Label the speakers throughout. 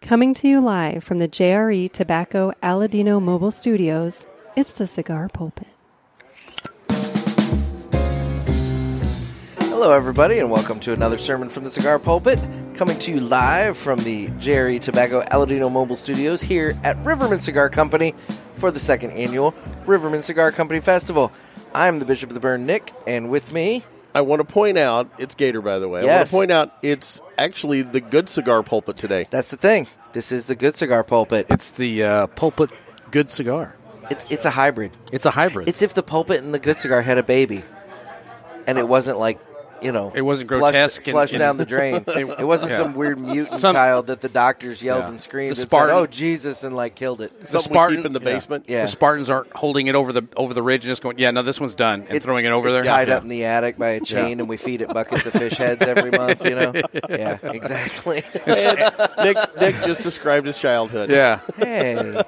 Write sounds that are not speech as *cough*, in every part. Speaker 1: Coming to you live from the JRE Tobacco Aladino Mobile Studios, it's the Cigar Pulpit.
Speaker 2: Hello, everybody, and welcome to another sermon from the Cigar Pulpit, coming to you live from the Jerry Tobacco Aladino Mobile Studios here at Riverman Cigar Company for the second annual Riverman Cigar Company Festival. I'm the Bishop of the Burn, Nick, and with me,
Speaker 3: I want to point out it's Gator, by the way. I want
Speaker 2: Yes.
Speaker 3: to point out it's actually the good cigar pulpit today.
Speaker 2: that's the thing. This is the Good Cigar Pulpit.
Speaker 4: It's the uh, pulpit good cigar.
Speaker 2: It's it's a hybrid.
Speaker 4: It's a hybrid.
Speaker 2: It's if the pulpit and the Good Cigar had a baby, and it wasn't like. You know,
Speaker 4: It wasn't
Speaker 2: flushed-
Speaker 4: grotesque and-
Speaker 2: Flushed
Speaker 4: and-
Speaker 2: down the
Speaker 4: *laughs*
Speaker 2: drain. It, wasn't
Speaker 4: yeah.
Speaker 2: some weird mutant
Speaker 4: Some-
Speaker 2: child that the doctors yelled
Speaker 4: Yeah.
Speaker 2: and screamed
Speaker 4: The
Speaker 2: and said,
Speaker 4: Spartan-
Speaker 2: "Oh Jesus!" and like killed it.
Speaker 4: the
Speaker 3: Something we keep in the basement.
Speaker 2: Yeah.
Speaker 4: The Spartans aren't holding it over the over the ridge and just going, yeah, no, this one's done, and
Speaker 2: It's-
Speaker 4: throwing it over
Speaker 2: it's
Speaker 4: there.
Speaker 2: tied
Speaker 4: Yeah.
Speaker 2: up in the attic by a chain, and we feed it buckets of fish heads every month. You
Speaker 3: *laughs*
Speaker 2: know, yeah, exactly.
Speaker 3: And Nick, uh, Nick just described his childhood.
Speaker 4: Yeah,
Speaker 2: *laughs*
Speaker 3: *laughs*
Speaker 2: hey,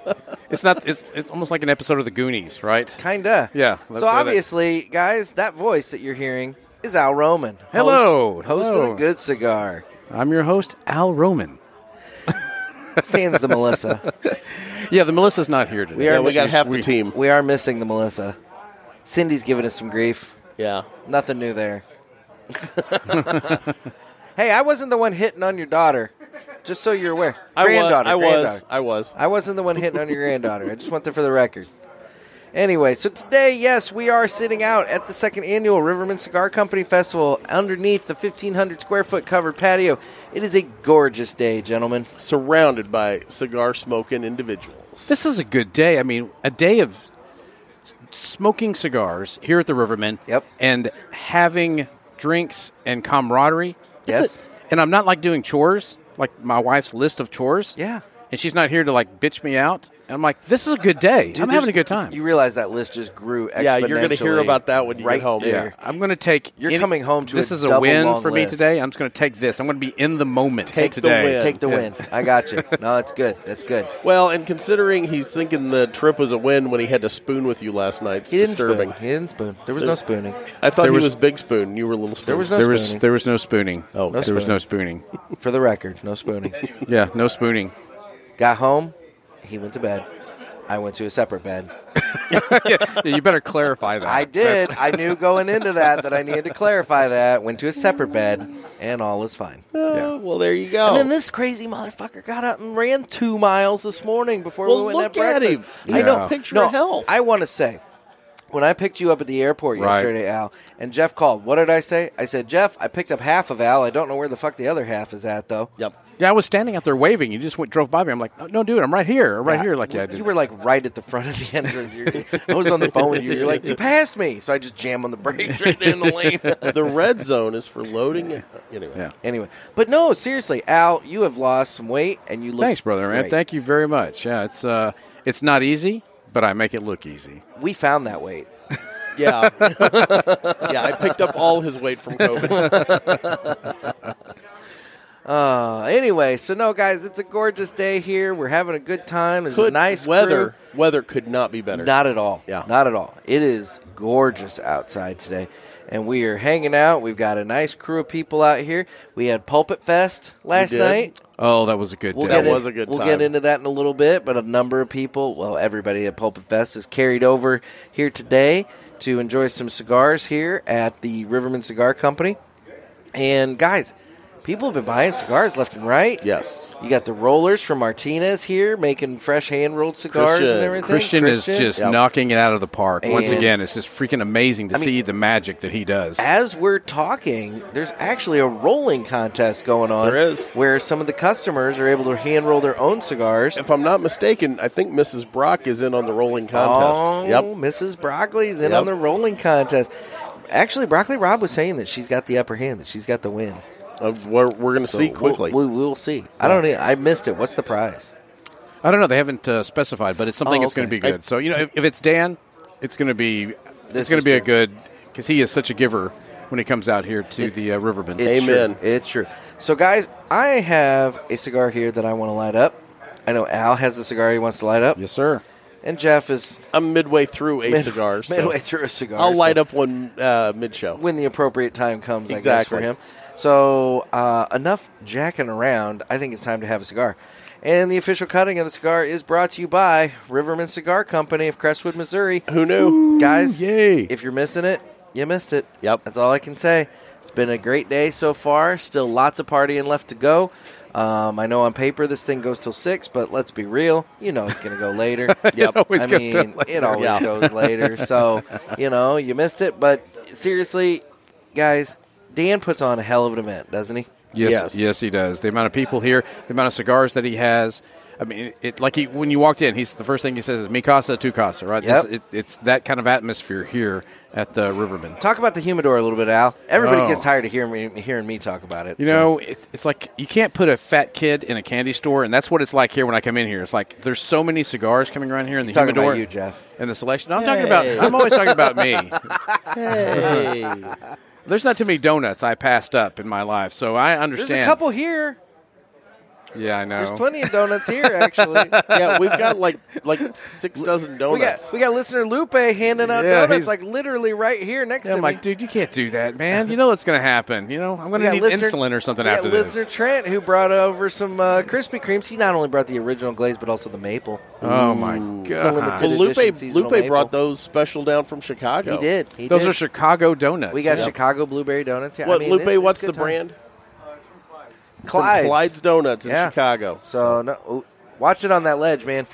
Speaker 4: it's not. It's it's almost like an episode of the Goonies, right?
Speaker 2: kinda.
Speaker 4: Yeah, that's
Speaker 2: So
Speaker 4: what it-
Speaker 2: obviously, guys, that voice that you're hearing is Al Roman. host-
Speaker 4: Hello.
Speaker 2: host of the
Speaker 4: Hello.
Speaker 2: Good Cigar.
Speaker 4: I'm your host, Al Roman.
Speaker 2: Sans the Melissa,
Speaker 4: *laughs* Yeah, the Melissa's not here today.
Speaker 2: We are-
Speaker 3: Yeah, we got half the
Speaker 4: We-
Speaker 3: team.
Speaker 2: we are missing the Melissa. Cindy's giving us some grief.
Speaker 3: Yeah.
Speaker 2: Nothing new there. *laughs* hey, I wasn't the one hitting on your daughter. Just so you're aware,
Speaker 3: *laughs* I was.
Speaker 2: granddaughter.
Speaker 3: I was.
Speaker 2: granddaughter.
Speaker 3: I was.
Speaker 2: I wasn't the one hitting on your granddaughter. I just want that for the record. Anyway, so today, yes, we are sitting out at the second annual Riverman Cigar Company Festival underneath the 1,500 square foot covered patio. It is a gorgeous day, gentlemen.
Speaker 3: Surrounded by cigar smoking individuals.
Speaker 4: This is a good day. I mean, a day of s- smoking cigars here at the Riverman.
Speaker 2: Yep.
Speaker 4: And having drinks and camaraderie. It's a-
Speaker 2: Yes.
Speaker 4: and I'm not like doing chores, like my wife's list of chores.
Speaker 2: Yeah.
Speaker 4: And she's not here to like bitch me out. And I'm like, this is a good day. I'm having a good time.
Speaker 2: You realize that list just grew exponentially.
Speaker 3: Yeah, you're gonna hear about that when you get
Speaker 2: right
Speaker 3: home.
Speaker 2: There.
Speaker 4: yeah. I'm going to take.
Speaker 2: You're coming home to
Speaker 4: This
Speaker 2: a
Speaker 4: is a
Speaker 2: double
Speaker 4: win
Speaker 2: long
Speaker 4: for me
Speaker 2: list.
Speaker 4: today. I'm just going to take this. I'm going to be in the moment
Speaker 3: Take the
Speaker 4: today.
Speaker 3: win.
Speaker 2: Take the win. I got you. No, it's good. That's good.
Speaker 3: Well, and considering he's thinking the trip was a win when he had to spoon with you last night, it's
Speaker 2: He didn't
Speaker 3: disturbing.
Speaker 2: spoon. He didn't spoon. There was no spooning.
Speaker 3: I thought
Speaker 4: There
Speaker 3: he
Speaker 4: was-
Speaker 3: was, big spoon. You were little spoon.
Speaker 2: There was no
Speaker 4: There was
Speaker 2: spooning.
Speaker 4: there was no spooning.
Speaker 3: Oh, No
Speaker 4: there was
Speaker 2: spooning.
Speaker 4: no spooning.
Speaker 2: For the record, no spooning.
Speaker 4: yeah, no spooning.
Speaker 2: Got home. He went to bed. I went to a separate bed.
Speaker 4: *laughs* Yeah, you better clarify that.
Speaker 2: I did. I knew going into that that I needed to clarify that. Went to a separate bed, and all is fine.
Speaker 3: Oh, well, there you go.
Speaker 2: And then this crazy motherfucker got up and ran two miles this morning before
Speaker 3: Well,
Speaker 2: we went
Speaker 3: look
Speaker 2: to
Speaker 3: at
Speaker 2: breakfast.
Speaker 3: him. He's
Speaker 2: I know.
Speaker 3: a picture
Speaker 2: no,
Speaker 3: of health.
Speaker 2: I want to say, when I picked you up at the airport
Speaker 4: Right.
Speaker 2: yesterday, Al, and Jeff called. What did I say? I said, Jeff, I picked up half of Al. I don't know where the fuck the other half is at though. *laughs*
Speaker 3: Yep.
Speaker 4: Yeah, I was standing out there waving. You just went, drove by me. I'm like, no, no, dude, I'm right here, I'm right here. Like, yeah, I did.
Speaker 2: you were like right at the front of the entrance. You're, I was on the phone with you. You're like, you passed me, so I just jam on the brakes right there in the lane.
Speaker 3: *laughs* the red zone is for loading. and- Anyway.
Speaker 4: yeah.
Speaker 2: Anyway, but no, seriously, Al, you have lost some weight and you look.
Speaker 4: Thanks, brother, man.
Speaker 2: great.
Speaker 4: Thank you very much. Yeah, it's uh, it's not easy, but I make it look easy.
Speaker 2: We found that
Speaker 4: *laughs*
Speaker 2: weight.
Speaker 3: Yeah. *laughs* yeah, I picked up all his weight from COVID.
Speaker 2: *laughs* Uh, anyway, so no, guys, it's a gorgeous day here. We're having a good time. It's a
Speaker 3: Could
Speaker 2: nice
Speaker 3: weather.
Speaker 2: crew.
Speaker 3: Weather could not be better.
Speaker 2: Not at all.
Speaker 3: Yeah.
Speaker 2: Not at all. It is gorgeous outside today. And we are hanging out. We've got a nice crew of people out here. We had Pulpit Fest last
Speaker 3: did.
Speaker 2: night.
Speaker 4: Oh, that was a good
Speaker 2: We'll
Speaker 4: day.
Speaker 2: get in-
Speaker 3: was a good
Speaker 2: We'll
Speaker 3: time.
Speaker 2: get into that in a little bit, but a number of people, well, everybody at Pulpit Fest is carried over here today to enjoy some cigars here at the Riverman Cigar Company. And guys, people have been buying cigars left and right.
Speaker 3: Yes.
Speaker 2: You got the rollers from Martinez here making fresh hand rolled cigars and
Speaker 3: Christian.
Speaker 2: everything.
Speaker 4: Christian, is just
Speaker 3: Yep.
Speaker 4: knocking it out of the park once
Speaker 2: And-
Speaker 4: again. It's just freaking amazing to see the magic that he does.
Speaker 2: as we're talking, there's actually a rolling contest going on.
Speaker 3: There is.
Speaker 2: Where some of the customers are able to hand roll their own cigars.
Speaker 3: If I'm not mistaken, I think Mrs. Brock is in on the rolling contest.
Speaker 2: Oh,
Speaker 3: Yep.
Speaker 2: Mrs. Broccoli's in
Speaker 3: Yep.
Speaker 2: on the rolling contest. Actually, Broccoli Rob was saying that she's got the upper hand, that she's got the win.
Speaker 3: Uh, we're we're going to see
Speaker 2: We'll-
Speaker 3: quickly.
Speaker 2: We, will see. I don't. e- I missed it. What's the prize?
Speaker 4: I don't know. They haven't uh, specified, but it's something
Speaker 2: Oh,
Speaker 4: that's going to
Speaker 2: okay.
Speaker 4: be good. so you know, if, if it's Dan, it's going to be
Speaker 2: This
Speaker 4: it's going
Speaker 2: is
Speaker 4: to be a
Speaker 2: true.
Speaker 4: good because he is such a giver when he comes out here to
Speaker 2: It's-
Speaker 4: the uh, Riverbend.
Speaker 2: It's
Speaker 3: Amen.
Speaker 2: True. It's true. So, guys, I have a cigar here that I want to light up. I know Al has a cigar he wants to light up,
Speaker 4: yes, sir.
Speaker 2: and Jeff is
Speaker 3: I'm midway through a
Speaker 2: mid-
Speaker 3: cigar. So
Speaker 2: midway through a cigar.
Speaker 3: I'll light
Speaker 2: so-
Speaker 3: up one uh, mid show.
Speaker 2: when the appropriate time comes, I guess, for
Speaker 3: Exactly.
Speaker 2: him. So, uh, enough jacking around. I think it's time to have a cigar. And the official cutting of the cigar is brought to you by Riverman Cigar Company of Crestwood, Missouri.
Speaker 3: Who knew?
Speaker 2: Guys,
Speaker 4: yay.
Speaker 2: if you're missing it, you missed it.
Speaker 3: Yep.
Speaker 2: That's all I can say. It's been a great day so far. Still lots of partying left to go. Um, I know on paper this thing goes till six, but let's be real. You know it's going to go
Speaker 4: *laughs*
Speaker 2: later.
Speaker 3: Yep.
Speaker 4: always
Speaker 2: I
Speaker 4: goes
Speaker 2: mean,
Speaker 4: to
Speaker 2: it
Speaker 4: later.
Speaker 2: always
Speaker 3: Yeah.
Speaker 2: goes
Speaker 4: *laughs*
Speaker 2: later. So you know you missed it, but seriously, guys, Dan puts on a hell of an event, doesn't he?
Speaker 4: Yes,
Speaker 3: Yes.
Speaker 4: yes, he does. The amount of people here, the amount of cigars that he has. I mean, it like he when you walked in, he's the first thing he says is "Mi casa, tu casa," right?
Speaker 2: Yep.
Speaker 4: This- it, it's that kind of atmosphere here at the Riverman.
Speaker 2: Talk about the humidor a little bit, Al. Everybody
Speaker 4: Oh.
Speaker 2: gets tired of hearing me, hearing me talk about it.
Speaker 4: You
Speaker 2: so.
Speaker 4: know, it, it's like you can't put a fat kid in a candy store, and that's what it's like here when I come in here. It's like there's so many cigars coming around here in the
Speaker 2: talking about
Speaker 4: humidor.
Speaker 2: you, Jeff.
Speaker 4: And the selection. No, I'm talking about. I'm always talking about me.
Speaker 3: Hey.
Speaker 4: There's not too many donuts I passed up in my life, so I
Speaker 2: there's
Speaker 4: understand.
Speaker 2: a couple here.
Speaker 4: Yeah, I know.
Speaker 2: There's plenty of donuts here,
Speaker 4: *laughs*
Speaker 2: actually.
Speaker 3: yeah, we've got like like six dozen
Speaker 2: We
Speaker 3: donuts.
Speaker 2: got we got listener Lupe handing out
Speaker 4: Yeah,
Speaker 2: donuts
Speaker 4: he's-
Speaker 2: like literally right here next
Speaker 4: Yeah,
Speaker 2: to
Speaker 4: I'm like,
Speaker 2: me.
Speaker 4: dude, you can't do that, man. You know what's going to happen. You know, I'm going
Speaker 2: We
Speaker 4: to
Speaker 2: got
Speaker 4: need
Speaker 2: listener-
Speaker 4: insulin or something
Speaker 2: we got
Speaker 4: after
Speaker 2: listener
Speaker 4: this.
Speaker 2: Trent who brought over some uh, Krispy Kremes. He not only brought the original glaze but also the maple.
Speaker 4: Oh my
Speaker 2: limited-
Speaker 4: god,
Speaker 3: well,
Speaker 2: edition
Speaker 3: Lupe,
Speaker 2: seasonal
Speaker 3: Lupe
Speaker 2: maple.
Speaker 3: brought those special down from Chicago.
Speaker 2: He did. He
Speaker 4: those
Speaker 2: did.
Speaker 4: are Chicago donuts.
Speaker 2: we got
Speaker 4: Yeah.
Speaker 2: Chicago blueberry donuts. Yeah, I
Speaker 3: What,
Speaker 2: mean,
Speaker 3: Lupe,
Speaker 2: it's- it's
Speaker 3: what's
Speaker 2: good
Speaker 3: the
Speaker 2: time.
Speaker 3: brand? From
Speaker 2: Clyde's.
Speaker 3: Clyde's Donuts in
Speaker 2: Yeah.
Speaker 3: Chicago.
Speaker 2: So no, oh, watch it on that ledge, man.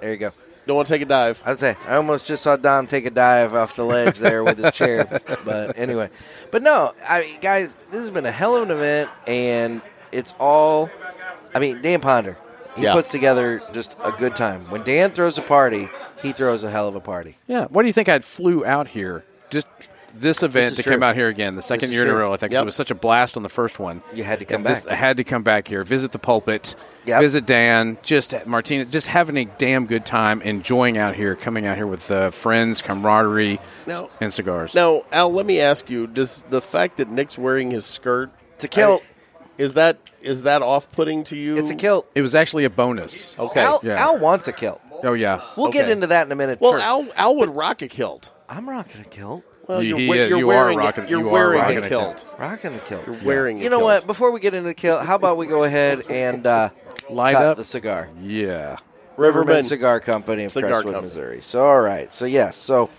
Speaker 2: There you go.
Speaker 3: don't want to take a dive.
Speaker 2: I was say I almost just saw Dom take a dive off the ledge there with
Speaker 3: *laughs*
Speaker 2: his chair. But anyway, but no, I mean, guys, this has been a hell of an event, and it's all. I mean, Dan Ponder, he
Speaker 3: Yeah.
Speaker 2: puts together just a good time. When Dan throws a party, he throws a hell of a party.
Speaker 4: Yeah. What do you think? I flew out here just this event
Speaker 2: is
Speaker 4: to
Speaker 2: true.
Speaker 4: come out here again, the second
Speaker 2: is
Speaker 4: year in a
Speaker 2: true.
Speaker 4: row. I think 'cause
Speaker 3: Yep.
Speaker 4: it was such a blast on the first one.
Speaker 2: You had to come
Speaker 4: And this-
Speaker 2: back.
Speaker 4: I had to come back here, visit the pulpit,
Speaker 2: Yep.
Speaker 4: visit Dan, just at Martinez, just having a damn good time, enjoying out here, coming out here with uh, friends, camaraderie,
Speaker 3: Now-
Speaker 4: and cigars.
Speaker 3: Now, Al, let me ask you: Does the fact that Nick's wearing his skirt
Speaker 2: It's a kilt.
Speaker 3: I- is that is that off putting to you?
Speaker 2: It's a kilt.
Speaker 4: it was actually a bonus.
Speaker 3: Okay.
Speaker 2: Al,
Speaker 4: yeah.
Speaker 2: Al wants a kilt.
Speaker 4: Oh yeah.
Speaker 2: We'll get
Speaker 3: Okay.
Speaker 2: into that in a minute.
Speaker 3: Well,
Speaker 2: first.
Speaker 3: Al Al would rock a kilt.
Speaker 2: I'm rocking a kilt.
Speaker 3: Well,
Speaker 4: He-
Speaker 3: you're,
Speaker 4: he
Speaker 3: we-
Speaker 4: is.
Speaker 3: you're
Speaker 4: You are
Speaker 3: wearing
Speaker 4: rocking-
Speaker 3: you're
Speaker 4: you are
Speaker 3: wearing
Speaker 4: rocking
Speaker 3: a
Speaker 4: a
Speaker 3: kilt.
Speaker 2: Rocking the kilt.
Speaker 3: You're wearing.
Speaker 2: You
Speaker 3: a
Speaker 2: know
Speaker 3: kilt.
Speaker 2: what? Before we get into the kilt, how about we go ahead and uh,
Speaker 4: Light
Speaker 2: cut
Speaker 4: up.
Speaker 2: the cigar?
Speaker 4: Yeah.
Speaker 2: Riverman
Speaker 3: Riverman.
Speaker 2: Cigar Company of
Speaker 3: Cigar
Speaker 2: Crestwood,
Speaker 3: Company.
Speaker 2: Missouri. So, all right. So, yes. So,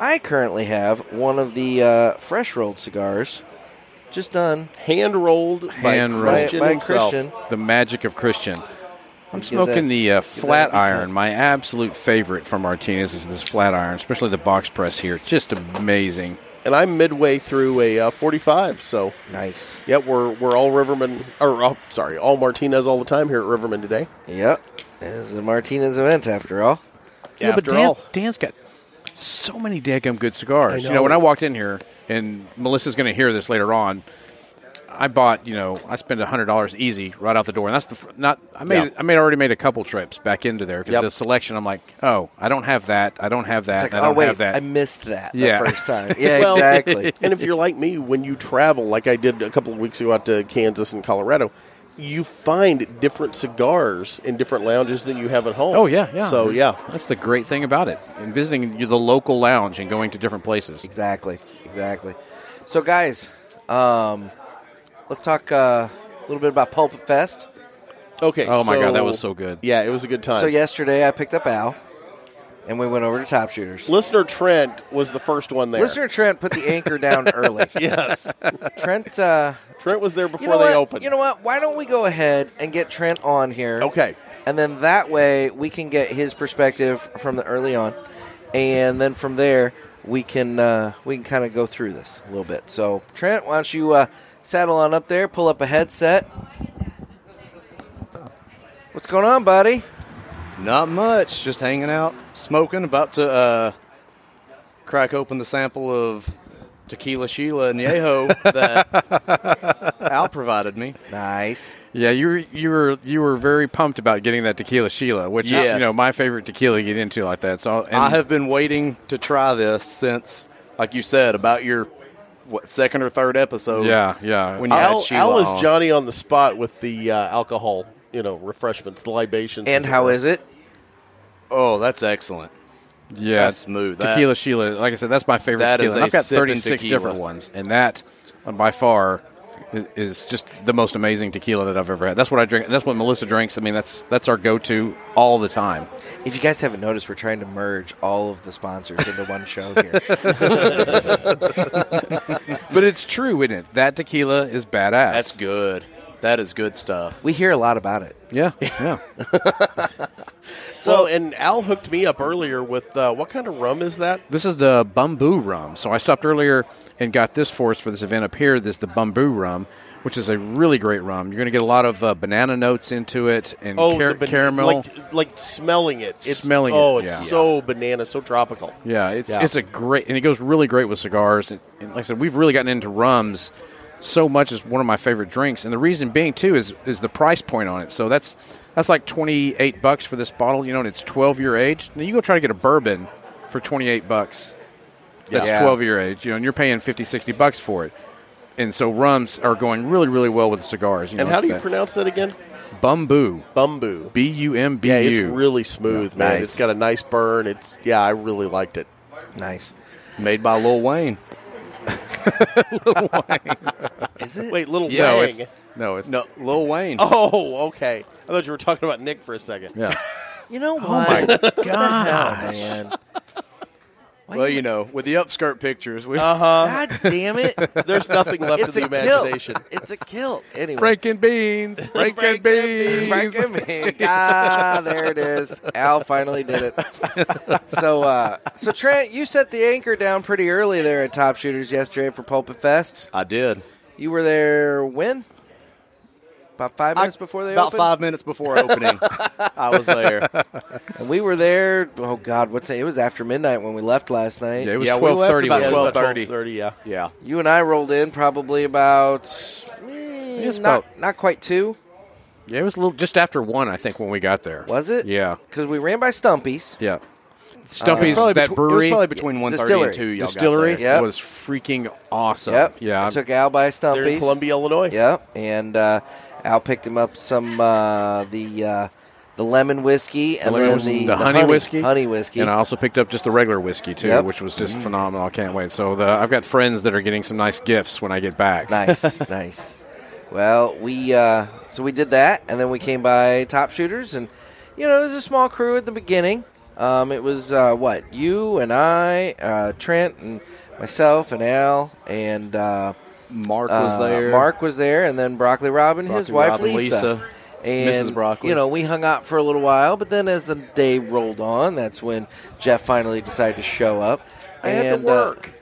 Speaker 2: I currently have one of the uh, fresh rolled cigars, just done
Speaker 3: Hand rolled.
Speaker 4: Hand-rolled.
Speaker 3: by
Speaker 2: by,
Speaker 3: Christian
Speaker 2: by
Speaker 3: himself.
Speaker 2: Christian.
Speaker 4: The magic of Christian. I'm
Speaker 2: that-
Speaker 4: smoking the uh,
Speaker 2: that a
Speaker 4: flat
Speaker 2: good
Speaker 4: iron. My absolute favorite from Martinez is this flat iron, especially the box press here. Just amazing.
Speaker 3: And I'm midway through a uh, 45. So
Speaker 2: Nice.
Speaker 3: yeah, we're we're all Riverman. Or oh, sorry, all Martinez all the time here at Riverman today.
Speaker 2: Yep. This is a Martinez event, after all.
Speaker 4: Yeah, but
Speaker 3: After
Speaker 4: Dan,
Speaker 3: all.
Speaker 4: Dan's got so many daggum good cigars.
Speaker 3: I
Speaker 4: You know, when
Speaker 3: know.
Speaker 4: I walked in here, and Melissa's going to hear this later on. I bought, you know, I spent hundred dollars easy right out the door, and that's the fr- not. I made,
Speaker 3: Yeah.
Speaker 4: I made already made a couple trips back into there because
Speaker 3: Yep.
Speaker 4: the selection. I'm like, oh, I don't have that. I don't have that.
Speaker 2: It's like,
Speaker 4: I
Speaker 2: oh,
Speaker 4: don't
Speaker 2: wait,
Speaker 4: have that.
Speaker 2: I missed that
Speaker 4: Yeah.
Speaker 2: the first
Speaker 4: *laughs*
Speaker 2: time. Uh,
Speaker 3: *laughs*
Speaker 2: Yeah,
Speaker 3: Well-
Speaker 2: exactly.
Speaker 3: and if you're like me, when you travel, like I did a couple of weeks ago out to Kansas and Colorado, you find different cigars in different lounges than you have at home.
Speaker 4: Oh yeah, yeah.
Speaker 3: So yeah,
Speaker 4: that's the great thing about it, and visiting the local lounge and going to different places.
Speaker 2: Exactly. Exactly. So, guys, um, let's talk uh, a little bit about Pulp Fest.
Speaker 3: okay.
Speaker 4: Oh, my
Speaker 3: so-
Speaker 4: God, that was so good.
Speaker 3: Yeah, it was a good time.
Speaker 2: So, yesterday I picked up Al, and we went over to Top Shooters.
Speaker 3: listener Trent was the first one there.
Speaker 2: Listener Trent put the anchor
Speaker 3: *laughs*
Speaker 2: down early.
Speaker 3: yes,
Speaker 2: Trent, uh,
Speaker 3: Trent was there before
Speaker 2: you know
Speaker 3: they
Speaker 2: what?
Speaker 3: opened.
Speaker 2: You know what? Why don't we go ahead and get Trent on here?
Speaker 3: Okay.
Speaker 2: And then that way we can get his perspective from the early on, and then from there we can uh, we can kind of go through this a little bit. So Trent, why don't you uh, saddle on up there, pull up a headset. What's going on, buddy?
Speaker 5: Not much. Just hanging out, smoking, about to uh, crack open the sample of tequila Sheila and
Speaker 2: *laughs*
Speaker 5: Yeho that Al provided me.
Speaker 2: Nice.
Speaker 4: Yeah, you were, you were you were very pumped about getting that tequila Sheila, which is
Speaker 5: Yes.
Speaker 4: you know my favorite tequila to get into like that. So and
Speaker 5: I have been waiting to try this since, like you said, about your what second or third episode.
Speaker 4: yeah yeah
Speaker 5: When you
Speaker 3: Al,
Speaker 5: had Sheila
Speaker 3: Al
Speaker 5: on.
Speaker 3: is Johnny on the spot with the uh, alcohol, you know, refreshments, the libations,
Speaker 2: And how is it?
Speaker 5: Oh, that's excellent.
Speaker 4: yeah
Speaker 5: that's smooth. That-
Speaker 4: tequila Sheila. Like I said, that's my favorite
Speaker 5: that
Speaker 4: tequila.
Speaker 5: is
Speaker 4: And
Speaker 5: a
Speaker 4: I've got
Speaker 5: sipping
Speaker 4: thirty six
Speaker 5: tequila.
Speaker 4: different ones, and that uh, by far is, is just the most amazing tequila that I've ever had. That's what I drink. That's what Melissa drinks. I mean, that's that's our go-to all the time.
Speaker 2: If you guys haven't noticed, we're trying to merge all of the sponsors into one show here. *laughs*
Speaker 4: But it's true, isn't it? That tequila is badass.
Speaker 5: That's good. That is good stuff.
Speaker 2: We hear a lot about it.
Speaker 5: *laughs*
Speaker 4: Yeah, yeah.
Speaker 3: So, and Al hooked me up earlier with uh, what kind of rum is that?
Speaker 4: This is the bamboo rum. So I stopped earlier and got this for us for this event up here. This is the bamboo rum, which is a really great rum. You're going to get a lot of uh, banana notes into it and
Speaker 5: Oh,
Speaker 4: car-
Speaker 3: Oh, the bana-
Speaker 4: caramel.
Speaker 3: Like, like smelling it. It's,
Speaker 4: Smelling it,
Speaker 3: Oh, it's
Speaker 4: yeah.
Speaker 3: so banana, so tropical.
Speaker 4: yeah, it's
Speaker 3: Yeah.
Speaker 4: it's a great and it goes really great with cigars. And, and like I said, we've really gotten into rums so much as one of my favorite drinks. And the reason being too is is the price point on it. So that's that's like 28 bucks for this bottle, you know, and it's 12 year age. Now you go try to get a bourbon for 28 bucks. that's
Speaker 2: Yeah.
Speaker 4: 12 year age you know and you're paying 50 60 bucks for it and so rums are going really really well with cigars you
Speaker 3: And
Speaker 4: know,
Speaker 3: how
Speaker 4: it's
Speaker 3: do you
Speaker 4: that
Speaker 3: pronounce that again?
Speaker 4: bamboo
Speaker 3: Bumbu.
Speaker 4: b-u-m-b-u
Speaker 3: Yeah, it's really smooth, man.
Speaker 2: Nice.
Speaker 3: It's got a nice burn. It's yeah, I really liked it.
Speaker 2: Nice.
Speaker 5: Made by Lil Wayne.
Speaker 2: *laughs* Is it?
Speaker 3: Wait, little
Speaker 4: no
Speaker 3: Wang.
Speaker 4: it's no it's
Speaker 5: No, Lil Wayne.
Speaker 3: Oh, okay. I thought you were talking about Nick for a second.
Speaker 4: yeah Oh
Speaker 2: You
Speaker 3: Oh
Speaker 2: know *laughs* what?
Speaker 4: god
Speaker 2: man. Why
Speaker 5: Well, you know, with the upskirt pictures, we
Speaker 3: Uh huh.
Speaker 2: God damn it.
Speaker 3: *laughs* There's nothing left
Speaker 2: it's
Speaker 3: of
Speaker 2: a
Speaker 3: the
Speaker 2: kilt.
Speaker 3: imagination.
Speaker 2: It's a kilt. Anyway.
Speaker 4: frank
Speaker 2: *laughs*
Speaker 4: and beans *laughs* frank, and
Speaker 3: Frank and
Speaker 4: beans
Speaker 2: Frank and
Speaker 4: *laughs*
Speaker 2: me. Ah, there it is. Al finally did it. So, uh, so Trent, you set the anchor down pretty early there at Top Shooters yesterday for Pulpit Fest.
Speaker 5: I did.
Speaker 2: You were there when? About five minutes
Speaker 5: I-
Speaker 2: before they
Speaker 5: about
Speaker 2: opened.
Speaker 5: five minutes before opening, I was there.
Speaker 2: And we were there. Oh God, what's it? It was after midnight when we left last night.
Speaker 4: yeah it was
Speaker 5: Yeah, we left
Speaker 4: 1230
Speaker 5: about
Speaker 4: when we left.
Speaker 5: 12:30.
Speaker 3: Yeah.
Speaker 5: Yeah,
Speaker 2: You and I rolled in probably about eh,
Speaker 4: Yes,
Speaker 2: not
Speaker 4: about-
Speaker 2: not quite two,
Speaker 4: yeah it was a little just after one i think when we got there
Speaker 2: was it?
Speaker 4: yeah
Speaker 2: because we ran by Stumpy's.
Speaker 4: yeah stumpy's
Speaker 5: probably
Speaker 4: that
Speaker 5: betw-
Speaker 4: brewery
Speaker 5: It was probably between one thirty
Speaker 2: Distillery.
Speaker 5: and two. Y'all
Speaker 4: distillery
Speaker 5: Got there.
Speaker 2: Yep.
Speaker 4: was freaking awesome
Speaker 2: Yep.
Speaker 4: yeah
Speaker 2: I took Al by
Speaker 3: They're in
Speaker 2: Stumpy's.
Speaker 3: Columbia, Illinois.
Speaker 2: Yep. And uh, Al picked him up some uh, the uh, the lemon whiskey and
Speaker 4: lemon
Speaker 2: then
Speaker 4: whiskey,
Speaker 2: the,
Speaker 4: the honey whiskey?
Speaker 2: honey whiskey.
Speaker 4: And I also picked up just the regular whiskey too,
Speaker 2: Yep.
Speaker 4: which was just phenomenal. I can't wait. So the, I've got friends that are getting some nice gifts when I get back. *laughs*
Speaker 2: nice, nice. Well, we uh, so we did that, and then we came by Top Shooters, and you know it was a small crew at the beginning. Um, it was uh, what you and I, uh, Trent and myself and Al and uh,
Speaker 5: Mark
Speaker 2: uh,
Speaker 5: was there.
Speaker 2: Mark was there, and then Broccoli Rob and his
Speaker 5: Broccoli
Speaker 2: wife
Speaker 5: Rob and
Speaker 2: Lisa.
Speaker 5: Lisa,
Speaker 2: And,
Speaker 5: Mrs. Broccoli.
Speaker 2: You know, we hung out for a little while, but then as the day rolled on, that's when Jeff finally decided to show up.
Speaker 3: I had to
Speaker 2: And, uh,
Speaker 3: work.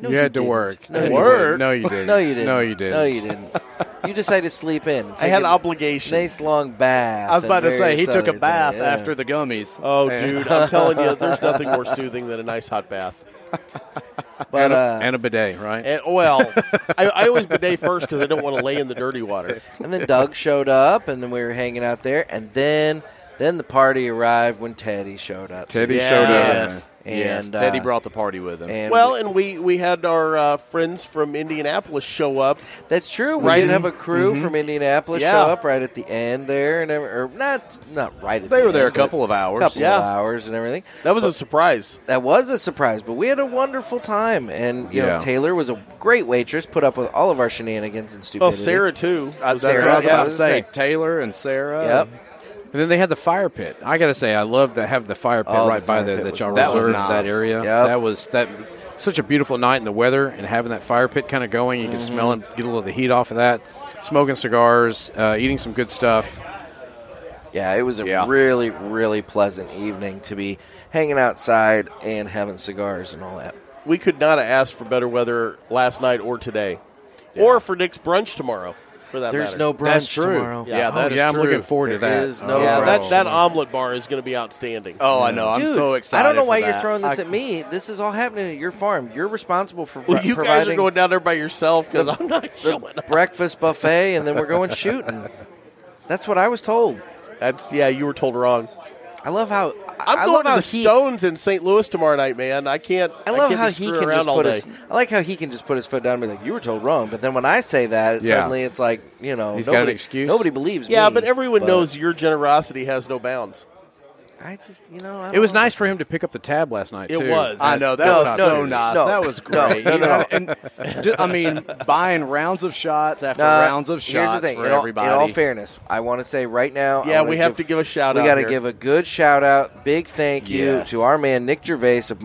Speaker 2: no,
Speaker 4: you had to
Speaker 2: didn't.
Speaker 4: work.
Speaker 2: No,
Speaker 4: No,
Speaker 2: you
Speaker 4: you
Speaker 5: Work?
Speaker 4: didn't. No, you didn't.
Speaker 2: no, you didn't.
Speaker 4: No, you didn't.
Speaker 2: No, you didn't. *laughs* You decided to sleep in. and
Speaker 3: I
Speaker 2: take
Speaker 3: had
Speaker 2: a
Speaker 3: obligations.
Speaker 2: nice long bath.
Speaker 5: I was about
Speaker 2: and
Speaker 5: to say he
Speaker 2: various
Speaker 5: took a
Speaker 2: other
Speaker 5: bath
Speaker 2: things, yeah.
Speaker 5: after the gummies.
Speaker 3: Oh, dude, I'm telling you, there's
Speaker 2: *laughs*
Speaker 3: nothing more soothing than a nice hot bath.
Speaker 2: But uh,
Speaker 4: and a bidet, right?
Speaker 3: And, well, I, I
Speaker 4: *laughs*
Speaker 3: always bidet first because I don't want to lay in the dirty water.
Speaker 2: and then Doug showed up, and then we were hanging out there, and then then the party arrived when Teddy showed up.
Speaker 4: Teddy
Speaker 3: Yeah.
Speaker 4: showed up.
Speaker 5: yes,
Speaker 2: And,
Speaker 5: yes.
Speaker 2: uh,
Speaker 5: Teddy brought the party with him.
Speaker 2: And
Speaker 3: Well,
Speaker 2: we-
Speaker 3: and we we had our uh, friends from Indianapolis show up.
Speaker 2: That's true. We
Speaker 3: Right
Speaker 2: did
Speaker 3: in- Mm-hmm.
Speaker 2: have a crew from Indianapolis
Speaker 3: Yeah.
Speaker 2: show up right at the end there, and every- or not not right. At
Speaker 5: They
Speaker 2: the
Speaker 5: were there a
Speaker 2: end, but
Speaker 5: couple of hours.
Speaker 2: couple
Speaker 3: Yeah.
Speaker 2: of hours, and everything.
Speaker 3: That was a surprise.
Speaker 2: That was a surprise, but we had a wonderful time, and you know
Speaker 4: Yeah.
Speaker 2: Taylor was a great waitress, put up with all of our shenanigans and
Speaker 3: Well,
Speaker 2: stupidity.
Speaker 3: Sarah too.
Speaker 5: I-
Speaker 3: was
Speaker 5: that's
Speaker 3: there.
Speaker 5: what I was
Speaker 2: Uh, Yeah,
Speaker 5: about
Speaker 2: I
Speaker 5: to
Speaker 2: was
Speaker 5: say.
Speaker 2: gonna
Speaker 5: Taylor and Sarah.
Speaker 2: Yep.
Speaker 4: And then they had the fire pit. I gotta say, I love to have the fire pit
Speaker 2: Oh, the
Speaker 4: right by
Speaker 2: fire
Speaker 4: the,
Speaker 2: pit
Speaker 4: that
Speaker 2: was
Speaker 4: y'all
Speaker 5: nice. That was
Speaker 4: reserved
Speaker 5: nice.
Speaker 4: that area.
Speaker 2: Yep.
Speaker 4: That was that such a beautiful night in the weather, and having that fire pit kind of going, you could
Speaker 2: Mm-hmm.
Speaker 4: smell and get a little of the heat off of that. Smoking cigars, uh, eating some good stuff.
Speaker 2: Yeah, it was a
Speaker 4: Yeah.
Speaker 2: really, really pleasant evening to be hanging outside and having cigars and all that.
Speaker 3: We could not have asked for better weather last night or today, or for Nick's brunch tomorrow. For that
Speaker 2: There's
Speaker 3: matter.
Speaker 2: no brunch
Speaker 5: That's true.
Speaker 2: tomorrow.
Speaker 5: Yeah,
Speaker 4: Oh,
Speaker 5: that is
Speaker 4: yeah, I'm
Speaker 5: true.
Speaker 4: looking forward to
Speaker 2: There
Speaker 4: that.
Speaker 2: is no
Speaker 3: Yeah,
Speaker 2: Oh,
Speaker 3: that,
Speaker 2: brunch.
Speaker 3: that omelet bar is going to be outstanding.
Speaker 5: Oh, I know. I'm
Speaker 2: Dude,
Speaker 5: so excited.
Speaker 2: I don't know
Speaker 5: for
Speaker 2: why
Speaker 5: that.
Speaker 2: you're throwing this
Speaker 5: I-
Speaker 2: at me. This is all happening at your farm. You're responsible for
Speaker 3: Well,
Speaker 2: pro-
Speaker 3: you guys
Speaker 2: providing
Speaker 3: are going down there by yourself because I'm not showing
Speaker 2: the
Speaker 3: up.
Speaker 2: breakfast buffet, and then we're going shooting. That's what I was told.
Speaker 3: That's yeah, you were told wrong.
Speaker 2: I love how
Speaker 3: I'm
Speaker 2: I
Speaker 3: going
Speaker 2: love
Speaker 3: to
Speaker 2: how
Speaker 3: the
Speaker 2: he,
Speaker 3: Stones in St. Louis tomorrow night, man. I can't.
Speaker 2: I love
Speaker 3: can't
Speaker 2: how
Speaker 3: just
Speaker 2: he
Speaker 3: screw
Speaker 2: can
Speaker 3: around
Speaker 2: just
Speaker 3: all
Speaker 2: put
Speaker 3: day.
Speaker 2: his. I like how he can just put his foot down and be like, "You were told wrong." But then when I say that, it
Speaker 4: Yeah.
Speaker 2: suddenly it's like you know
Speaker 4: He's got an
Speaker 2: nobody,
Speaker 4: excuse.
Speaker 2: Nobody believes.
Speaker 3: Yeah,
Speaker 2: me,
Speaker 3: but everyone knows your generosity has no bounds.
Speaker 2: I just, you know, I
Speaker 4: It
Speaker 2: don't
Speaker 4: was
Speaker 2: know.
Speaker 4: nice for him to pick up the tab last night.
Speaker 3: It
Speaker 4: too.
Speaker 3: was.
Speaker 5: I know that
Speaker 2: No,
Speaker 5: was
Speaker 2: no,
Speaker 5: so nice.
Speaker 2: no.
Speaker 5: that was
Speaker 2: No,
Speaker 5: great.
Speaker 2: no,
Speaker 5: You
Speaker 2: no.
Speaker 5: know, And ju- I mean, buying rounds of shots after
Speaker 2: Nah,
Speaker 5: rounds of
Speaker 2: here's
Speaker 5: shots
Speaker 2: the thing.
Speaker 5: for
Speaker 2: in all,
Speaker 5: everybody.
Speaker 2: In all fairness, I want to say right now. I
Speaker 3: Yeah,
Speaker 2: wanna
Speaker 3: we have to give a shout
Speaker 2: we
Speaker 3: out
Speaker 2: got to
Speaker 3: here.
Speaker 2: give a good shout out, big thank you
Speaker 5: Yes.
Speaker 2: to our man Nick Gervais of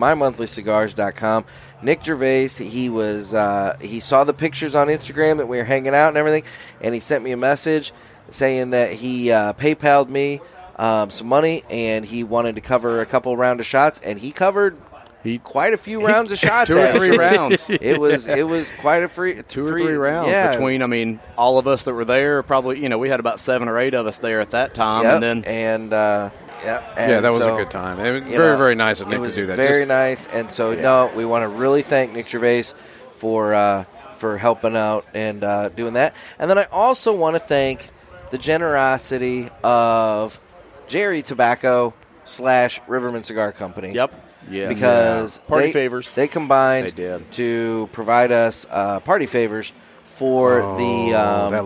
Speaker 2: MyMonthlyCigars.com. Nick Gervais, he was uh, he saw the pictures on Instagram that we were hanging out and everything, and he sent me a message saying that he uh, PayPal'd me um, some money and he wanted to cover a couple round of shots, and he covered.
Speaker 4: He-
Speaker 2: quite a few rounds of shots.
Speaker 5: Two or three
Speaker 2: actually.
Speaker 5: rounds.
Speaker 2: It was it was quite a free
Speaker 5: Two or three rounds
Speaker 2: yeah,
Speaker 5: between. I mean, all of us that were there, probably you know, we had about seven or eight of us there at that time,
Speaker 2: Yep,
Speaker 5: and then
Speaker 2: and uh, yeah, and
Speaker 4: Yeah, that was
Speaker 2: so,
Speaker 4: a good time. It was
Speaker 2: you
Speaker 4: very,
Speaker 2: know,
Speaker 4: very nice of
Speaker 2: it
Speaker 4: Nick to
Speaker 2: was
Speaker 4: do that.
Speaker 2: Very
Speaker 4: Just-
Speaker 2: nice, and so no, we want to really thank Nick Gervais for uh, for helping out and uh, doing that. And then I also want to thank the generosity of Jerry Tobacco slash Riverman Cigar Company.
Speaker 3: Yep.
Speaker 5: yeah,
Speaker 2: because
Speaker 3: Party
Speaker 2: they-
Speaker 3: favors.
Speaker 2: they combined
Speaker 5: They did.
Speaker 2: to provide us uh, party favors for the um,
Speaker 4: Oh, that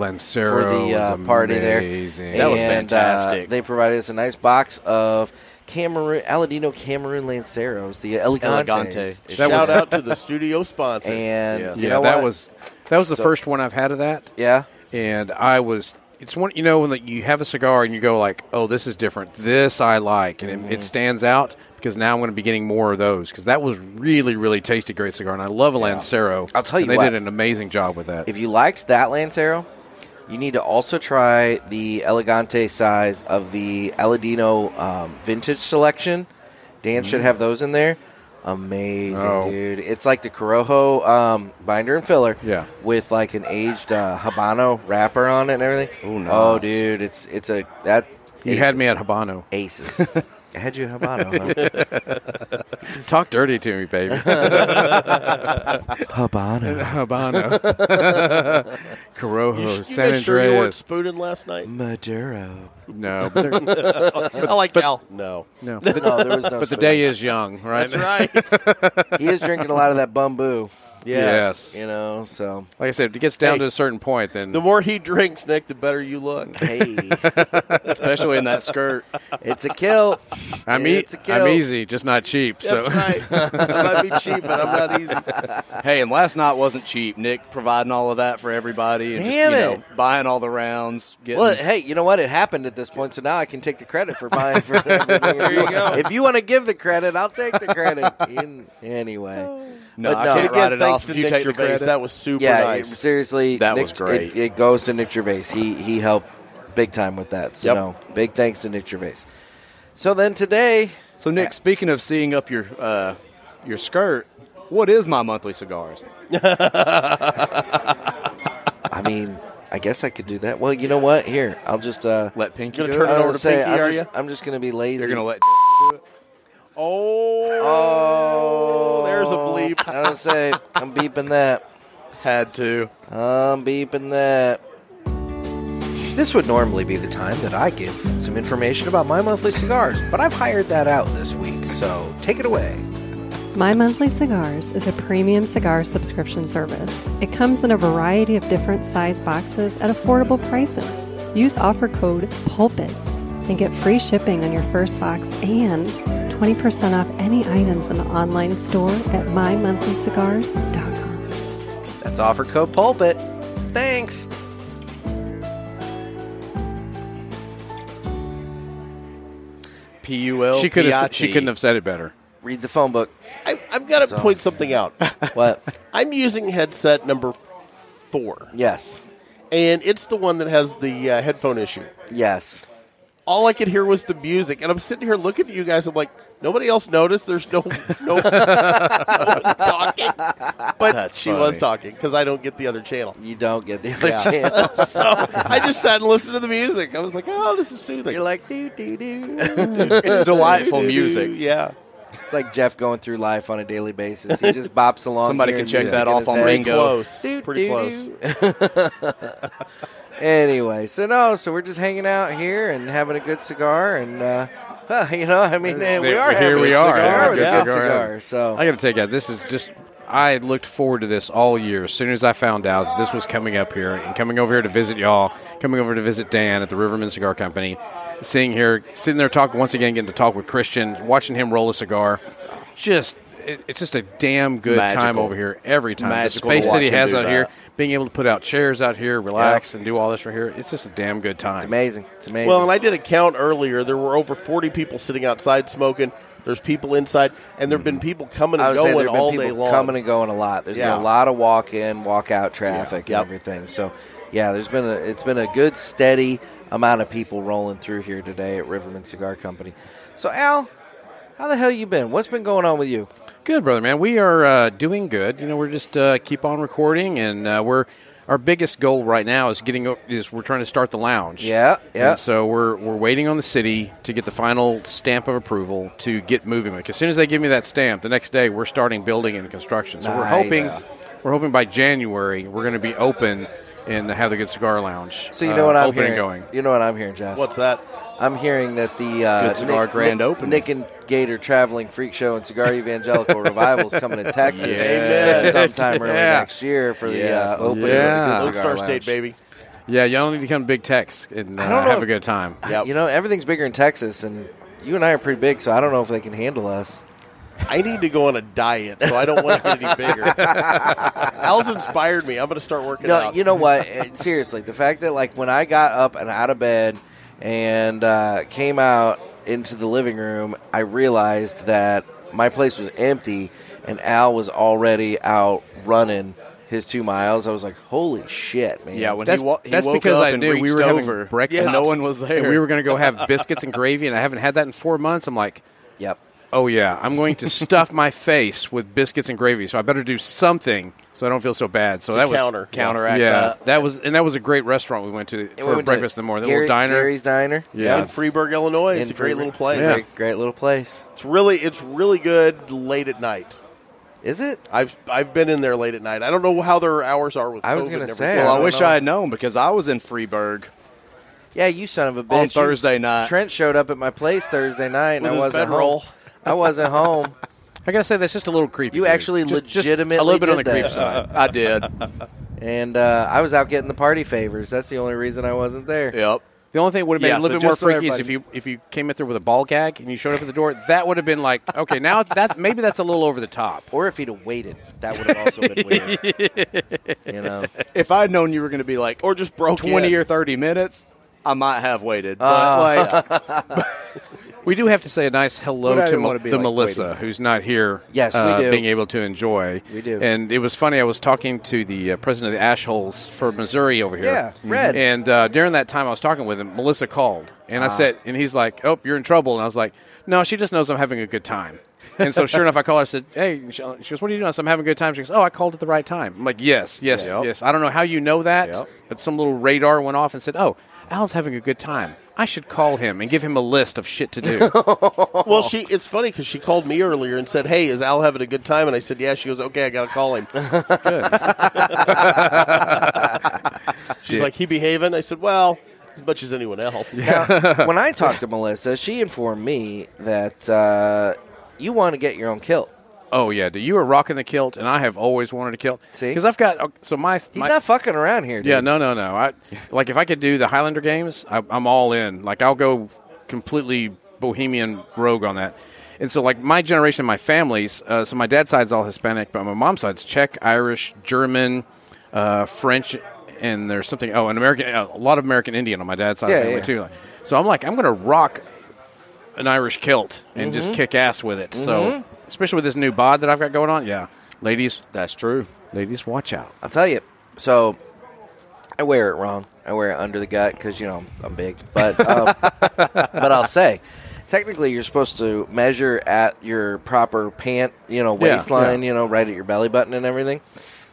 Speaker 2: for
Speaker 4: Lancero
Speaker 2: the uh,
Speaker 4: was
Speaker 2: party
Speaker 4: amazing.
Speaker 2: there.
Speaker 5: That was
Speaker 2: And, uh,
Speaker 5: fantastic.
Speaker 2: they provided us a nice box of Cameroon Aladino Cameroon Lanceros, the Elegantes.
Speaker 5: Elegante.
Speaker 4: That
Speaker 3: shout
Speaker 4: was-
Speaker 3: out to
Speaker 2: *laughs*
Speaker 3: the studio sponsor.
Speaker 2: And
Speaker 5: Yeah.
Speaker 2: you
Speaker 4: yeah,
Speaker 2: know
Speaker 4: that
Speaker 2: what?
Speaker 4: was that was the
Speaker 2: So-
Speaker 4: first one I've had of that,
Speaker 2: yeah.
Speaker 4: and I was. It's one you know when like, you have a cigar and you go like, oh, this is different. This I like, and it,
Speaker 2: Mm-hmm.
Speaker 4: it stands out because now I'm going to be getting more of those because that was really, really tasty, great cigar, and I love a Lancero.
Speaker 2: I'll tell
Speaker 4: and
Speaker 2: you
Speaker 4: they
Speaker 2: what.
Speaker 4: did an amazing job with that.
Speaker 2: If you liked that Lancero, you need to also try the Elegante size of the Aladino um, vintage selection. Dan should have those in there. Amazing,
Speaker 4: Mm-hmm. Oh.
Speaker 2: dude. It's like the Corojo um, binder and filler.
Speaker 4: Yeah.
Speaker 2: With like an aged uh, Habano wrapper on it and everything.
Speaker 5: Ooh, nice.
Speaker 2: Oh, dude. It's it's a. that.
Speaker 4: you had
Speaker 2: aces.
Speaker 4: me at Habano. *laughs*
Speaker 2: Aces. I had you at Habano,
Speaker 4: Talk dirty to
Speaker 2: *laughs*
Speaker 4: me, baby.
Speaker 2: huh? Habano.
Speaker 4: Habano,
Speaker 2: *laughs*
Speaker 3: you,
Speaker 4: Corojo,
Speaker 3: you
Speaker 4: Oh, San
Speaker 3: guys sure you weren't
Speaker 4: Andreas.
Speaker 3: spooning last night?
Speaker 2: Maduro.
Speaker 3: *laughs*
Speaker 4: No, but they're-
Speaker 3: I like Cal. No.
Speaker 4: no.
Speaker 2: *laughs* No, there was no.
Speaker 4: But the day is young, right?
Speaker 3: That's right.
Speaker 4: *laughs*
Speaker 2: he is drinking a lot of that bamboo,
Speaker 4: Yes.
Speaker 2: you know. So
Speaker 4: Like I said, if it gets down
Speaker 3: Hey.
Speaker 4: to a certain point, then
Speaker 3: The more he drinks, Nick, the better you look.
Speaker 4: *laughs*
Speaker 2: hey,
Speaker 5: especially in that skirt.
Speaker 2: It's a kill.
Speaker 4: I'm,
Speaker 2: Yeah,
Speaker 4: e-
Speaker 2: it's a kill.
Speaker 4: I'm easy, just not cheap.
Speaker 3: That's
Speaker 4: so
Speaker 5: *laughs*
Speaker 3: right. I might be cheap, but I'm not easy.
Speaker 5: Hey, and last night wasn't cheap. Nick providing all of that for everybody. And
Speaker 2: Damn
Speaker 5: just, you
Speaker 2: it.
Speaker 5: Know, buying all the rounds. Getting,
Speaker 2: Well, hey, you know what? It happened at this point, so now I can take the credit for buying.
Speaker 5: *laughs*
Speaker 2: For everything. there you go. If you want to give the credit, I'll take the credit. In, anyway,
Speaker 5: *sighs* no,
Speaker 2: but
Speaker 5: I
Speaker 2: no.
Speaker 5: can't
Speaker 2: But
Speaker 5: write
Speaker 3: Again,
Speaker 5: it off
Speaker 3: thanks
Speaker 5: if
Speaker 3: to
Speaker 5: you
Speaker 3: Nick
Speaker 5: take the
Speaker 3: Gervais.
Speaker 5: credit.
Speaker 3: That was super
Speaker 2: yeah, it-
Speaker 3: nice.
Speaker 2: seriously,
Speaker 5: That
Speaker 2: Nick-
Speaker 5: was great.
Speaker 2: It, it goes to Nick Gervais. He he helped big time with that. So
Speaker 3: Yep.
Speaker 2: no, big thanks to Nick Gervais. So then today,
Speaker 5: so, Nick, speaking of seeing up your uh, your skirt, what is my monthly cigars?
Speaker 2: *laughs* I mean, I guess I could do that. Well, you know what? Here, I'll just uh,
Speaker 5: Let Pinky
Speaker 3: Gonna
Speaker 5: do
Speaker 3: turn
Speaker 5: it.
Speaker 3: it
Speaker 2: I
Speaker 3: over
Speaker 2: don't
Speaker 3: to
Speaker 2: say
Speaker 3: Pinky,
Speaker 2: I'm,
Speaker 3: are
Speaker 2: just,
Speaker 3: ya?
Speaker 2: I'm just gonna be lazy.
Speaker 5: You're gonna let
Speaker 3: Oh, there's a bleep.
Speaker 2: I don't say I'm beeping that.
Speaker 5: had to.
Speaker 2: I'm beeping that. This would normally be the time that I give some information about my monthly cigars, but I've hired that out this week, so take it away.
Speaker 1: My Monthly Cigars is a premium cigar subscription service. It comes in a variety of different size boxes at affordable prices. Use offer code PULPIT and get free shipping on your first box and 20% off any items in the online store at mymonthlycigars.com.
Speaker 2: That's offer code pulpit. Thanks.
Speaker 5: P U L.
Speaker 4: she could have. She couldn't have said it better.
Speaker 2: Read the phone book.
Speaker 3: I, I've got to point something out.
Speaker 2: *laughs* What?
Speaker 3: I'm using headset number four,
Speaker 2: yes.
Speaker 3: and it's the one that has the uh, headphone issue.
Speaker 2: Yes.
Speaker 3: All I could hear was the music, and I'm sitting here looking at you guys. I'm like, nobody else noticed. There's no no, *laughs* no one talking, but
Speaker 5: That's
Speaker 3: she was
Speaker 5: funny.
Speaker 3: talking because I don't get the other channel.
Speaker 2: You don't get the other
Speaker 3: Yeah.
Speaker 2: channel.
Speaker 3: *laughs* So I just sat and listened to the music. I was like, oh, this is soothing.
Speaker 2: You're like doo doo doo.
Speaker 5: It's delightful music.
Speaker 3: *laughs* Yeah.
Speaker 2: It's like Jeff going through life on a daily basis. He just bops along.
Speaker 5: Somebody
Speaker 2: here
Speaker 5: can
Speaker 2: and
Speaker 5: check
Speaker 2: music
Speaker 5: that
Speaker 2: in
Speaker 5: off
Speaker 2: his
Speaker 5: on
Speaker 2: head.
Speaker 5: Ringo.
Speaker 3: Close.
Speaker 2: Doo,
Speaker 3: Pretty
Speaker 2: doo,
Speaker 3: close.
Speaker 2: *laughs* Anyway, so no, so we're just hanging out here and having a good cigar, and uh, *laughs* huh, you know, I mean, eh, we
Speaker 4: There-
Speaker 2: are
Speaker 4: here
Speaker 2: having
Speaker 4: we
Speaker 2: a
Speaker 4: are,
Speaker 2: cigar
Speaker 4: having a
Speaker 2: with
Speaker 3: good
Speaker 2: a good
Speaker 4: cigar.
Speaker 2: cigar. So
Speaker 4: I got to take out. This is just. I looked forward to this all year. As soon as I found out that this was coming up here and coming over here to visit y'all, coming over to visit Dan at the Riverman Cigar Company, seeing here, sitting there talking once again, getting to talk with Christian, watching him roll a cigar. Just, it, it's just a damn good time
Speaker 5: Magical.
Speaker 4: over here every time.
Speaker 5: Magical
Speaker 4: the
Speaker 5: to
Speaker 4: space that he
Speaker 5: watch him
Speaker 4: has
Speaker 5: do
Speaker 4: out
Speaker 5: that.
Speaker 4: here, being able to put out chairs out here, relax and do all this right here, it's just a damn good
Speaker 2: It's
Speaker 4: time.
Speaker 2: amazing. It's amazing.
Speaker 3: Well, and I did a count earlier. There were over 40 people sitting outside smoking. There's people inside, and there have been people coming
Speaker 2: Mm-hmm. I
Speaker 3: and
Speaker 2: was saying there
Speaker 3: going
Speaker 2: have been
Speaker 3: all day
Speaker 2: people
Speaker 3: long. *laughs*
Speaker 2: coming and going a lot. There's
Speaker 3: Yeah.
Speaker 2: been a lot of walk in, walk out traffic
Speaker 3: Yeah. Yep.
Speaker 2: and everything. So, yeah, there's been a it's been a good steady amount of people rolling through here today at Riverman Cigar Company. So, Al, how the hell you been? What's been going on with you?
Speaker 4: Good, brother, man. We are uh, doing good. You know, we're just uh, keep on recording, and uh, we're our biggest goal right now is getting is we're trying to start the lounge.
Speaker 2: Yeah, yeah.
Speaker 4: And so we're we're waiting on the city to get the final stamp of approval to get moving. Like as soon as they give me that stamp, the next day we're starting building and construction. So we're
Speaker 2: Nice.
Speaker 4: hoping we're hoping by January we're going to be open and have the good cigar lounge.
Speaker 2: So you know
Speaker 4: uh,
Speaker 2: what I'm
Speaker 4: open
Speaker 2: hearing.
Speaker 4: and going.
Speaker 2: You know what I'm hearing, Jeff.
Speaker 3: What's that?
Speaker 2: I'm hearing that the uh,
Speaker 5: Good cigar grand
Speaker 2: Nick,
Speaker 5: opening.
Speaker 2: Nick and Gator traveling freak show and cigar
Speaker 4: *laughs*
Speaker 2: evangelical revival is coming to Texas
Speaker 3: Yes.
Speaker 2: sometime early
Speaker 4: Yeah.
Speaker 2: next year for
Speaker 5: Yes.
Speaker 2: the uh, opening
Speaker 4: Yeah.
Speaker 2: of the
Speaker 3: Lone
Speaker 2: Good Cigar
Speaker 3: Star State,
Speaker 2: Lounge.
Speaker 3: baby.
Speaker 4: Yeah, y'all need to come to Big Tex and uh,
Speaker 2: I don't know
Speaker 4: have
Speaker 2: if-
Speaker 4: a good time.
Speaker 3: Yep.
Speaker 2: You know, everything's bigger in Texas, and you and I are pretty big, so I don't know if they can handle us.
Speaker 3: I need to go on a diet, so I don't want to get
Speaker 2: *laughs*
Speaker 3: any bigger. *laughs* Al's inspired me. I'm going to start working
Speaker 2: No,
Speaker 3: out.
Speaker 2: you
Speaker 3: *laughs*
Speaker 2: know what? It- Seriously, the fact that like when I got up and out of bed and uh, came out into the living room, I realized that my place was empty, and Al was already out running his two miles. I was like, "Holy shit, man!"
Speaker 5: Yeah, when
Speaker 4: That's-
Speaker 5: he, wa- he
Speaker 4: that's
Speaker 5: woke
Speaker 4: because
Speaker 5: up
Speaker 4: I
Speaker 5: and
Speaker 4: knew we
Speaker 5: reached
Speaker 4: were having
Speaker 5: over,
Speaker 4: breakfast.
Speaker 5: and no one was there.
Speaker 4: And we were going to go have biscuits and gravy, and I haven't had that in four months. I'm like,
Speaker 2: Yep.
Speaker 4: oh yeah, I'm going to stuff my face with biscuits and gravy, so I better do something so I don't feel so bad. So that was
Speaker 3: counter-
Speaker 5: counteract
Speaker 4: Yeah,
Speaker 5: that.
Speaker 4: that was and that was a great restaurant we went to
Speaker 2: And
Speaker 4: for
Speaker 2: we went to
Speaker 4: breakfast in the morning. The
Speaker 2: Gary-
Speaker 4: little diner.
Speaker 2: Gary's Diner.
Speaker 4: Yeah.
Speaker 3: in Freeburg, Illinois. It's
Speaker 2: In
Speaker 3: a great
Speaker 2: Fremont.
Speaker 3: little place.
Speaker 4: Yeah.
Speaker 2: Great, great little place.
Speaker 3: It's really, it's really good late at night.
Speaker 2: Is it?
Speaker 3: I've I've been in there late at night. I don't know how their hours are with.
Speaker 2: I was
Speaker 3: COVID
Speaker 2: gonna
Speaker 3: and
Speaker 2: say,
Speaker 3: everything.
Speaker 5: well,
Speaker 2: I
Speaker 5: I,
Speaker 2: don't
Speaker 5: wish
Speaker 2: know.
Speaker 5: I had known because I was in Freeburg.
Speaker 2: Yeah, you son of a bitch.
Speaker 5: On
Speaker 2: You-
Speaker 5: Thursday night.
Speaker 2: Trent showed up at my place Thursday night, and
Speaker 3: With
Speaker 2: I
Speaker 3: his
Speaker 2: wasn't
Speaker 3: bedroll.
Speaker 2: home. I wasn't
Speaker 5: *laughs*
Speaker 2: home.
Speaker 4: I gotta say that's just a little creepy.
Speaker 2: You
Speaker 4: dude.
Speaker 2: actually
Speaker 4: Just- just
Speaker 2: legitimately
Speaker 4: a little bit on the
Speaker 2: did
Speaker 4: creep
Speaker 2: that.
Speaker 4: side.
Speaker 5: *laughs* I did.
Speaker 2: and uh, I was out getting the party favors. That's the only reason I wasn't there.
Speaker 5: yep.
Speaker 4: The only thing that would have made
Speaker 5: Yeah,
Speaker 4: it a
Speaker 5: so
Speaker 4: little bit more
Speaker 5: just so
Speaker 4: freaky is if
Speaker 5: everybody-
Speaker 4: you if you came in there with a ball gag and you showed up at the door. That would have been like, okay, now that maybe that's a little over the top.
Speaker 2: Or if he'd have waited, that would have also been weird.
Speaker 4: *laughs*
Speaker 2: you know,
Speaker 5: *laughs* If I'd known you were going to be like, or just broke twenty
Speaker 3: in.
Speaker 5: or thirty minutes, I might have waited. But Uh. like, *laughs*
Speaker 4: We do have to say a nice hello
Speaker 5: But I
Speaker 4: to
Speaker 5: didn't
Speaker 4: Mel-
Speaker 5: want to be,
Speaker 4: the
Speaker 5: like,
Speaker 4: Melissa,
Speaker 5: waiting.
Speaker 4: who's not here.
Speaker 2: Yes, we
Speaker 4: uh,
Speaker 2: do.
Speaker 4: Being able to enjoy.
Speaker 2: We do.
Speaker 4: And it was funny. I was talking to the uh, president of the Ashholes for Missouri over here.
Speaker 2: Yeah, Red. Ah.
Speaker 4: And uh, during that time, I was talking with him. Melissa called, and I said, and he's like, "Oh, you're in trouble." And I was like, "No, she just knows I'm having a good time." and so, sure enough, I called her. I said, "Hey," she she goes, "What are you doing?" I said, "I'm having a good time." She goes, "Oh, I called at the right time." I'm like, "Yes, yes,
Speaker 5: Yep.
Speaker 4: yes." I don't know how you know that,
Speaker 5: Yep.
Speaker 4: but some little radar went off and said, "Oh, Al's having a good time. I should call him and give him a list of shit to
Speaker 2: *laughs*
Speaker 4: do."
Speaker 3: Well, she it's funny because she called me earlier and said, "Hey, is Al having a good time?" And I said, "Yeah." She goes, "Okay, I gotta call him." *laughs* She's like, "He behaving?" I said, "Well, as much as anyone else."
Speaker 4: *laughs*
Speaker 2: now, when I talked to Melissa, she informed me that uh, you want to get your own kilt.
Speaker 4: Oh yeah, dude, you were rocking the kilt, and I have always wanted a kilt.
Speaker 2: See?
Speaker 4: because I've got oh, so my
Speaker 2: He's
Speaker 4: my-
Speaker 2: not fucking around here, dude.
Speaker 4: yeah, no, no, no. I like if I could do the Highlander games, I, I'm all in. Like I'll go completely bohemian rogue on that. And so, like my generation, my family's. Uh, so my dad's side's all Hispanic, but my mom's side's Czech, Irish, German, uh, French, and there's something. Oh, an American, a lot of American Indian on my dad's side of
Speaker 2: Yeah,
Speaker 4: the family
Speaker 2: yeah.
Speaker 4: too. Like, so I'm like, I'm gonna rock an Irish kilt and
Speaker 2: Mm-hmm.
Speaker 4: just kick ass with it. So, especially with this new bod that I've got going on, yeah, ladies,
Speaker 5: that's true.
Speaker 4: ladies, watch out.
Speaker 2: I'll tell you. So I wear it wrong. I wear it under the gut because you know I'm, I'm big. But
Speaker 4: *laughs*
Speaker 2: um, but I'll say, technically, you're supposed to measure at your proper pant, you know,
Speaker 4: Yeah,
Speaker 2: waistline,
Speaker 4: yeah.
Speaker 2: you know, right at your belly button and everything.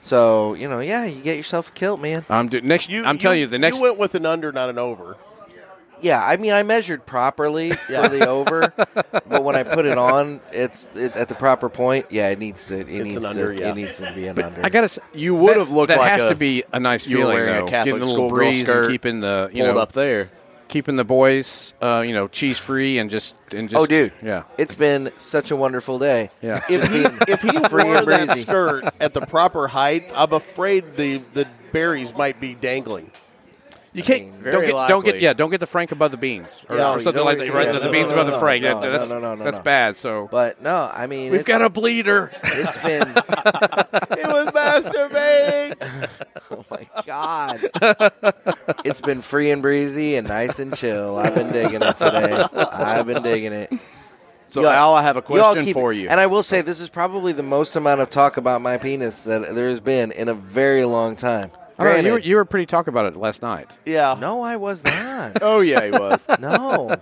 Speaker 2: So you know, yeah, you get yourself a kilt, man.
Speaker 4: I'm do- next. I'm telling you, the
Speaker 3: *laughs*
Speaker 4: next.
Speaker 3: you went with an under, not an over.
Speaker 2: Yeah, I mean, I measured
Speaker 5: *laughs*
Speaker 2: properly
Speaker 3: Yeah.
Speaker 2: for the over, but when I put it on, it's it, at the proper point. Yeah, it needs to. It
Speaker 3: an
Speaker 2: needs
Speaker 3: under,
Speaker 2: to.
Speaker 3: yeah.
Speaker 2: It needs to be an under.
Speaker 4: I gotta. s-
Speaker 5: You would have looked
Speaker 4: that
Speaker 5: like
Speaker 4: has
Speaker 5: a-
Speaker 4: to be a nice
Speaker 5: you were
Speaker 4: feeling
Speaker 5: wearing a
Speaker 4: though.
Speaker 5: Catholic
Speaker 4: Getting a little
Speaker 5: schoolgirl
Speaker 4: breeze and
Speaker 5: skirt
Speaker 4: keeping the you
Speaker 5: Pulled
Speaker 4: know
Speaker 5: up there.
Speaker 4: keeping the boys uh, you know cheese free and just and just
Speaker 2: oh, dude,
Speaker 4: yeah
Speaker 2: it's been such a wonderful day.
Speaker 4: Yeah.
Speaker 2: if he
Speaker 5: *laughs*
Speaker 2: if he *laughs* free
Speaker 3: Wore
Speaker 2: and
Speaker 3: that
Speaker 2: breezy.
Speaker 3: skirt at the proper height. I'm afraid the the berries might be dangling.
Speaker 4: You
Speaker 2: I
Speaker 4: can't
Speaker 2: mean,
Speaker 4: don't
Speaker 5: very
Speaker 4: get don't get
Speaker 5: likely.
Speaker 4: yeah don't get the frank above the beans or,
Speaker 2: Yeah,
Speaker 4: or
Speaker 2: you
Speaker 4: something
Speaker 2: don't-
Speaker 4: like that. Right,
Speaker 2: yeah,
Speaker 4: the, the
Speaker 2: no,
Speaker 4: beans
Speaker 2: no,
Speaker 4: above
Speaker 2: no,
Speaker 4: the frank.
Speaker 2: no,
Speaker 4: That-
Speaker 2: no,
Speaker 4: that's
Speaker 2: no, no, no,
Speaker 4: that's
Speaker 2: no.
Speaker 4: bad. So
Speaker 2: But no, I mean,
Speaker 4: we've
Speaker 2: it's-
Speaker 4: got a bleeder.
Speaker 5: *laughs*
Speaker 2: it's been
Speaker 5: It was masturbating.
Speaker 2: *laughs* oh my god, it's been free and breezy and nice and chill. I've been digging it today. I've been digging it.
Speaker 5: So
Speaker 2: Y'all-
Speaker 5: Al, I have a
Speaker 2: y'all
Speaker 5: question
Speaker 2: keep-
Speaker 5: for you.
Speaker 2: And I will say, this is probably the most amount of talk about my penis that there has been in a very long time.
Speaker 4: I don't know, you were,
Speaker 2: Granted-
Speaker 4: you were pretty talk about it last night.
Speaker 5: yeah.
Speaker 2: no, I
Speaker 3: *laughs*
Speaker 2: was not.
Speaker 5: Oh yeah, he was.
Speaker 2: *laughs* No,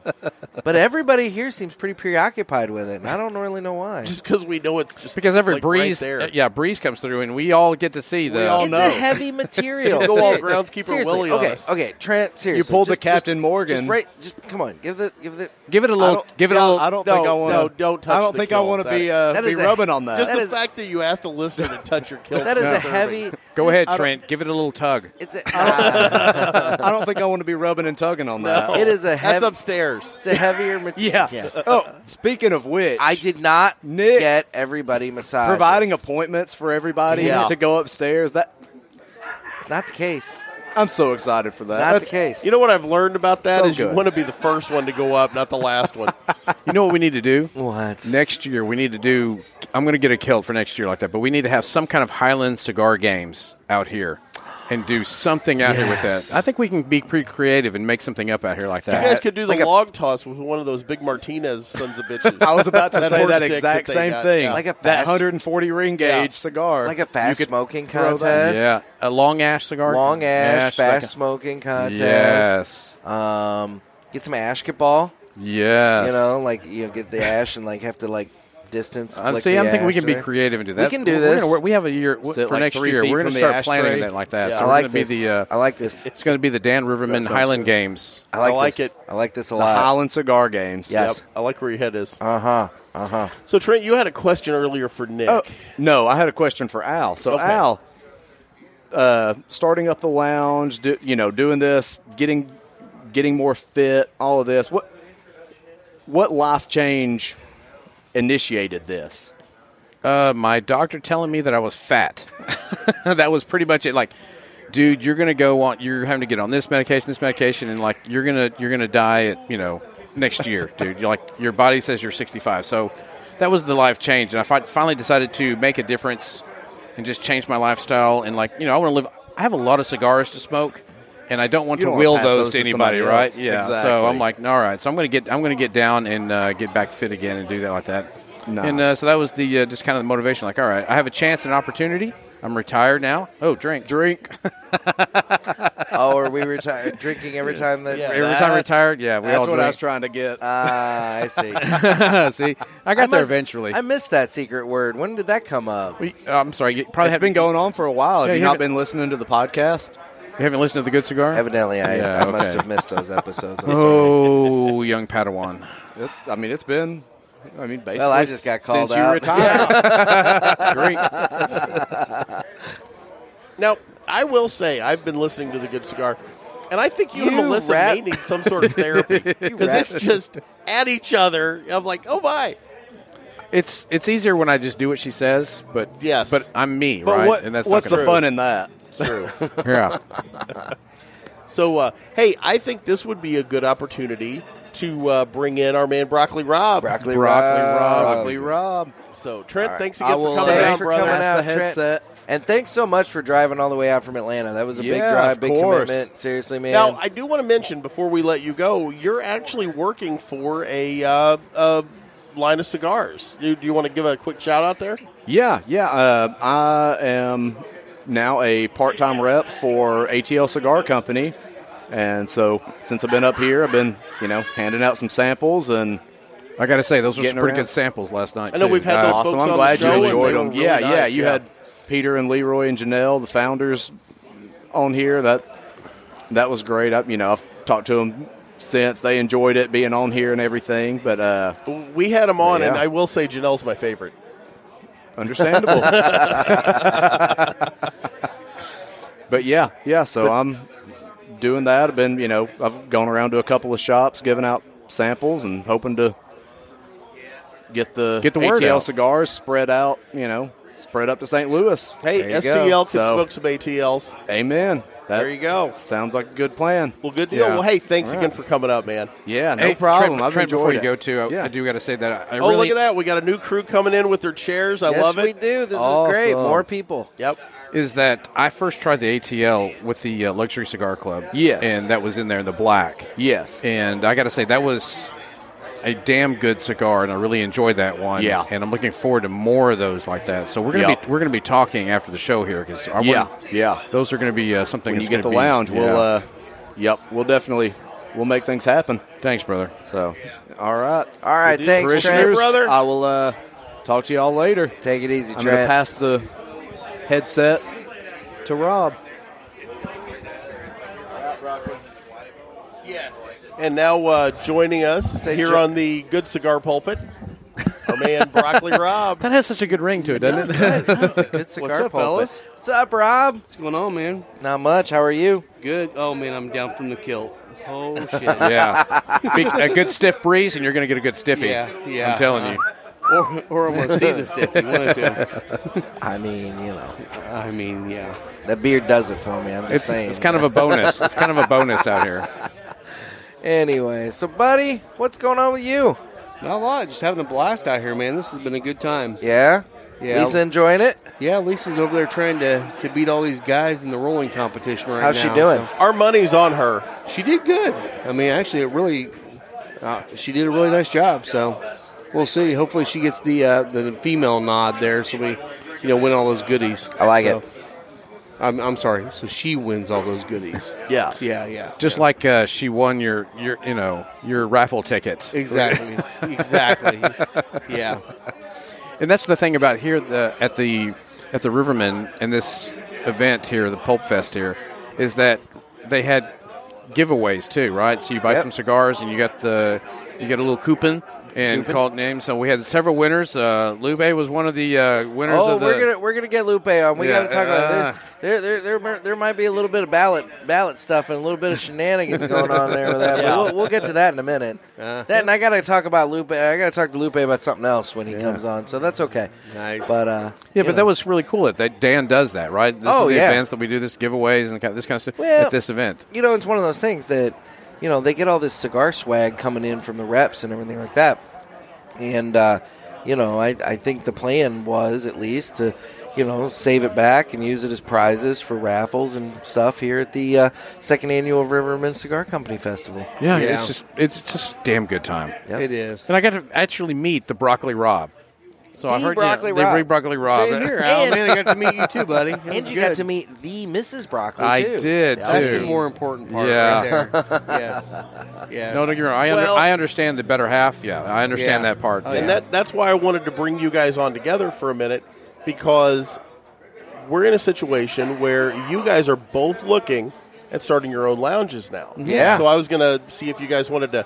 Speaker 2: but everybody here seems pretty preoccupied with it, and I don't really know why.
Speaker 3: Just because we know it's just
Speaker 4: Because every
Speaker 3: like, right
Speaker 4: breeze,
Speaker 3: there.
Speaker 4: yeah, breeze comes through, and we all get to see the.
Speaker 5: all
Speaker 2: it's
Speaker 5: know.
Speaker 2: a
Speaker 3: *laughs*
Speaker 2: heavy material.
Speaker 3: Go all
Speaker 2: Seri-
Speaker 3: groundskeeper
Speaker 2: seriously,
Speaker 3: Willie on
Speaker 2: Okay,
Speaker 3: us.
Speaker 2: okay, Trent.
Speaker 5: You
Speaker 2: Seriously,
Speaker 5: pulled
Speaker 2: just-
Speaker 5: the Captain Morgan.
Speaker 2: Just, right, just come on, give the give the.
Speaker 4: give it a
Speaker 5: I
Speaker 4: little.
Speaker 5: don't-
Speaker 4: Give it
Speaker 5: yeah,
Speaker 4: a little.
Speaker 5: I don't
Speaker 3: No,
Speaker 5: think I want.
Speaker 3: no, don't touch
Speaker 5: I don't
Speaker 3: the
Speaker 5: think I
Speaker 3: kilt.
Speaker 5: want to be
Speaker 3: That's-
Speaker 5: uh,
Speaker 2: that
Speaker 5: be
Speaker 2: is a-
Speaker 5: rubbing on that.
Speaker 3: Just
Speaker 2: That
Speaker 3: the
Speaker 2: is-
Speaker 3: fact that you asked a listener to touch your kilt.
Speaker 2: *laughs* That is a
Speaker 3: disturbing.
Speaker 2: heavy.
Speaker 4: Go ahead,
Speaker 5: I don't-
Speaker 4: Trent. Give it a little tug.
Speaker 2: It's a,
Speaker 5: *laughs*
Speaker 2: ah,
Speaker 5: I don't think I want to be rubbing and tugging on that.
Speaker 2: it is a
Speaker 3: That's
Speaker 2: heavy.
Speaker 3: upstairs.
Speaker 2: it's a
Speaker 4: *laughs*
Speaker 2: heavier material.
Speaker 5: Yeah. Oh, speaking of which,
Speaker 2: I did not
Speaker 5: Nick.
Speaker 2: get everybody massage.
Speaker 5: providing appointments for everybody
Speaker 3: Yeah.
Speaker 5: to go upstairs. That
Speaker 2: not the case.
Speaker 5: I'm so excited for that.
Speaker 2: Not the
Speaker 5: That's-
Speaker 2: case.
Speaker 3: You know what I've learned about that is
Speaker 5: So
Speaker 3: you
Speaker 5: good.
Speaker 3: want to be the first one to go up, not the last
Speaker 4: *laughs*
Speaker 3: one.
Speaker 4: You know what we need to do
Speaker 2: what?
Speaker 4: next year? We need to do. I'm going to get a kilt for next year like that, but we need to have some kind of Highland cigar games out here, and do something out here with
Speaker 2: Yes.
Speaker 4: that. I think we can be pretty creative and make something up out here like
Speaker 3: You guys
Speaker 4: that.
Speaker 3: could do the
Speaker 2: Like a-
Speaker 3: log toss with one of those big Martinez sons of bitches.
Speaker 5: I was about to
Speaker 3: That
Speaker 5: say
Speaker 3: horse
Speaker 5: that
Speaker 3: dick
Speaker 5: exact
Speaker 3: that they
Speaker 5: same
Speaker 3: got,
Speaker 5: thing.
Speaker 3: yeah.
Speaker 2: Like a
Speaker 5: that
Speaker 2: fast-
Speaker 5: 140 ring
Speaker 3: Yeah.
Speaker 5: gauge cigar,
Speaker 2: like a fast
Speaker 5: You could-
Speaker 2: smoking
Speaker 5: throw that-
Speaker 2: contest.
Speaker 4: Yeah, a long ash cigar.
Speaker 2: Long ash,
Speaker 4: like
Speaker 2: fast
Speaker 4: a-
Speaker 2: smoking contest.
Speaker 4: Yes.
Speaker 2: Um, get some ash ball.
Speaker 4: Yes.
Speaker 2: You know, like you know, get the ash and like have to like distance.
Speaker 4: Uh,
Speaker 2: flick
Speaker 4: see,
Speaker 2: the
Speaker 4: I'm thinking we
Speaker 2: ash
Speaker 4: can be
Speaker 2: there.
Speaker 4: creative and do that.
Speaker 2: can do
Speaker 4: We're gonna
Speaker 2: this.
Speaker 4: work- we have a year w-
Speaker 5: Sit
Speaker 4: for
Speaker 5: like
Speaker 4: next
Speaker 5: three
Speaker 4: year.
Speaker 5: feet
Speaker 4: We're
Speaker 5: from
Speaker 4: going to
Speaker 5: the
Speaker 4: start
Speaker 5: ashtray.
Speaker 4: planning that like that.
Speaker 3: Yeah.
Speaker 4: So
Speaker 2: I
Speaker 4: we're
Speaker 2: like
Speaker 4: going
Speaker 2: this.
Speaker 4: to be the. Uh,
Speaker 2: I like this.
Speaker 4: it's going to be the Dan Riverman
Speaker 3: sounds
Speaker 4: Highland
Speaker 3: good.
Speaker 4: Games.
Speaker 2: I like,
Speaker 3: I like
Speaker 2: this.
Speaker 3: it.
Speaker 2: I like this a
Speaker 5: the
Speaker 2: lot.
Speaker 5: Highland Cigar Games.
Speaker 2: Yeah.
Speaker 3: Yep,
Speaker 2: Yes.
Speaker 3: I like where your head is.
Speaker 2: Uh huh. Uh huh.
Speaker 3: So Trent, you had a question earlier for Nick.
Speaker 5: Uh-huh, Oh, no, I had a question for Al. So
Speaker 3: Okay.
Speaker 5: Al, uh, starting up the lounge, do, you know, doing this, getting getting more fit, all of this. What what life change initiated this?
Speaker 4: Uh, my doctor telling me that I was fat. *laughs* that was pretty much it. Like, dude, you're gonna go on. You're having to get on this medication, this medication, and like you're gonna you're gonna die at you know next year, *laughs* dude. You're like your body says you're 65. So that was the life change, and I fi- finally decided to make a difference and just change my lifestyle. And like you know, I want to live. I have a lot of cigars to smoke, and I don't want
Speaker 5: You
Speaker 4: to
Speaker 5: don't wanna
Speaker 4: will
Speaker 5: pass
Speaker 4: those,
Speaker 5: those
Speaker 4: to
Speaker 5: to
Speaker 4: anybody,
Speaker 5: somebody
Speaker 4: right?
Speaker 5: else.
Speaker 4: Yeah. So
Speaker 5: Exactly.
Speaker 4: I'm like, all right. So I'm gonna get I'm gonna get down and uh, get back fit again and do that like that.
Speaker 5: Nice.
Speaker 4: And uh, so that was the uh, just kind of the motivation. Like, all right, I have a chance and an opportunity. I'm retired now. Oh, drink,
Speaker 5: Drink.
Speaker 2: *laughs* Oh, are we retired? Drinking every time that.
Speaker 3: Yeah.
Speaker 4: Every time
Speaker 5: That's-
Speaker 4: retired, yeah, we
Speaker 5: That's
Speaker 4: all
Speaker 5: what
Speaker 4: drink.
Speaker 5: I was trying to get.
Speaker 2: Ah,
Speaker 4: *laughs*
Speaker 2: I see.
Speaker 4: See, I got there
Speaker 2: must-
Speaker 4: eventually.
Speaker 2: I missed that secret word. When did that come up?
Speaker 4: We- uh, I'm sorry, you probably
Speaker 5: it's
Speaker 4: haven't,
Speaker 5: been going on for a while. Have
Speaker 4: Yeah,
Speaker 5: you
Speaker 4: you
Speaker 5: not
Speaker 4: haven't-
Speaker 5: been listening to the podcast?
Speaker 4: you haven't listened to the Good Cigar.
Speaker 2: Evidently, I,
Speaker 4: Yeah,
Speaker 2: I must
Speaker 4: okay.
Speaker 2: have missed those episodes. I'm sorry.
Speaker 4: *laughs* oh, young Padawan.
Speaker 5: It, I mean, it's been. I mean, basically,
Speaker 2: Well, I just got called
Speaker 5: since
Speaker 2: out.
Speaker 5: you retired.
Speaker 2: *laughs*
Speaker 5: *laughs* Drink. *laughs*
Speaker 3: Now, I will say I've been listening to the Good Cigar, and I think you,
Speaker 2: You
Speaker 3: and Melissa
Speaker 2: rat-
Speaker 3: may need some sort of
Speaker 5: *laughs*
Speaker 3: therapy because
Speaker 2: rat-
Speaker 3: it's just at each other. I'm like, oh my,
Speaker 4: It's it's easier when I just do what she says, but
Speaker 3: Yes.
Speaker 4: but I'm me,
Speaker 5: But
Speaker 4: right?
Speaker 5: what,
Speaker 4: and that's not
Speaker 5: what's the
Speaker 4: gonna-
Speaker 5: fun in that?
Speaker 2: True.
Speaker 4: *laughs* Yeah,
Speaker 3: So, uh, hey, I think this would be a good opportunity to uh, bring in our man Broccoli Rob.
Speaker 2: Broccoli,
Speaker 4: Broccoli
Speaker 2: Rob.
Speaker 5: Broccoli Rob.
Speaker 3: So, Trent,
Speaker 2: right.
Speaker 3: thanks
Speaker 5: I
Speaker 3: again
Speaker 5: will,
Speaker 3: for
Speaker 5: uh,
Speaker 3: coming
Speaker 2: Thanks
Speaker 3: out,
Speaker 2: for
Speaker 3: brother.
Speaker 2: coming
Speaker 5: That's
Speaker 2: out,
Speaker 5: the headset.
Speaker 2: Trent. And thanks so much for driving all the way out from Atlanta. That was a big
Speaker 5: Yeah,
Speaker 2: drive,
Speaker 5: of
Speaker 2: big
Speaker 5: course.
Speaker 2: commitment. Seriously, man.
Speaker 3: Now, I do want to mention before we let you go, you're actually working for a uh, uh, line of cigars. Do, do you want to give a quick shout out there?
Speaker 5: Yeah, yeah. Uh, I am now a part-time rep for ATL Cigar Company, and so since I've been up here, I've been you know handing out some samples and
Speaker 4: I got to say those were some
Speaker 5: Getting
Speaker 4: pretty
Speaker 5: around.
Speaker 4: good samples last night.
Speaker 3: I know
Speaker 4: too.
Speaker 3: we've had
Speaker 4: Uh,
Speaker 3: those
Speaker 5: awesome.
Speaker 3: folks on
Speaker 5: I'm
Speaker 3: the
Speaker 5: glad
Speaker 3: show
Speaker 5: you
Speaker 3: and
Speaker 5: enjoyed
Speaker 3: they
Speaker 5: them.
Speaker 3: were really
Speaker 5: yeah, yeah.
Speaker 3: nice,
Speaker 5: You
Speaker 3: yeah.
Speaker 5: had Peter and Leroy and Janelle, the founders, on here. That that was great. I, you know, I've talked to them since. They enjoyed it being on here and everything. But uh,
Speaker 3: We had him on, and
Speaker 5: Yeah.
Speaker 3: I will say Janelle's my favorite.
Speaker 5: understandable. but yeah, yeah. So I'm doing that. I've been, you know, I've gone around to a couple of shops, giving out samples, and hoping to get the
Speaker 4: Get the word
Speaker 5: ATL
Speaker 4: out.
Speaker 5: cigars spread out. You know, spread up to St. Louis.
Speaker 3: Hey,
Speaker 2: There you
Speaker 3: STL
Speaker 2: go.
Speaker 3: could
Speaker 5: So-
Speaker 3: smoke some ATLs.
Speaker 5: Amen. That
Speaker 3: There you go.
Speaker 5: Sounds like a good plan.
Speaker 3: Well, good deal.
Speaker 4: Yeah.
Speaker 3: Well, hey, thanks
Speaker 4: All
Speaker 3: again for coming up, man.
Speaker 5: Yeah, no
Speaker 4: Hey,
Speaker 5: problem.
Speaker 4: Trent,
Speaker 5: I've
Speaker 4: Trent, before
Speaker 5: enjoyed it.
Speaker 4: you go to, I,
Speaker 5: yeah.
Speaker 4: I do got to say that I, I
Speaker 3: Oh,
Speaker 4: really
Speaker 3: look at that. We got a new crew coming in with their chairs. I
Speaker 2: yes,
Speaker 3: love it.
Speaker 2: we do. This is great.
Speaker 5: Awesome.
Speaker 2: More people.
Speaker 3: Yep.
Speaker 4: is that I first tried the ATL with the uh, Luxury Cigar Club.
Speaker 5: Yes.
Speaker 4: And that was in there in the black.
Speaker 5: Yes.
Speaker 4: And I got to say, that was a damn good cigar, and I really enjoyed that one.
Speaker 5: Yeah.
Speaker 4: And I'm looking forward to more of those like that. So we're gonna
Speaker 5: Yeah.
Speaker 4: be we're gonna be talking after the show here because
Speaker 5: Yeah, yeah.
Speaker 4: those are gonna be uh, something.
Speaker 5: when
Speaker 4: that's
Speaker 5: you get the
Speaker 4: gonna be-
Speaker 5: lounge, we'll.
Speaker 4: yeah.
Speaker 5: Uh, yep, we'll definitely we'll make things happen.
Speaker 4: thanks, brother.
Speaker 5: So, all right,
Speaker 2: All right, thanks, Trent.
Speaker 5: Parishioners,
Speaker 3: brother.
Speaker 5: I will uh, talk to y'all later.
Speaker 2: Take it easy,
Speaker 5: I'm gonna
Speaker 2: Trent.
Speaker 5: pass the headset to Rob.
Speaker 3: And now uh, joining us
Speaker 2: Say
Speaker 3: here
Speaker 2: jo-
Speaker 3: on the Good Cigar Pulpit, our man
Speaker 4: *laughs*
Speaker 3: Broccoli Rob.
Speaker 4: That has such a good ring to it, doesn't it?
Speaker 2: Good cigar
Speaker 5: What's
Speaker 2: pulpit.
Speaker 5: up, fellas?
Speaker 2: What's up, Rob?
Speaker 6: What's going on, man?
Speaker 2: Not much. How are you?
Speaker 6: Good. Oh man, I'm down from the kilt. Oh shit.
Speaker 2: *laughs*
Speaker 4: *laughs* yeah. Be- a good stiff breeze, and you're gonna get a good stiffy.
Speaker 6: Yeah, yeah.
Speaker 4: I'm telling you.
Speaker 6: or, or I want to see this if you wanted to.
Speaker 2: *laughs* I mean, you know,
Speaker 6: I mean, yeah.
Speaker 2: the beard does it for me. I'm just
Speaker 4: It's,
Speaker 2: saying.
Speaker 4: *laughs* it's kind of a bonus. It's kind of
Speaker 2: *laughs*
Speaker 4: a bonus out here.
Speaker 2: Anyway, so buddy, what's going on with you?
Speaker 6: Not a lot. Just having a blast out here, man. This has been a good time.
Speaker 2: Yeah,
Speaker 6: Yeah.
Speaker 2: Lisa enjoying it.
Speaker 6: Yeah, Lisa's over there trying to, to beat all these guys in the rolling competition right
Speaker 2: How's
Speaker 6: now.
Speaker 2: she doing?
Speaker 3: Our money's on her.
Speaker 6: so- she did good. I mean, actually, it really. Uh, she did a really nice job. So we'll see. Hopefully, she gets the uh, the female nod there, so we, you know, win all those goodies.
Speaker 2: I like
Speaker 6: So-
Speaker 2: it.
Speaker 6: I'm, I'm sorry. So she wins all those goodies.
Speaker 3: Yeah.
Speaker 6: Yeah, yeah.
Speaker 4: Just like uh, she won your your you know your raffle ticket. *laughs*
Speaker 6: Exactly. exactly. Yeah.
Speaker 4: And that's the thing about here the, at the at the Riverman and this event here, the Pulp Fest here, is that they had giveaways too, right? So you buy
Speaker 2: Yep.
Speaker 4: some cigars and you got the you get a little coupon and called names. So we had several winners. Uh, Lube was one of the uh, winners.
Speaker 2: Oh,
Speaker 4: of the,
Speaker 2: we're gonna we're gonna get Lupe on. We
Speaker 4: Yeah,
Speaker 2: got to talk
Speaker 4: uh.
Speaker 2: about that. There, there, there, there, there might be a little bit of ballot ballot stuff and a little bit of shenanigans going on there with that. But we'll, we'll get to that in a
Speaker 4: *laughs*
Speaker 2: minute.
Speaker 4: Uh-huh.
Speaker 2: That and I got to talk about Lupe. I got to talk to Lupe about something else when he comes on. So that's okay.
Speaker 6: Nice.
Speaker 2: But uh,
Speaker 4: yeah, but that was really cool that, that Dan does that, right? This
Speaker 2: Oh,
Speaker 4: is the
Speaker 2: yeah.
Speaker 4: events that we do this giveaways and kind of- this kind of stuff
Speaker 2: Well-
Speaker 4: at this event.
Speaker 2: you know, it's one of those things that, you know, they get all this cigar swag coming in from the reps and everything like that. And, uh, you know, I, I think the plan was at least to, you know, save it back and use it as prizes for raffles and stuff here at the uh, second annual Riverman Cigar Company Festival.
Speaker 4: Yeah,
Speaker 6: Yeah.
Speaker 4: it's just it's just a damn good time.
Speaker 2: Yep.
Speaker 6: It is.
Speaker 4: And I got to actually meet the Broccoli Rob. So I
Speaker 2: The
Speaker 4: heard
Speaker 2: E Broccoli
Speaker 4: yeah, they
Speaker 2: Rob.
Speaker 4: bring Broccoli Rob.
Speaker 6: Same
Speaker 4: *laughs*
Speaker 6: *laughs* here, Al.
Speaker 2: And-
Speaker 6: Oh, Man, I got to meet you too, buddy. It
Speaker 2: And
Speaker 6: was
Speaker 2: you
Speaker 6: good.
Speaker 2: got to meet the Mrs. Broccoli,
Speaker 4: I
Speaker 2: too.
Speaker 4: did
Speaker 6: That's
Speaker 4: too.
Speaker 6: the more important part
Speaker 4: Yeah.
Speaker 6: right
Speaker 2: *laughs*
Speaker 4: *laughs*
Speaker 6: there. Yes. Yes.
Speaker 4: No, no, you're right. I, under,
Speaker 3: Well-
Speaker 4: I understand the better half. Yeah, I understand
Speaker 6: Yeah.
Speaker 4: that part.
Speaker 6: Oh,
Speaker 4: yeah.
Speaker 3: And that that's why I wanted to bring you guys on together for a minute because we're in a situation where you guys are both looking at starting your own lounges now.
Speaker 2: Yeah.
Speaker 3: So I was going to see if you guys wanted to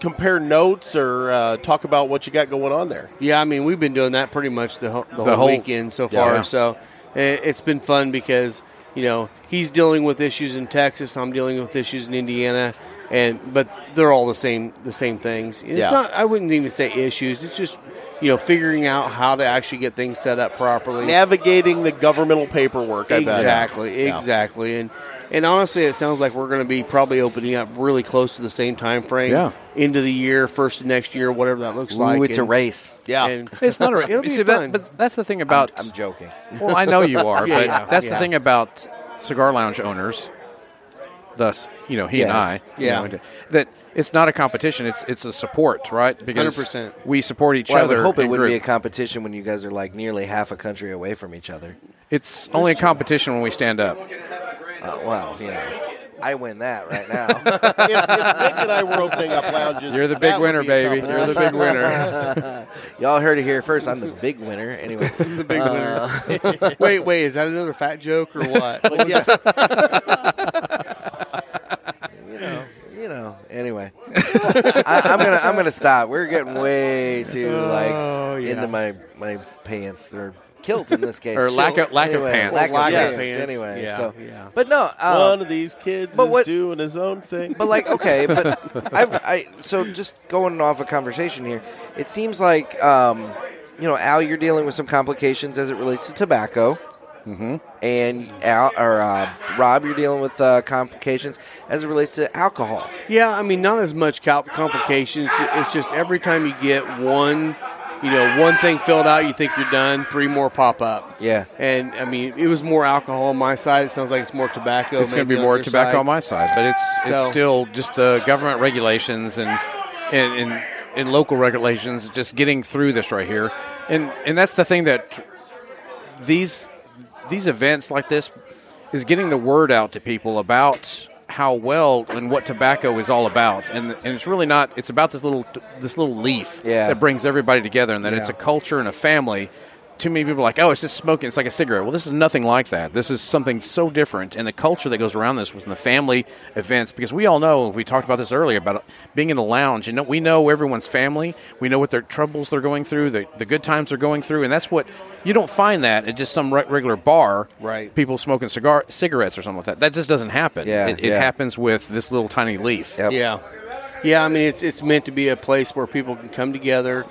Speaker 3: compare notes or uh, talk about what you got going on there.
Speaker 6: Yeah, I mean, we've been doing that pretty much the, ho- the, whole,
Speaker 4: whole-
Speaker 6: weekend so far.
Speaker 4: Yeah.
Speaker 6: So i- it's been fun because you know he's dealing with issues in Texas, I'm dealing with issues in Indiana, and but they're all the same the same things. It's
Speaker 3: Yeah.
Speaker 6: not I wouldn't even say issues. It's just you know figuring out how to actually get things set up properly.
Speaker 3: Navigating the governmental paperwork, I bet.
Speaker 6: Exactly,
Speaker 3: Yeah.
Speaker 6: exactly, and and honestly, it sounds like we're going to be probably opening up really close to the same time frame,
Speaker 4: Yeah.
Speaker 6: into the year, first of next year, whatever that looks like.
Speaker 2: Ooh, it's a
Speaker 6: and-
Speaker 2: race.
Speaker 3: Yeah.
Speaker 6: and-
Speaker 4: it's not a. *laughs*
Speaker 6: It'll be
Speaker 4: see,
Speaker 6: fun.
Speaker 4: That, but that's the thing about.
Speaker 2: I'm joking.
Speaker 4: *laughs* well, I know
Speaker 2: *laughs*
Speaker 4: you are,
Speaker 6: Yeah,
Speaker 4: but
Speaker 6: yeah,
Speaker 4: that's
Speaker 6: yeah.
Speaker 4: the thing about cigar lounge owners. Thus, you know, he
Speaker 2: Yes.
Speaker 4: and I. you
Speaker 6: Yeah.
Speaker 4: know, that it's not a competition. It's it's a support, right? Because
Speaker 6: 100%.
Speaker 4: we support each
Speaker 2: Well, I
Speaker 4: other.
Speaker 2: would hope it
Speaker 4: in
Speaker 2: wouldn't be a
Speaker 4: group.
Speaker 2: competition when you guys are like nearly half a country away from each other.
Speaker 4: it's only a competition when we stand up.
Speaker 2: Uh, well, you know, I win that right now.
Speaker 3: *laughs* if, if Nick and I were opening up lounges,
Speaker 4: You're the
Speaker 3: that
Speaker 4: big
Speaker 3: would
Speaker 4: winner,
Speaker 3: be a
Speaker 4: baby. You're the big winner.
Speaker 2: *laughs* Y'all heard it here first. I'm the big winner.
Speaker 4: *laughs*
Speaker 2: Anyway, Uh,
Speaker 6: the big
Speaker 3: *laughs*
Speaker 6: winner. wait, wait, is that another fat joke or
Speaker 2: *laughs*
Speaker 6: what?
Speaker 3: compliment. Yeah.
Speaker 2: you know, you know. Anyway, I, I'm gonna I'm gonna stop. We're getting way too
Speaker 3: Oh,
Speaker 2: like into my my pants or kilt *laughs* in this case,
Speaker 4: Or lack of- lack of
Speaker 2: Anyway,
Speaker 4: pants.
Speaker 2: lack,
Speaker 6: Lack
Speaker 2: of,
Speaker 6: of
Speaker 2: pants.
Speaker 6: pants.
Speaker 2: Anyway,
Speaker 6: Yeah,
Speaker 2: so
Speaker 6: yeah.
Speaker 2: but no, um,
Speaker 3: One of these kids
Speaker 2: But
Speaker 3: is
Speaker 2: what-
Speaker 3: doing his own thing.
Speaker 2: but like okay,
Speaker 3: *laughs*
Speaker 2: but I I so just going off a conversation here. It seems like um, you know Al, you're dealing with some complications as it relates to tobacco. And Al, or uh, Rob, you're dealing with uh, complications as it relates to alcohol.
Speaker 6: Yeah, I mean, not as much cal- complications. It's just every time you get one, you know, one thing filled out, you think you're done. Three more pop up.
Speaker 2: Yeah.
Speaker 6: and I mean, it was more alcohol on my side. It sounds like it's more tobacco.
Speaker 4: it's going
Speaker 6: maybe
Speaker 4: to be more
Speaker 6: your
Speaker 4: tobacco
Speaker 6: side.
Speaker 4: on my side, but it's it's
Speaker 6: So-
Speaker 4: still just the government regulations and and and, and local regulations. Just getting through this right here, and and that's the thing that these these events like this is getting the word out to people about how well and what tobacco is all about and and it's really not it's about this little this little leaf
Speaker 2: Yeah.
Speaker 4: that brings everybody together and that it's a
Speaker 6: Yeah.
Speaker 4: culture and a family too many people are like oh it's just smoking it's like a cigarette well this is nothing like that this is something so different and the culture that goes around this within the family events because we all know we talked about this earlier about being in the lounge and we know everyone's family we know what their troubles they're going through the, the good times they're going through and that's what you don't find that at just some re- regular bar
Speaker 6: Right.
Speaker 4: people smoking cigar cigarettes or something like that that just doesn't happen
Speaker 2: Yeah,
Speaker 4: it, it
Speaker 2: yeah.
Speaker 4: happens with this little tiny leaf
Speaker 2: Yep.
Speaker 6: Yeah, yeah. I mean, it's it's meant to be a place where people can come together,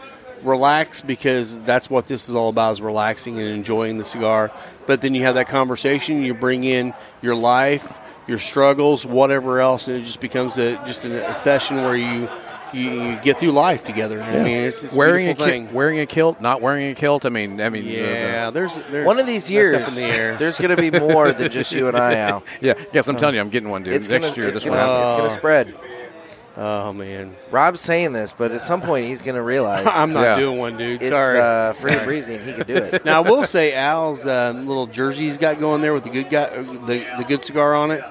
Speaker 6: relax, because that's what this is all about: is relaxing and enjoying the cigar. But then you have that conversation. You bring in your life, your struggles, whatever else, and it just becomes a just a, a session where you, you you get through life together. I mean, it's, it's
Speaker 4: wearing
Speaker 6: a
Speaker 4: a
Speaker 6: beautiful
Speaker 4: ki-
Speaker 6: thing.
Speaker 4: wearing a kilt not wearing a kilt i mean i mean the- the-
Speaker 6: yeah, there's, there's
Speaker 2: One of these
Speaker 6: that's
Speaker 2: years,
Speaker 6: up in the air.
Speaker 2: *laughs* there's going to be more than just you and I, Al.
Speaker 4: *laughs* yeah yes i'm telling you i'm getting one dude
Speaker 2: It's
Speaker 4: next
Speaker 2: going to
Speaker 4: year
Speaker 2: it's
Speaker 4: this
Speaker 2: gonna,
Speaker 4: one
Speaker 2: it's gonna
Speaker 6: Oh.
Speaker 2: spread.
Speaker 6: oh man,
Speaker 2: Rob's saying this, but at some point he's going to realize
Speaker 6: *laughs* I'm not
Speaker 4: Yeah.
Speaker 6: doing one, dude.
Speaker 2: it's
Speaker 6: Sorry.
Speaker 2: uh, free and breezy and he could do it.
Speaker 6: *laughs* Now I will say Al's um, little jersey he's got going there with the good guy, uh, the, the good cigar on it.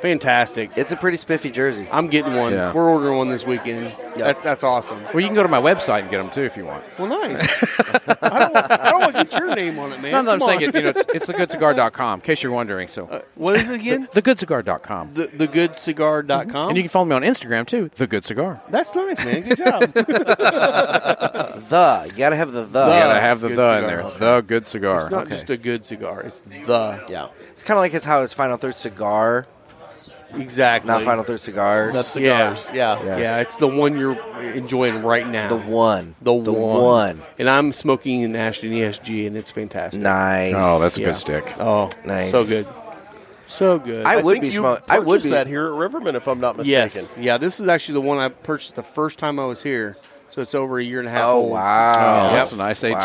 Speaker 6: Fantastic!
Speaker 2: It's a pretty spiffy jersey.
Speaker 6: I'm getting one.
Speaker 4: Yeah.
Speaker 6: We're ordering one this weekend. That's that's awesome.
Speaker 4: well you can go to my website and get them too if you want
Speaker 6: Well,
Speaker 4: *laughs*
Speaker 6: nice. I don't, I don't want to get your name on it, man.
Speaker 4: no, no, I'm
Speaker 6: Come
Speaker 4: saying
Speaker 6: on. Uh,
Speaker 4: it, you know, it's, it's thegoodcigar.com, in case you're wondering. So,
Speaker 6: What is it again?
Speaker 4: thegoodcigar.com.
Speaker 6: The um? thegoodcigar.com. com.
Speaker 4: and you can follow me on Instagram, too, The Good Cigar.
Speaker 6: that's nice, man. Good
Speaker 4: *laughs*
Speaker 6: job.
Speaker 2: *laughs* The you got to have the the.
Speaker 4: Yeah, I have the
Speaker 6: Good
Speaker 4: the in
Speaker 6: Cigar.
Speaker 4: there. The Good Cigar.
Speaker 6: It's not
Speaker 4: Okay.
Speaker 6: just a good cigar. It's the
Speaker 2: Yeah. It's kind of like it's how it's Final Third cigar,
Speaker 6: exactly.
Speaker 2: not Final Third cigars.
Speaker 5: That's cigars. Yeah.
Speaker 2: Yeah.
Speaker 6: yeah. it's the one you're enjoying right now.
Speaker 2: the one.
Speaker 6: The,
Speaker 2: one.
Speaker 6: And I'm smoking an Ashton ESG, and it's fantastic.
Speaker 2: Nice.
Speaker 4: Oh, that's a
Speaker 6: Yeah.
Speaker 4: good stick.
Speaker 6: Oh,
Speaker 2: Nice.
Speaker 6: So good. So good.
Speaker 2: I would
Speaker 3: think
Speaker 2: be
Speaker 3: you
Speaker 2: smoking. I would
Speaker 3: purchased
Speaker 2: be.
Speaker 3: that here at Riverman, if I'm not mistaken.
Speaker 6: yes. Yeah, this is actually the one I purchased the first time I was here. So it's over a year and a half
Speaker 2: Oh
Speaker 6: old.
Speaker 4: Oh,
Speaker 2: wow.
Speaker 4: that's a nice aged
Speaker 2: Wow.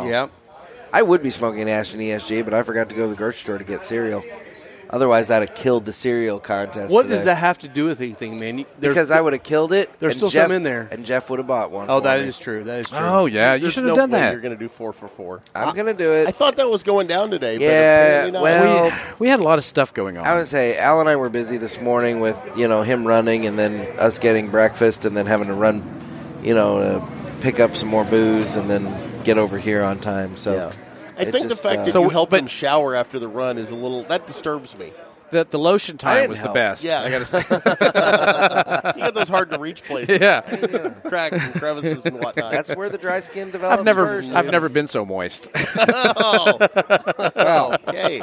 Speaker 4: stick.
Speaker 6: Yep.
Speaker 2: I would be smoking Ashton ESG, but I forgot to go to the grocery store to get cereal. Otherwise, I'd have killed the cereal contest.
Speaker 6: What
Speaker 2: today.
Speaker 6: does that have to do with anything, man? You- there-
Speaker 2: Because I would have killed it.
Speaker 6: There's
Speaker 2: and
Speaker 6: still
Speaker 2: Jeff,
Speaker 6: some in there.
Speaker 2: and Jeff would have bought one.
Speaker 6: Oh,
Speaker 2: for
Speaker 6: that
Speaker 2: me.
Speaker 6: is true. That is true.
Speaker 4: Oh, yeah. You
Speaker 3: There's
Speaker 4: should have
Speaker 3: no
Speaker 4: done
Speaker 3: way
Speaker 4: that.
Speaker 3: You're going to do four for four.
Speaker 2: I'm gonna do it.
Speaker 3: I thought that was going down today. But
Speaker 2: yeah.
Speaker 3: apparently not.
Speaker 2: Well,
Speaker 4: we had a lot of stuff going on.
Speaker 2: I would say Al and I were busy this morning with you know him running and then us getting breakfast and then having to run, you know, to pick up some more booze and then get over here on time. So
Speaker 3: Yeah. I
Speaker 2: it
Speaker 3: think
Speaker 2: just,
Speaker 3: the fact
Speaker 2: uh,
Speaker 3: that
Speaker 4: So,
Speaker 3: you helped
Speaker 4: but-
Speaker 3: him shower after the run is a little that disturbs me.
Speaker 4: the, the lotion
Speaker 2: I
Speaker 4: time
Speaker 2: didn't
Speaker 4: was
Speaker 2: help.
Speaker 4: the best.
Speaker 3: Yeah, *laughs*
Speaker 4: I gotta say.
Speaker 3: you got those hard to
Speaker 4: *laughs*
Speaker 3: reach places,
Speaker 4: yeah.
Speaker 3: *laughs* cracks and crevices and whatnot.
Speaker 2: that's where the dry skin develops.
Speaker 4: I've never,
Speaker 2: first.
Speaker 4: I've never been so
Speaker 3: *laughs*
Speaker 4: moist.
Speaker 3: oh,
Speaker 4: *laughs*
Speaker 3: wow, Oh. okay.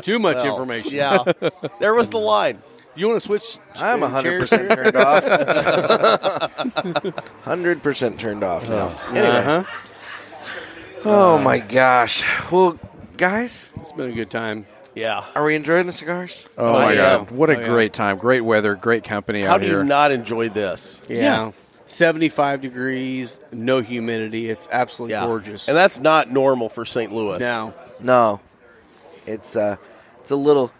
Speaker 6: Too much
Speaker 3: Well,
Speaker 6: information.
Speaker 2: *laughs*
Speaker 3: Yeah, there was the line.
Speaker 6: You want to switch?
Speaker 2: I'm
Speaker 6: uh,
Speaker 2: 100
Speaker 6: chairs
Speaker 2: percent
Speaker 6: here? *laughs*
Speaker 2: turned off. Hundred percent turned off now. Anyway,
Speaker 6: Uh-huh.
Speaker 2: oh my gosh. Well, guys,
Speaker 6: It's been a good time.
Speaker 3: Yeah.
Speaker 2: are we enjoying the cigars?
Speaker 4: Oh, my
Speaker 3: yeah.
Speaker 4: God. What a
Speaker 6: Oh, yeah.
Speaker 4: great time. Great weather. Great company
Speaker 3: How
Speaker 4: out
Speaker 3: do
Speaker 4: here.
Speaker 3: you not enjoy this?
Speaker 6: Yeah. 75 degrees, no humidity. It's absolutely gorgeous.
Speaker 3: And that's not normal for St. Louis.
Speaker 6: now,
Speaker 2: No, it's uh, it's a little.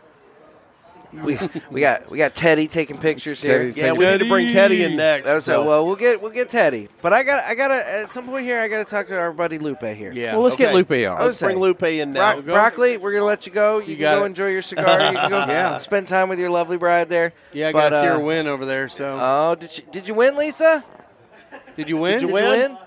Speaker 2: We we got we got Teddy taking pictures here.
Speaker 4: Teddy's
Speaker 3: Yeah,
Speaker 4: Thank
Speaker 3: we need to bring Teddy in next.
Speaker 2: That was
Speaker 3: so-
Speaker 2: it. well, we'll get we'll get Teddy, but I got I got to at some point here. I got to talk to our buddy Lupe here.
Speaker 6: yeah.
Speaker 4: Well, let's get
Speaker 3: Okay.
Speaker 4: Lupe
Speaker 2: I
Speaker 4: on.
Speaker 3: let's
Speaker 2: was-
Speaker 3: bring Lupe in now.
Speaker 2: Bro- broccoli, we're gonna let you go. You, can
Speaker 6: got
Speaker 2: go
Speaker 6: it.
Speaker 2: enjoy your cigar. You can go
Speaker 6: Yeah.
Speaker 2: spend time with your lovely bride there.
Speaker 6: yeah, I
Speaker 2: But,
Speaker 6: got to see
Speaker 2: uh,
Speaker 6: her win over there. So,
Speaker 2: Oh, did you did you win, Lisa?
Speaker 6: did you win?
Speaker 2: Did you win?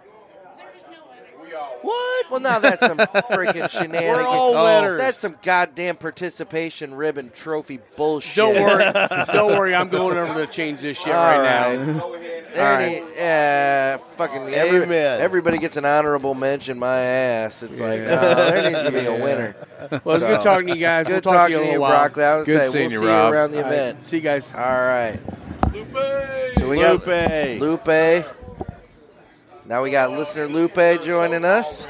Speaker 2: What? Well, now that's some freaking shenanigans.
Speaker 3: *laughs* We're all
Speaker 6: Oh.
Speaker 3: winners.
Speaker 2: That's some goddamn participation ribbon trophy bullshit.
Speaker 6: Don't
Speaker 2: *laughs*
Speaker 6: worry. Don't worry. I'm going over to change this shit
Speaker 2: All
Speaker 6: right, now.
Speaker 2: There
Speaker 6: All
Speaker 2: it is. Uh, fucking every-
Speaker 3: Amen.
Speaker 2: everybody gets an honorable mention. My ass. It's like no, there needs to be a winner.
Speaker 6: Well, it's good
Speaker 2: So-
Speaker 6: talking to you guys.
Speaker 2: Good
Speaker 6: we'll talk
Speaker 2: talking
Speaker 6: to you in a
Speaker 2: to you,
Speaker 6: little while.
Speaker 2: Broccoli. I would
Speaker 4: Good
Speaker 2: say
Speaker 4: seeing
Speaker 2: we'll
Speaker 4: you,
Speaker 2: see you
Speaker 4: Rob.
Speaker 2: around the
Speaker 6: All right.
Speaker 2: event.
Speaker 6: See you guys.
Speaker 2: All right. So we got
Speaker 3: Lupe.
Speaker 2: Lupe. Now we got listener Lupe joining us.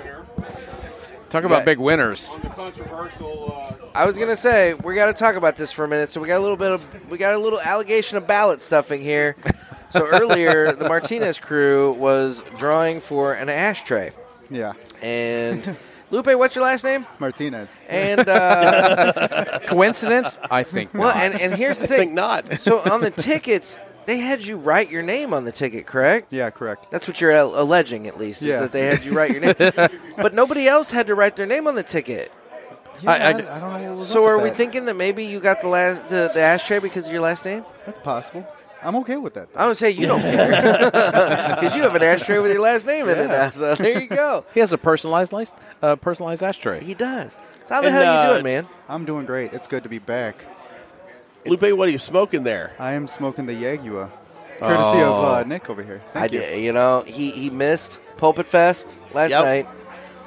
Speaker 4: Talk about
Speaker 2: Yeah.
Speaker 4: big winners.
Speaker 7: the controversial. Uh,
Speaker 2: I was gonna say we got to talk about this for a minute. So we got a little bit of we got a little allegation of ballot stuffing
Speaker 4: *laughs*
Speaker 2: here. So earlier, the Martinez crew was drawing for an ashtray,
Speaker 8: Yeah,
Speaker 2: and Lupe, what's your last name?
Speaker 8: Martinez.
Speaker 2: And uh,
Speaker 4: *laughs* Coincidence? I think.
Speaker 2: well,
Speaker 4: not.
Speaker 2: and, and here's the
Speaker 3: I think
Speaker 2: thing.
Speaker 3: not.
Speaker 2: So on the tickets, they had you write your name on the ticket, correct?
Speaker 8: Yeah, correct.
Speaker 2: That's what you're al- alleging, at least,
Speaker 8: Yeah.
Speaker 2: is that they had you write
Speaker 8: *laughs*
Speaker 2: your name. but nobody else had to write their name on the ticket.
Speaker 8: Yeah,
Speaker 4: I- I-
Speaker 8: I, I don't know. What was
Speaker 2: So
Speaker 8: up
Speaker 2: are
Speaker 8: with
Speaker 2: we
Speaker 8: that.
Speaker 2: thinking that maybe you got the last the, the ashtray because of your last name?
Speaker 8: that's possible? I'm okay with that.
Speaker 2: I would say you don't care *laughs* because you have an ashtray with your last name in it. Now, so there you go.
Speaker 4: he has a personalized lic- uh, personalized ashtray.
Speaker 2: He does. So how the
Speaker 3: And,
Speaker 2: hell you
Speaker 3: uh,
Speaker 2: doing, man?
Speaker 8: I'm doing great. It's good to be back.
Speaker 3: Lupe, what are you smoking there?
Speaker 8: I am smoking the Yagua, courtesy of uh, Nick over here.
Speaker 2: Oh. I
Speaker 8: Thank you.
Speaker 2: did. You know, he he missed Pulpit Fest last
Speaker 3: Yep.
Speaker 2: night,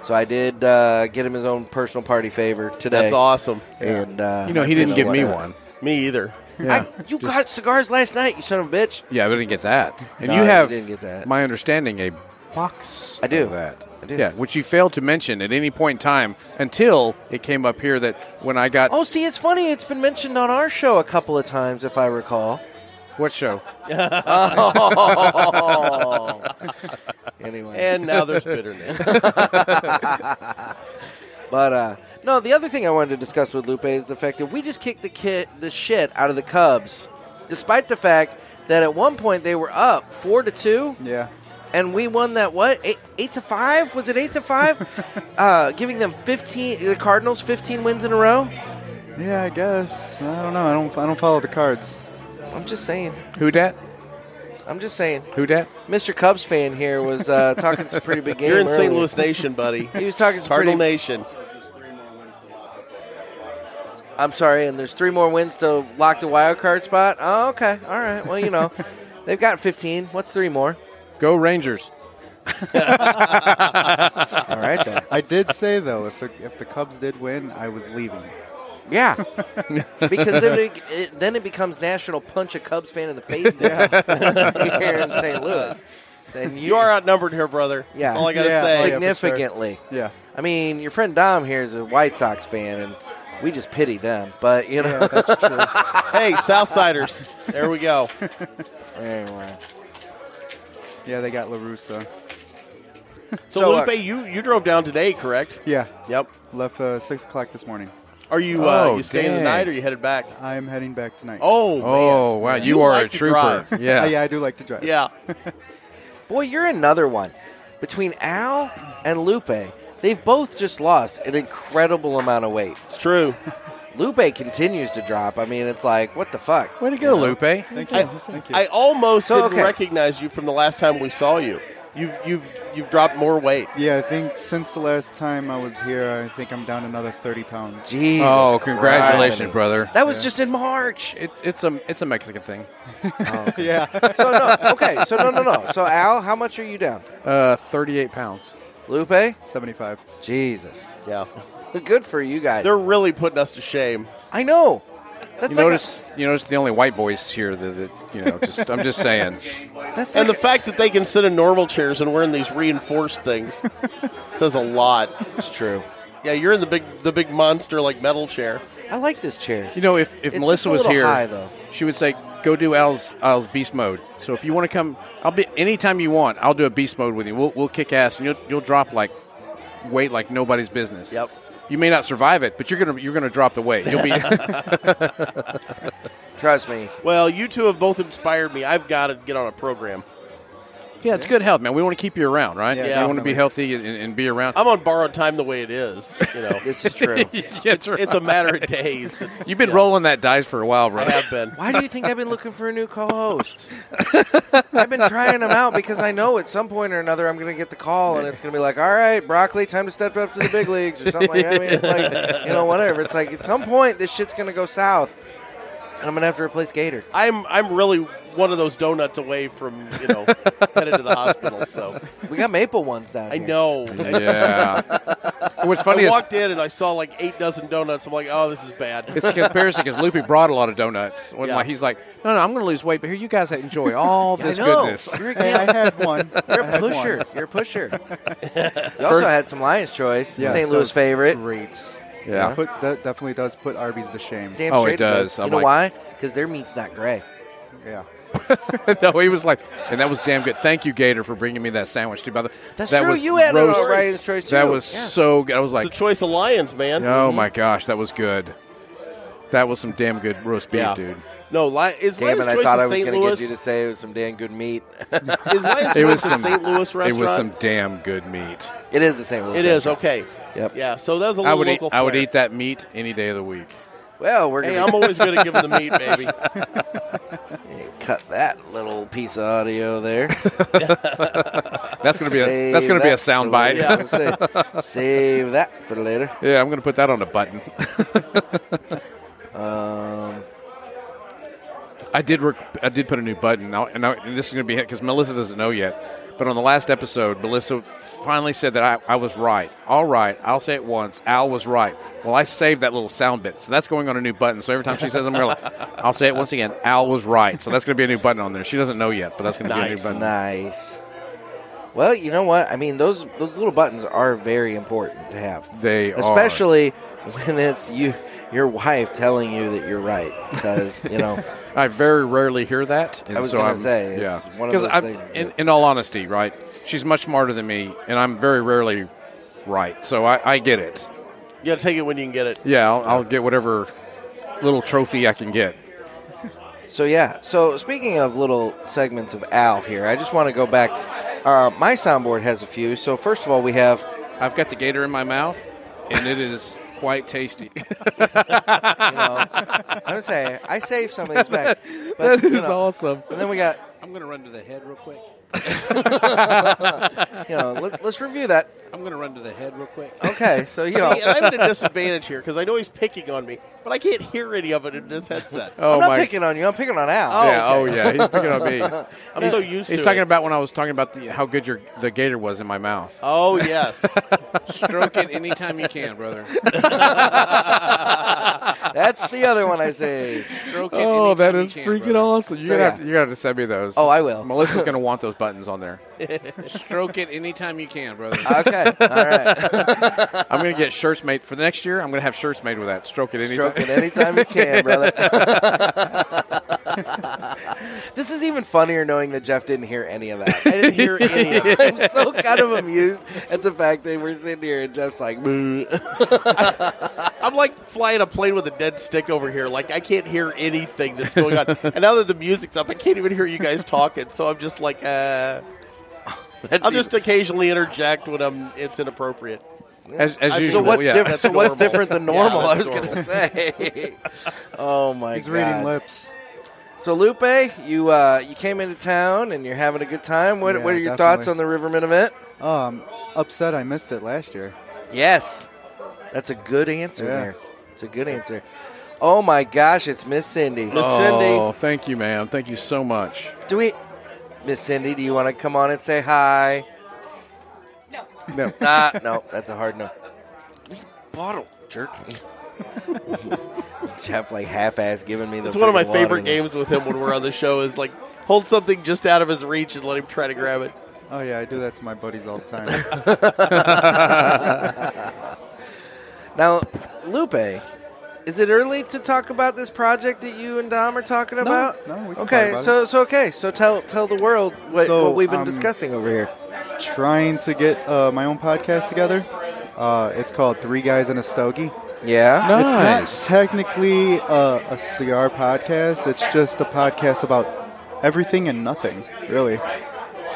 Speaker 2: so I did uh, get him his own personal party favor today.
Speaker 3: That's awesome.
Speaker 2: And uh,
Speaker 4: You know, he didn't give
Speaker 2: what
Speaker 4: me
Speaker 2: a-
Speaker 4: one.
Speaker 3: Me either.
Speaker 4: Yeah.
Speaker 2: I- you got cigars last night, you son of a bitch.
Speaker 4: Yeah, I didn't get that. And
Speaker 2: No,
Speaker 4: you
Speaker 2: you
Speaker 4: have,
Speaker 2: didn't get that.
Speaker 4: my understanding, a box.
Speaker 2: I do.
Speaker 4: Of that.
Speaker 2: I do.
Speaker 4: Yeah, which you failed to mention at any point in time until it came up here that when I got
Speaker 2: Oh, see, it's funny. It's been mentioned on our show a couple of times, if I recall. *laughs*
Speaker 4: what show?
Speaker 2: Oh. Anyway,
Speaker 3: And now there's bitterness.
Speaker 2: *laughs* But uh, no, the other thing I wanted to discuss with Lupe is the fact that we just kicked the kid the shit out of the Cubs, despite the fact that at one point they were up four to two,
Speaker 8: Yeah,
Speaker 2: and we won that what eight, eight to five? Was it eight to
Speaker 8: *laughs*
Speaker 2: five? uh, giving them fifteen, the Cardinals fifteen wins in a row.
Speaker 8: yeah. I guess I don't know. I don't. I don't follow the cards.
Speaker 2: I'm just saying.
Speaker 4: Who dat?
Speaker 2: I'm just saying.
Speaker 4: Who dat?
Speaker 2: Mr. Cubs fan here was
Speaker 4: *laughs*
Speaker 2: uh, talking some pretty big game.
Speaker 3: You're in St.
Speaker 2: earlier.
Speaker 3: Louis Nation, buddy.
Speaker 2: *laughs* He was talking some
Speaker 3: Cardinal
Speaker 2: pretty.
Speaker 3: Nation.
Speaker 2: I'm sorry, and there's three more wins to lock the wild card spot. Oh, okay, all right. Well, you
Speaker 4: *laughs*
Speaker 2: know, they've got 15. What's three more? *laughs*
Speaker 4: Go Rangers.
Speaker 2: All right then.
Speaker 8: I did say though, if the if the Cubs did win, I was leaving.
Speaker 2: Yeah, *laughs* because then
Speaker 8: *laughs*
Speaker 2: it, it, then it becomes national punch a Cubs fan in the face down here in St. Louis. And you,
Speaker 3: You are outnumbered here, brother.
Speaker 2: Yeah.
Speaker 3: That's all I got to
Speaker 8: Yeah.
Speaker 3: say.
Speaker 8: Sig-
Speaker 2: significantly.
Speaker 8: Yeah.
Speaker 2: I mean, your friend Dom here is a White Sox fan, and we just pity them. But you know,
Speaker 8: Yeah, that's
Speaker 2: *laughs*
Speaker 8: true.
Speaker 3: hey, Southsiders. There we go.
Speaker 2: anyway.
Speaker 8: Yeah, they got Larusa.
Speaker 3: So,
Speaker 2: So, uh,
Speaker 3: Lupe, you, you drove down today, correct?
Speaker 8: Yeah,
Speaker 3: Yep.
Speaker 8: left uh, six o'clock this morning.
Speaker 3: Are you
Speaker 4: Oh,
Speaker 3: uh, you staying the
Speaker 4: dang.
Speaker 3: night or you headed back?
Speaker 8: I am heading back tonight.
Speaker 3: Oh,
Speaker 4: Oh wow,
Speaker 3: man.
Speaker 4: you, are
Speaker 3: like
Speaker 4: a
Speaker 3: to
Speaker 4: trooper.
Speaker 3: drive.
Speaker 4: Yeah.
Speaker 8: Uh, *laughs* yeah, I do like to drive.
Speaker 3: yeah.
Speaker 2: Boy, you're another one. Between Al and Lupe, they've both just lost an incredible amount of weight.
Speaker 3: It's true.
Speaker 2: Lupe continues to drop. I mean, it's like, what the fuck?
Speaker 4: Way to go, Lupe.
Speaker 8: Thank you.
Speaker 3: I,
Speaker 8: Thank you.
Speaker 3: I almost
Speaker 2: So,
Speaker 3: didn't
Speaker 2: okay.
Speaker 3: recognize you from the last time we saw you. You've you've you've dropped more weight.
Speaker 8: yeah, I think since the last time I was here, I think I'm down another 30 pounds.
Speaker 2: Jesus.
Speaker 4: oh,
Speaker 2: Christ.
Speaker 4: congratulations, brother.
Speaker 2: That was just in March. Oh,
Speaker 4: It, it's a it's a Mexican thing.
Speaker 8: yeah.
Speaker 2: So no, okay. So no, no, no. So Al, how much are you down?
Speaker 4: *laughs* Uh, Thirty-eight pounds.
Speaker 2: Lupe,
Speaker 8: 75.
Speaker 2: Jesus.
Speaker 3: Yeah.
Speaker 2: Good for you guys.
Speaker 3: They're really putting us to shame.
Speaker 2: I know. That's
Speaker 4: You
Speaker 2: like
Speaker 4: notice you notice the only white boys here that, that you know. Just I'm just
Speaker 2: *laughs*
Speaker 4: saying.
Speaker 2: A, that's
Speaker 3: And the
Speaker 2: like
Speaker 3: fact that they can sit in normal chairs and we're in these reinforced
Speaker 2: *laughs*
Speaker 3: things says a lot.
Speaker 2: that's true.
Speaker 3: Yeah, you're in the big the big monster like metal chair.
Speaker 2: I like this chair.
Speaker 4: You know, if, if
Speaker 2: It's just
Speaker 4: Melissa
Speaker 2: a
Speaker 4: was
Speaker 2: little
Speaker 4: here,
Speaker 2: high, though.
Speaker 4: she would say, "Go do Al's Al's beast mode." So if you want to come, I'll be anytime you want. I'll do a beast mode with you. We'll, we'll kick ass, and you'll you'll drop like weight like nobody's business.
Speaker 3: Yep.
Speaker 4: You may not survive it, but you're gonna you're gonna drop the weight.
Speaker 2: *laughs*
Speaker 4: You'll be *laughs*
Speaker 2: Trust me.
Speaker 3: Well, you two have both inspired me. I've got to get on a program.
Speaker 4: yeah. It's good health, man. We want to keep you around, right?
Speaker 8: Yeah,
Speaker 4: you want to be
Speaker 8: definitely.
Speaker 4: healthy and, and be around.
Speaker 3: I'm on borrowed time the way it is. You know,
Speaker 2: *laughs* This is
Speaker 4: *laughs*
Speaker 2: true.
Speaker 4: Yeah, it's-
Speaker 3: it's a matter of days.
Speaker 4: You've been rolling that dice for a while,
Speaker 3: I
Speaker 4: bro.
Speaker 3: have been.
Speaker 2: Why do you think I've been looking for a new co-host? I've been trying them out because I know at some point or another I'm going to get the call and it's going to be like, "All right, broccoli, time to step up to the big leagues" or something like that. I mean, it's like, you know, whatever. It's like at some point this shit's going to go south, and I'm going to have to replace Gator.
Speaker 3: I'm I'm really one of those donuts away from you
Speaker 2: *laughs*
Speaker 3: know headed to the hospital. So
Speaker 2: We got maple ones down
Speaker 3: I
Speaker 2: here.
Speaker 3: know.
Speaker 4: Yeah, what's funny
Speaker 3: I
Speaker 4: is
Speaker 3: walked in and I saw like eight dozen donuts. I'm like, oh, this is bad.
Speaker 4: *laughs* it's a comparison because Loopy brought a lot of donuts. When
Speaker 3: Yeah.
Speaker 4: like he's like, *laughs* no, no, I'm going to lose weight, but here you guys enjoy all this
Speaker 2: I know.
Speaker 4: goodness.
Speaker 2: You're a,
Speaker 8: Hey, I had one.
Speaker 2: you're
Speaker 8: I
Speaker 2: a
Speaker 8: had one.
Speaker 2: pusher. You're
Speaker 3: *laughs*
Speaker 2: a pusher. you also had some Lions choice,
Speaker 8: Yeah,
Speaker 2: St.
Speaker 8: so
Speaker 2: Louis favorite.
Speaker 8: Great.
Speaker 4: Yeah.
Speaker 8: Put, that definitely does put Arby's to shame.
Speaker 2: Damn
Speaker 4: Oh, it
Speaker 2: straight
Speaker 4: does.
Speaker 2: You
Speaker 4: I'm
Speaker 2: know
Speaker 4: like-
Speaker 2: why? Because their meat's not gray.
Speaker 8: Yeah.
Speaker 4: no, he was like, and that was damn good. Thank you, Gator, for bringing me that sandwich too. By the
Speaker 2: That's
Speaker 4: that
Speaker 2: true.
Speaker 4: was
Speaker 2: You had it on
Speaker 4: roast-
Speaker 2: Ryan's Choice, too.
Speaker 4: That was
Speaker 2: Yeah.
Speaker 4: so good. I was
Speaker 3: It's a
Speaker 4: like,
Speaker 3: choice of lions, man. Mm-hmm.
Speaker 4: oh my gosh, that was good. That was some damn good roast beef,
Speaker 3: Yeah.
Speaker 4: dude.
Speaker 3: *laughs* No, li- is
Speaker 2: Damn
Speaker 3: Lions
Speaker 2: it! I
Speaker 3: Choice
Speaker 2: thought
Speaker 3: a
Speaker 2: I was
Speaker 3: St.
Speaker 2: going to get you to
Speaker 3: Louis?
Speaker 2: say it was some damn good meat.
Speaker 3: Is Lions
Speaker 4: It was
Speaker 3: Choice a
Speaker 4: some
Speaker 3: St. Louis restaurant?
Speaker 4: It was some damn good meat.
Speaker 2: it is the St. Louis.
Speaker 3: It is
Speaker 2: restaurant.
Speaker 3: okay.
Speaker 2: Yep.
Speaker 3: Yeah. So that was a little
Speaker 4: I would eat.
Speaker 3: local.
Speaker 4: I would
Speaker 3: flair.
Speaker 4: eat that meat any day of the week.
Speaker 2: Well, we're
Speaker 3: Hey,
Speaker 2: going
Speaker 3: I'm always good at giving the meat, baby.
Speaker 2: to cut that little piece of audio there.
Speaker 4: *laughs* That's gonna be a.
Speaker 2: Save
Speaker 4: That's gonna be a
Speaker 2: that for
Speaker 4: soundbite.
Speaker 2: later. I was gonna
Speaker 4: *laughs*
Speaker 2: say, Save that for later.
Speaker 4: yeah, I'm gonna put that on a button.
Speaker 2: Um,
Speaker 4: I did. Rec- I did put a new button, Now- and, I, and this is going to be hit because Melissa doesn't know yet. But on the last episode, Melissa finally said that I, I was right. All right, I'll say it once. Al was right. Well, I saved that little sound bit, so that's going on a new button. So every time she says, "I'm going," to I'll say it once again. Al was right. So that's going to be a new button on there. She doesn't know yet, but that's going to be a new
Speaker 3: Nice.
Speaker 4: button.
Speaker 2: nice. Well, you know what? I mean, those those little buttons are very important to have.
Speaker 4: They are.
Speaker 2: especially when it's you, your wife telling you that you're right, because you know.
Speaker 4: I very rarely hear that. and
Speaker 2: was
Speaker 4: so
Speaker 2: gonna
Speaker 4: I'm-
Speaker 2: say, it's
Speaker 4: yeah.
Speaker 2: one of
Speaker 4: 'Cause
Speaker 2: those
Speaker 4: I'm-
Speaker 2: things
Speaker 4: In,
Speaker 2: that-
Speaker 4: in all honesty, right? She's much smarter than me, and I'm very rarely right. So I, I get it.
Speaker 3: You got to take it when you can get it.
Speaker 4: Yeah, I'll, I'll get whatever little *laughs* trophy I can get.
Speaker 2: So yeah. So speaking of little segments of Al here, I just want to go back. Uh, my soundboard has a few. So first of all, we have
Speaker 4: I've got the gator in my mouth, and it is quite tasty. *laughs*
Speaker 2: I would say I saved some of these back. But, you know,
Speaker 4: awesome.
Speaker 2: And then we got
Speaker 4: I'm going to run to the head real quick.
Speaker 2: *laughs* you know let, let's review that.
Speaker 4: I'm going to run to the head real quick.
Speaker 2: Okay, so you know
Speaker 3: Hey, and *laughs* I'm at a disadvantage here because I know he's picking on me, but I can't hear any of it in this headset.
Speaker 4: Oh
Speaker 2: I'm not
Speaker 4: my!
Speaker 2: picking on you. I'm picking on Al.
Speaker 4: yeah, oh yeah, he's picking on me.
Speaker 3: I'm so used
Speaker 4: He's
Speaker 3: to
Speaker 4: talking
Speaker 3: it.
Speaker 4: about when I was talking about the, how good your the gator was in my mouth.
Speaker 3: Oh
Speaker 4: *laughs*
Speaker 3: yes,
Speaker 4: Stroke it anytime you
Speaker 2: *laughs*
Speaker 4: can, *laughs* brother.
Speaker 2: That's the other one I say.
Speaker 4: Stroke it. Oh, that is freaking awesome! You're
Speaker 2: So,
Speaker 4: gonna
Speaker 2: yeah.
Speaker 4: have to, you're gonna have to send me those.
Speaker 2: Oh, I will.
Speaker 4: Melissa's gonna want those buttons on there. *laughs* Stroke it anytime you can, brother.
Speaker 2: Okay, all right.
Speaker 4: *laughs* I'm gonna get shirts made for the next year. I'm gonna have shirts made with that. Stroke it anytime.
Speaker 2: Stroke it anytime you
Speaker 4: *laughs*
Speaker 2: can, brother. *laughs* this is even funnier knowing that Jeff didn't hear any of that.
Speaker 3: I didn't hear any. of it.
Speaker 2: *laughs* I'm so kind of amused at the fact that we're sitting here and Jeff's like, "Boo."
Speaker 3: *laughs* I'm like flying a plane with a dead stick over here. Like I can't hear anything that's going
Speaker 2: *laughs*
Speaker 3: on. and now that the music's up, I can't even hear you guys talking. So I'm just like, uh, I'll just occasionally interject when I'm it's inappropriate.
Speaker 4: As, as
Speaker 3: So
Speaker 4: usual,
Speaker 2: so what's
Speaker 4: yeah.
Speaker 2: different?
Speaker 3: *laughs*
Speaker 4: *laughs*
Speaker 2: So what's
Speaker 3: normal.
Speaker 2: different than normal?
Speaker 3: Yeah,
Speaker 2: I was
Speaker 3: that's
Speaker 2: going to say. oh my
Speaker 8: He's
Speaker 2: god!
Speaker 8: reading lips.
Speaker 2: So Lupe, you uh, you came into town and you're having a good time. What,
Speaker 8: Yeah,
Speaker 2: what are your
Speaker 8: definitely.
Speaker 2: thoughts on the Riverman event?
Speaker 8: Oh, I'm upset I missed it last year.
Speaker 2: Yes. That's a good answer
Speaker 8: Yeah.
Speaker 2: there. It's a good answer. Oh my gosh, it's Miss Cindy.
Speaker 3: Miss
Speaker 4: Oh, thank you, ma'am. Thank you so much.
Speaker 2: Do we Miss Cindy, do you want to come on and say hi?
Speaker 4: No.
Speaker 2: *laughs* Ah, no, that's a hard no. Bottle jerk. Jeff like half ass giving me
Speaker 3: *laughs*
Speaker 2: the
Speaker 3: It's one of my
Speaker 2: freaking water.
Speaker 3: favorite games with him when we're on the show. Is like hold something just out of his reach and let him try to grab it.
Speaker 8: Oh, yeah, I do that to my buddies all the time.
Speaker 2: *laughs*
Speaker 4: *laughs*
Speaker 8: *laughs*
Speaker 2: Now, Lupe, is it early to talk about this project that you and Dom are talking about?
Speaker 8: no, we can
Speaker 2: okay,
Speaker 8: talk about
Speaker 2: so so okay, so tell tell the world what,
Speaker 8: So,
Speaker 2: what we've been
Speaker 8: um,
Speaker 2: discussing over here.
Speaker 8: Trying to get uh, my own podcast together. Uh, it's called Three Guys and a Stogie.
Speaker 2: Yeah.
Speaker 4: No. Nice.
Speaker 8: It's not technically uh, a cigar podcast. It's just a podcast about everything and nothing, really.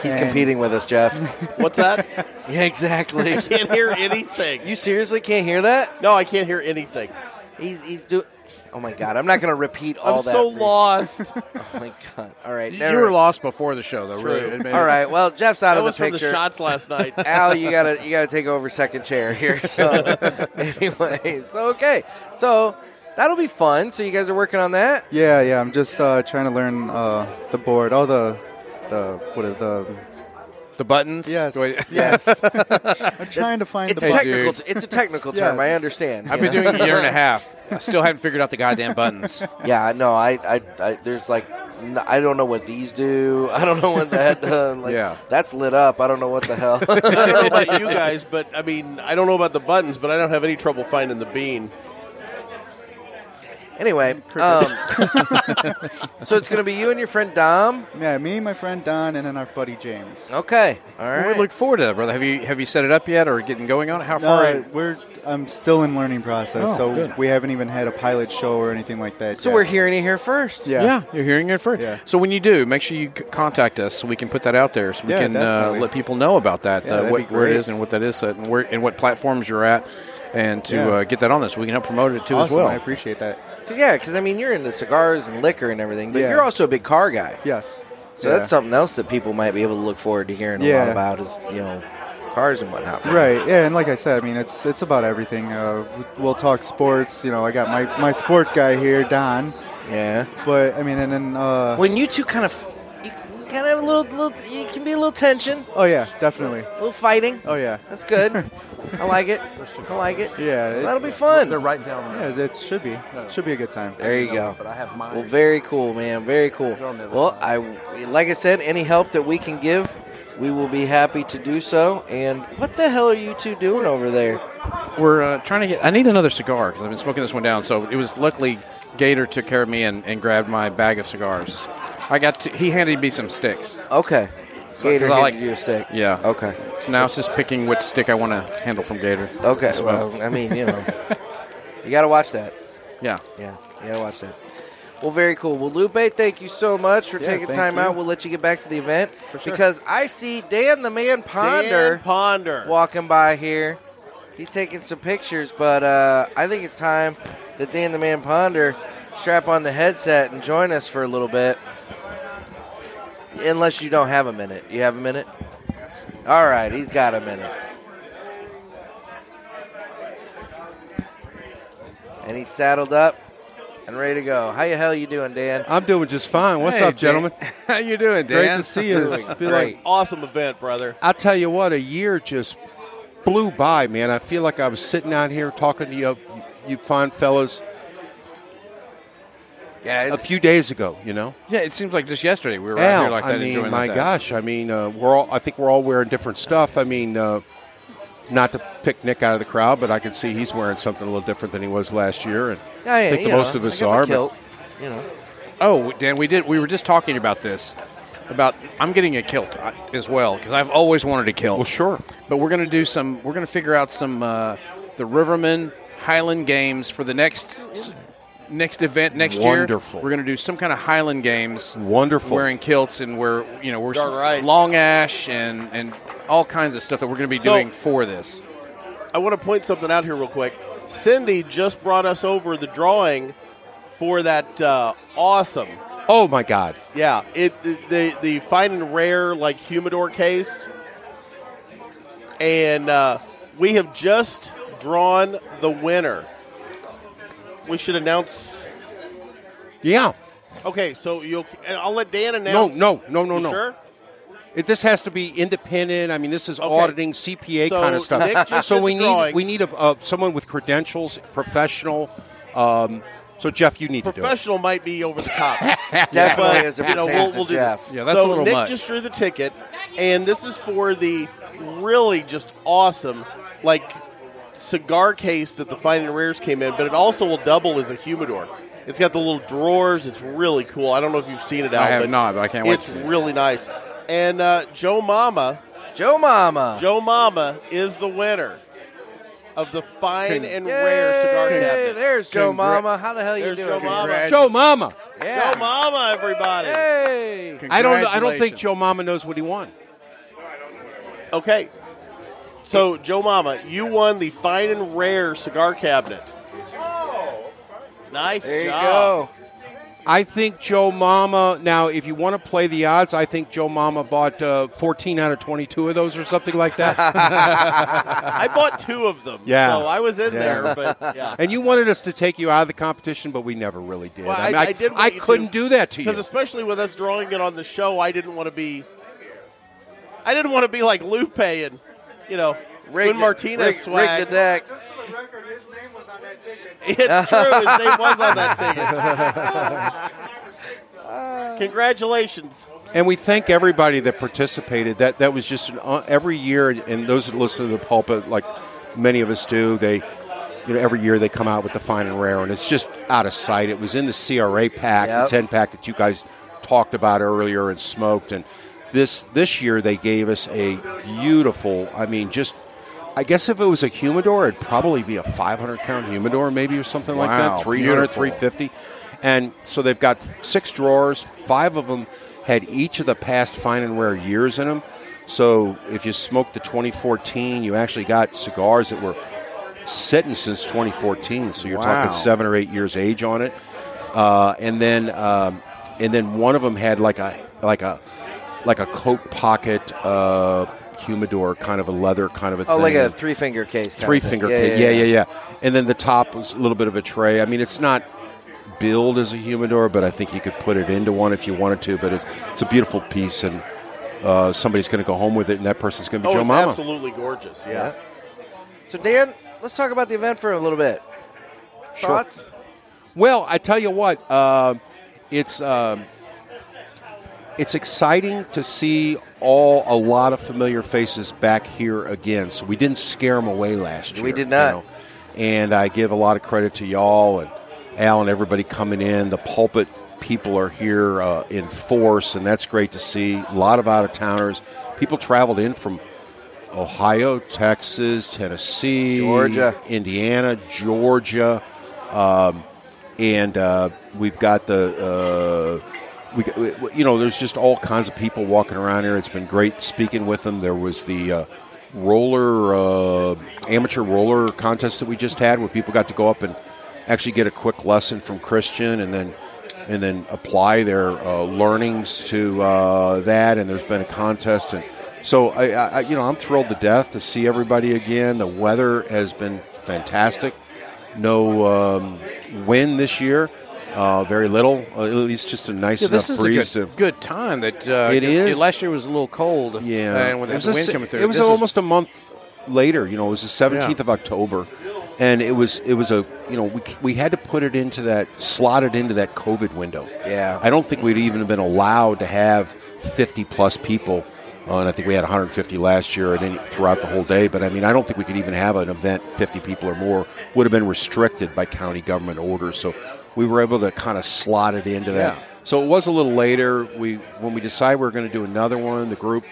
Speaker 2: He's
Speaker 8: And-
Speaker 2: competing with
Speaker 8: *laughs*
Speaker 2: us, Jeff.
Speaker 3: What's that?
Speaker 2: *laughs* yeah, exactly.
Speaker 3: can't
Speaker 2: *laughs*
Speaker 3: hear anything.
Speaker 2: You seriously can't hear that?
Speaker 3: no, I can't hear anything.
Speaker 2: He's he's doing. Oh my god! I'm not going to repeat all
Speaker 3: I'm
Speaker 2: that.
Speaker 3: so lost.
Speaker 2: *laughs* Oh my god! All right,
Speaker 4: You-
Speaker 2: never.
Speaker 4: You were lost before the show, though.
Speaker 3: It's
Speaker 4: Really.
Speaker 3: true.
Speaker 4: It made-
Speaker 2: All right. Well, Jeff's out
Speaker 3: that
Speaker 2: of the
Speaker 3: was from the
Speaker 2: picture.
Speaker 3: shots last night.
Speaker 2: *laughs* Al, you gotta you gotta take over second chair here.
Speaker 3: *laughs*
Speaker 2: So, anyway, so okay, so that'll be fun. So you guys are working on that.
Speaker 8: Yeah, yeah. I'm just uh, trying to learn uh, the board, all the the what are the
Speaker 4: The buttons?
Speaker 8: Yes.
Speaker 4: Go ahead. *laughs*
Speaker 3: *laughs*
Speaker 8: Yes. I'm trying to find
Speaker 2: It's
Speaker 8: the
Speaker 2: a
Speaker 8: button.
Speaker 2: technical. It's a technical term. I
Speaker 8: Yes.
Speaker 2: understand.
Speaker 4: I've
Speaker 2: you
Speaker 4: been
Speaker 2: know?
Speaker 4: doing it a year
Speaker 8: *laughs*
Speaker 4: and a half. I still haven't figured out the goddamn buttons.
Speaker 2: Yeah, no, I, I, I there's like, n- I don't know what these do. I don't know what that. *laughs* Uh, like,
Speaker 4: Yeah.
Speaker 2: that's lit up. I don't know what the
Speaker 8: *laughs*
Speaker 2: hell.
Speaker 3: I don't know about you guys, but I mean, I don't know about the buttons, but I don't have any trouble finding the bean.
Speaker 2: anyway, um,
Speaker 3: *laughs*
Speaker 2: so it's gonna be you and your friend Dom.
Speaker 8: Yeah, me, my friend Don, and then our buddy James.
Speaker 2: Okay, all
Speaker 4: Well,
Speaker 2: right.
Speaker 4: We look forward to that, brother. Have you have you set it up yet, or getting going on it? How far?
Speaker 8: No, we're I'm still in learning process,
Speaker 4: Oh,
Speaker 8: so
Speaker 4: good.
Speaker 8: we haven't even had a pilot show or anything like that.
Speaker 2: so
Speaker 8: yet.
Speaker 2: we're hearing it here first.
Speaker 8: Yeah.
Speaker 4: yeah. you're hearing it first.
Speaker 8: Yeah.
Speaker 4: So when you do, make sure you c- contact us so we can put that out there, so we
Speaker 8: Yeah,
Speaker 4: can uh,
Speaker 8: definitely.
Speaker 4: let people know about that,
Speaker 8: Yeah,
Speaker 4: uh,
Speaker 8: that'd
Speaker 4: what,
Speaker 8: be
Speaker 4: where it
Speaker 8: great.
Speaker 4: is and what that is, uh, and where and what platforms you're at, and to
Speaker 8: Yeah.
Speaker 4: uh, get that on this, so we can help promote it too
Speaker 8: awesome.
Speaker 4: as well.
Speaker 8: I appreciate that.
Speaker 2: Cause, yeah, because I mean, you're into cigars and liquor and everything, but
Speaker 8: Yeah.
Speaker 2: you're also a big car guy.
Speaker 8: Yes.
Speaker 2: So
Speaker 8: Yeah.
Speaker 2: that's something else that people might be able to look forward to hearing a lot
Speaker 8: Yeah.
Speaker 2: about is you know cars and whatnot.
Speaker 8: Right. Yeah, and like I said, I mean, it's it's about everything. Uh, we- we'll talk sports. You know, I got my my sport guy here, Don.
Speaker 2: Yeah.
Speaker 8: But I mean, and then uh,
Speaker 2: When you two kind of, you kind of have a little, little, you can be a little tension,
Speaker 8: oh yeah, definitely.
Speaker 2: a little fighting.
Speaker 8: Oh yeah.
Speaker 2: That's
Speaker 8: *laughs*
Speaker 2: good. I like it. I like it.
Speaker 8: Yeah, it-
Speaker 2: That'll be fun.
Speaker 7: right down
Speaker 8: Yeah, that should be should be a good time.
Speaker 2: There you go.
Speaker 7: But I have mine.
Speaker 2: Well, very cool, man. Very cool.
Speaker 7: on the other
Speaker 2: Well, I like I said, any help that we can give, we will be happy to do so. And what the hell are you two doing over there?
Speaker 4: We're uh, trying to get. I need another cigar because I've been smoking this one down. So it was luckily Gator took care of me and, and grabbed my bag of cigars. I got. To, he handed me some sticks.
Speaker 2: Okay. Gator
Speaker 4: 'cause I
Speaker 2: handed
Speaker 4: like-
Speaker 2: you a stick.
Speaker 4: Yeah.
Speaker 2: Okay.
Speaker 4: So now it's just picking which stick I want to handle from Gator.
Speaker 2: Okay.
Speaker 4: So,
Speaker 2: Well, I mean,
Speaker 7: *laughs*
Speaker 2: you know, you got to watch that.
Speaker 4: yeah.
Speaker 2: Yeah, you gotta watch that. Well, very cool. Well, Lupe, thank you so much for
Speaker 8: Yeah,
Speaker 2: taking
Speaker 8: thank
Speaker 2: time out.
Speaker 8: you.
Speaker 2: We'll let you get back to the event because I see Dan the Man Ponder
Speaker 3: Dan Ponder.
Speaker 2: walking by here. He's taking some pictures, but uh, I think it's time that Dan the Man Ponder strap on the headset and join us for a little bit. Unless you don't have a minute. You have a minute? All right, he's got a minute. And he's saddled up and ready to go. How the hell you doing, Dan?
Speaker 7: I'm doing just fine. What's
Speaker 4: Hey,
Speaker 7: up, gentlemen?
Speaker 4: Dan. *laughs* How you doing, Dan?
Speaker 7: Great to see you. I feel like
Speaker 3: Awesome event, brother.
Speaker 7: I tell you what, a year just blew by, man. I feel like I was sitting out here talking to you, you fine fellas,
Speaker 2: Yeah,
Speaker 7: a
Speaker 2: it's-
Speaker 7: few days ago. You know,
Speaker 4: Yeah, it seems like just yesterday we were out
Speaker 7: Yeah,
Speaker 4: here like that
Speaker 7: I mean,
Speaker 4: enjoying
Speaker 7: my
Speaker 4: that.
Speaker 7: gosh, I mean, uh, we're all. I think we're all wearing different stuff. I mean, uh, not to pick Nick out of the crowd, but I can see he's wearing something a little different than he was last year, and
Speaker 2: yeah, yeah,
Speaker 7: I think
Speaker 2: you
Speaker 7: most
Speaker 2: know,
Speaker 7: of us
Speaker 2: I got my
Speaker 7: are. But
Speaker 2: kilt, you know.
Speaker 4: Oh, Dan, we did. We were just talking about this. About I'm getting a kilt uh, as well because I've always wanted a kilt.
Speaker 7: well, sure.
Speaker 4: But we're going to do some. We're going to figure out some uh, the Riverman Highland Games for the next next event next year.
Speaker 7: Wonderful.
Speaker 4: We're going to do some kind of Highland Games.
Speaker 7: Wonderful.
Speaker 4: Wearing kilts and we're you know we're
Speaker 3: Darn right.
Speaker 4: long ash and and all kinds of stuff that we're going to be
Speaker 3: So-
Speaker 4: doing for this.
Speaker 3: I want to point something out here real quick. Cindy just brought us over the drawing for that uh, awesome.
Speaker 7: Oh my God!
Speaker 3: Yeah, it the the fine and rare like humidor case, and uh, we have just drawn the winner. We should announce.
Speaker 7: Yeah.
Speaker 3: Okay, so you'll. and I'll let Dan
Speaker 7: No,
Speaker 3: announce.
Speaker 7: no, no, no,
Speaker 3: You
Speaker 7: no.
Speaker 3: Sure.
Speaker 7: It, this has to be independent. I mean, this is
Speaker 3: Okay.
Speaker 7: auditing CPA
Speaker 3: So
Speaker 7: kind of stuff.
Speaker 3: Nick just
Speaker 7: so
Speaker 3: did
Speaker 7: we
Speaker 3: the
Speaker 7: need
Speaker 3: drawing.
Speaker 7: we need a, uh, someone with credentials, professional. Um, so Jeff, you need to do it.
Speaker 3: Professional might be over the top.
Speaker 2: *laughs* Definitely
Speaker 3: But,
Speaker 2: as it
Speaker 3: you know,
Speaker 2: pertains
Speaker 3: we'll- we'll
Speaker 2: to
Speaker 3: do this.
Speaker 2: Jeff.
Speaker 4: Yeah, that's
Speaker 3: so
Speaker 4: a little
Speaker 3: Nick
Speaker 4: much.
Speaker 3: just drew the ticket, and this is for the really just awesome, like cigar case that the Fine and Rares came in. But it also will double as a humidor. It's got the little drawers. It's really cool. I don't know if you've seen it out.
Speaker 4: I have
Speaker 3: but
Speaker 4: not, but I can't wait
Speaker 3: It's
Speaker 4: to see it.
Speaker 3: really nice. And uh, Joe Mama,
Speaker 2: Joe Mama.
Speaker 3: Joe Mama is the winner of the Fine and Rare cigar
Speaker 2: Yay,
Speaker 3: cabinet.
Speaker 2: There's Joe
Speaker 4: Congra-
Speaker 2: Mama. How the hell you
Speaker 3: There's
Speaker 2: doing?
Speaker 3: Joe Mama.
Speaker 7: Joe Mama.
Speaker 2: Yeah.
Speaker 3: Joe Mama, everybody.
Speaker 2: Hey.
Speaker 7: I don't. I don't think Joe Mama knows what he won.
Speaker 3: Okay. So, Joe Mama, you won the fine and rare cigar cabinet. Nice
Speaker 2: There you
Speaker 3: job.
Speaker 2: go.
Speaker 7: I think Joe Mama. Now, if you want to play the odds, I think Joe Mama bought uh, 14 out of 22 of those, or something like that.
Speaker 3: *laughs* *laughs* I bought two of them.
Speaker 7: Yeah.
Speaker 3: So I was in there,
Speaker 7: *laughs*
Speaker 3: but yeah.
Speaker 7: and you wanted us to take you out of the competition, but we never really did.
Speaker 3: Well, I-
Speaker 7: mean,
Speaker 3: I did want
Speaker 7: I
Speaker 3: you to-
Speaker 7: couldn't do that to you.
Speaker 3: Because especially with us drawing it on the show, I didn't want to be. I I didn't want to be like Lupe and you know
Speaker 2: Rigged
Speaker 3: Quinn
Speaker 2: it.
Speaker 3: Martinez
Speaker 2: Rigged-
Speaker 3: swag.
Speaker 2: rigged the deck.
Speaker 8: For the record, his name was on that ticket.
Speaker 3: *laughs* It's true. His name was on that ticket. Congratulations.
Speaker 7: And we thank everybody that participated. That that was just an, uh, every year, and those that listen to the pulpit, like many of us do, they, you know, every year they come out with the fine and rare, and it's just out of sight. It was in the CRA pack,
Speaker 2: Yep.
Speaker 7: the ten pack that you guys talked about earlier and smoked, and this this year they gave us a beautiful. I mean, just. I guess if it was a humidor, it'd probably be a 500 count humidor, maybe or something like
Speaker 4: Wow,
Speaker 7: that, 300,
Speaker 4: beautiful.
Speaker 7: 350. And so they've got six drawers. Five of them had each of the past fine and rare years in them. So if you smoked the 2014, you actually got cigars that were sitting since 2014. So you're
Speaker 4: Wow.
Speaker 7: talking seven or eight years age on it. Uh, and then um, and then one of them had like a like a like a coat pocket uh, humidor kind of a leather kind of a
Speaker 2: Oh,
Speaker 7: thing
Speaker 2: like a three finger case. kinda
Speaker 7: three
Speaker 2: thing.
Speaker 7: finger pin. Yeah yeah, yeah, Uh, And then the top was a little bit of a tray. I mean, it's not billed as a humidor, but I think you could put it into one if you wanted to. But it's, it's a beautiful piece, and uh, somebody's going to go home with it, and that person's going to be
Speaker 3: Oh,
Speaker 7: Joe
Speaker 3: it's
Speaker 7: Mama.
Speaker 3: absolutely gorgeous. Yeah.
Speaker 2: Yeah. So Dan, let's talk about the event for a little bit. Thoughts?
Speaker 7: Well, I tell you what, um it's um, it's exciting to see all a lot of familiar faces back here again. So we didn't scare them away last year.
Speaker 2: We did not.
Speaker 7: And I give a lot of credit to y'all and Al and everybody coming in. The pulpit people are here uh, in force, and that's great to see. A lot of out of towners. People traveled in from Ohio, Texas, Tennessee,
Speaker 2: Georgia.
Speaker 7: Indiana, Georgia Um, and uh, we've got the uh, we, we you know there's just all kinds of people walking around here. It's been great speaking with them. There was the uh, roller uh, amateur roller contest that we just had where people got to go up and actually get a quick lesson from Christian and then and then apply their uh, learnings to uh, that. And there's been a contest and. So I, I, I- you know, I'm thrilled to death to see everybody again. The weather has been fantastic no um, wind this year. Uh, very little. Uh, at least just a nice
Speaker 4: Yeah,
Speaker 7: enough
Speaker 4: this is a
Speaker 7: breeze
Speaker 4: good,
Speaker 7: to.
Speaker 4: good time. That uh,
Speaker 7: It is.
Speaker 4: Last year was a little cold. uh,
Speaker 7: Yeah,
Speaker 4: and with
Speaker 7: it
Speaker 4: the
Speaker 7: was,
Speaker 4: wind
Speaker 7: a si-
Speaker 4: coming through,
Speaker 7: it was
Speaker 4: This is-
Speaker 7: almost a month later. You know, it was the seventeenth
Speaker 4: Yeah.
Speaker 7: of October, and it was it was a you know we we had to put it into that slotted into that COVID window.
Speaker 2: Yeah.
Speaker 7: I don't think we'd even been allowed to have fifty plus people. Uh, and I think we had 150 last year and any, throughout the whole day. But I mean, I don't think we could even have an event 50 people or more would have been restricted by county government orders. So we were able to kind of slot it into that.
Speaker 4: Yeah.
Speaker 7: So it was a little later. We when we decided we were going to do another one, the group,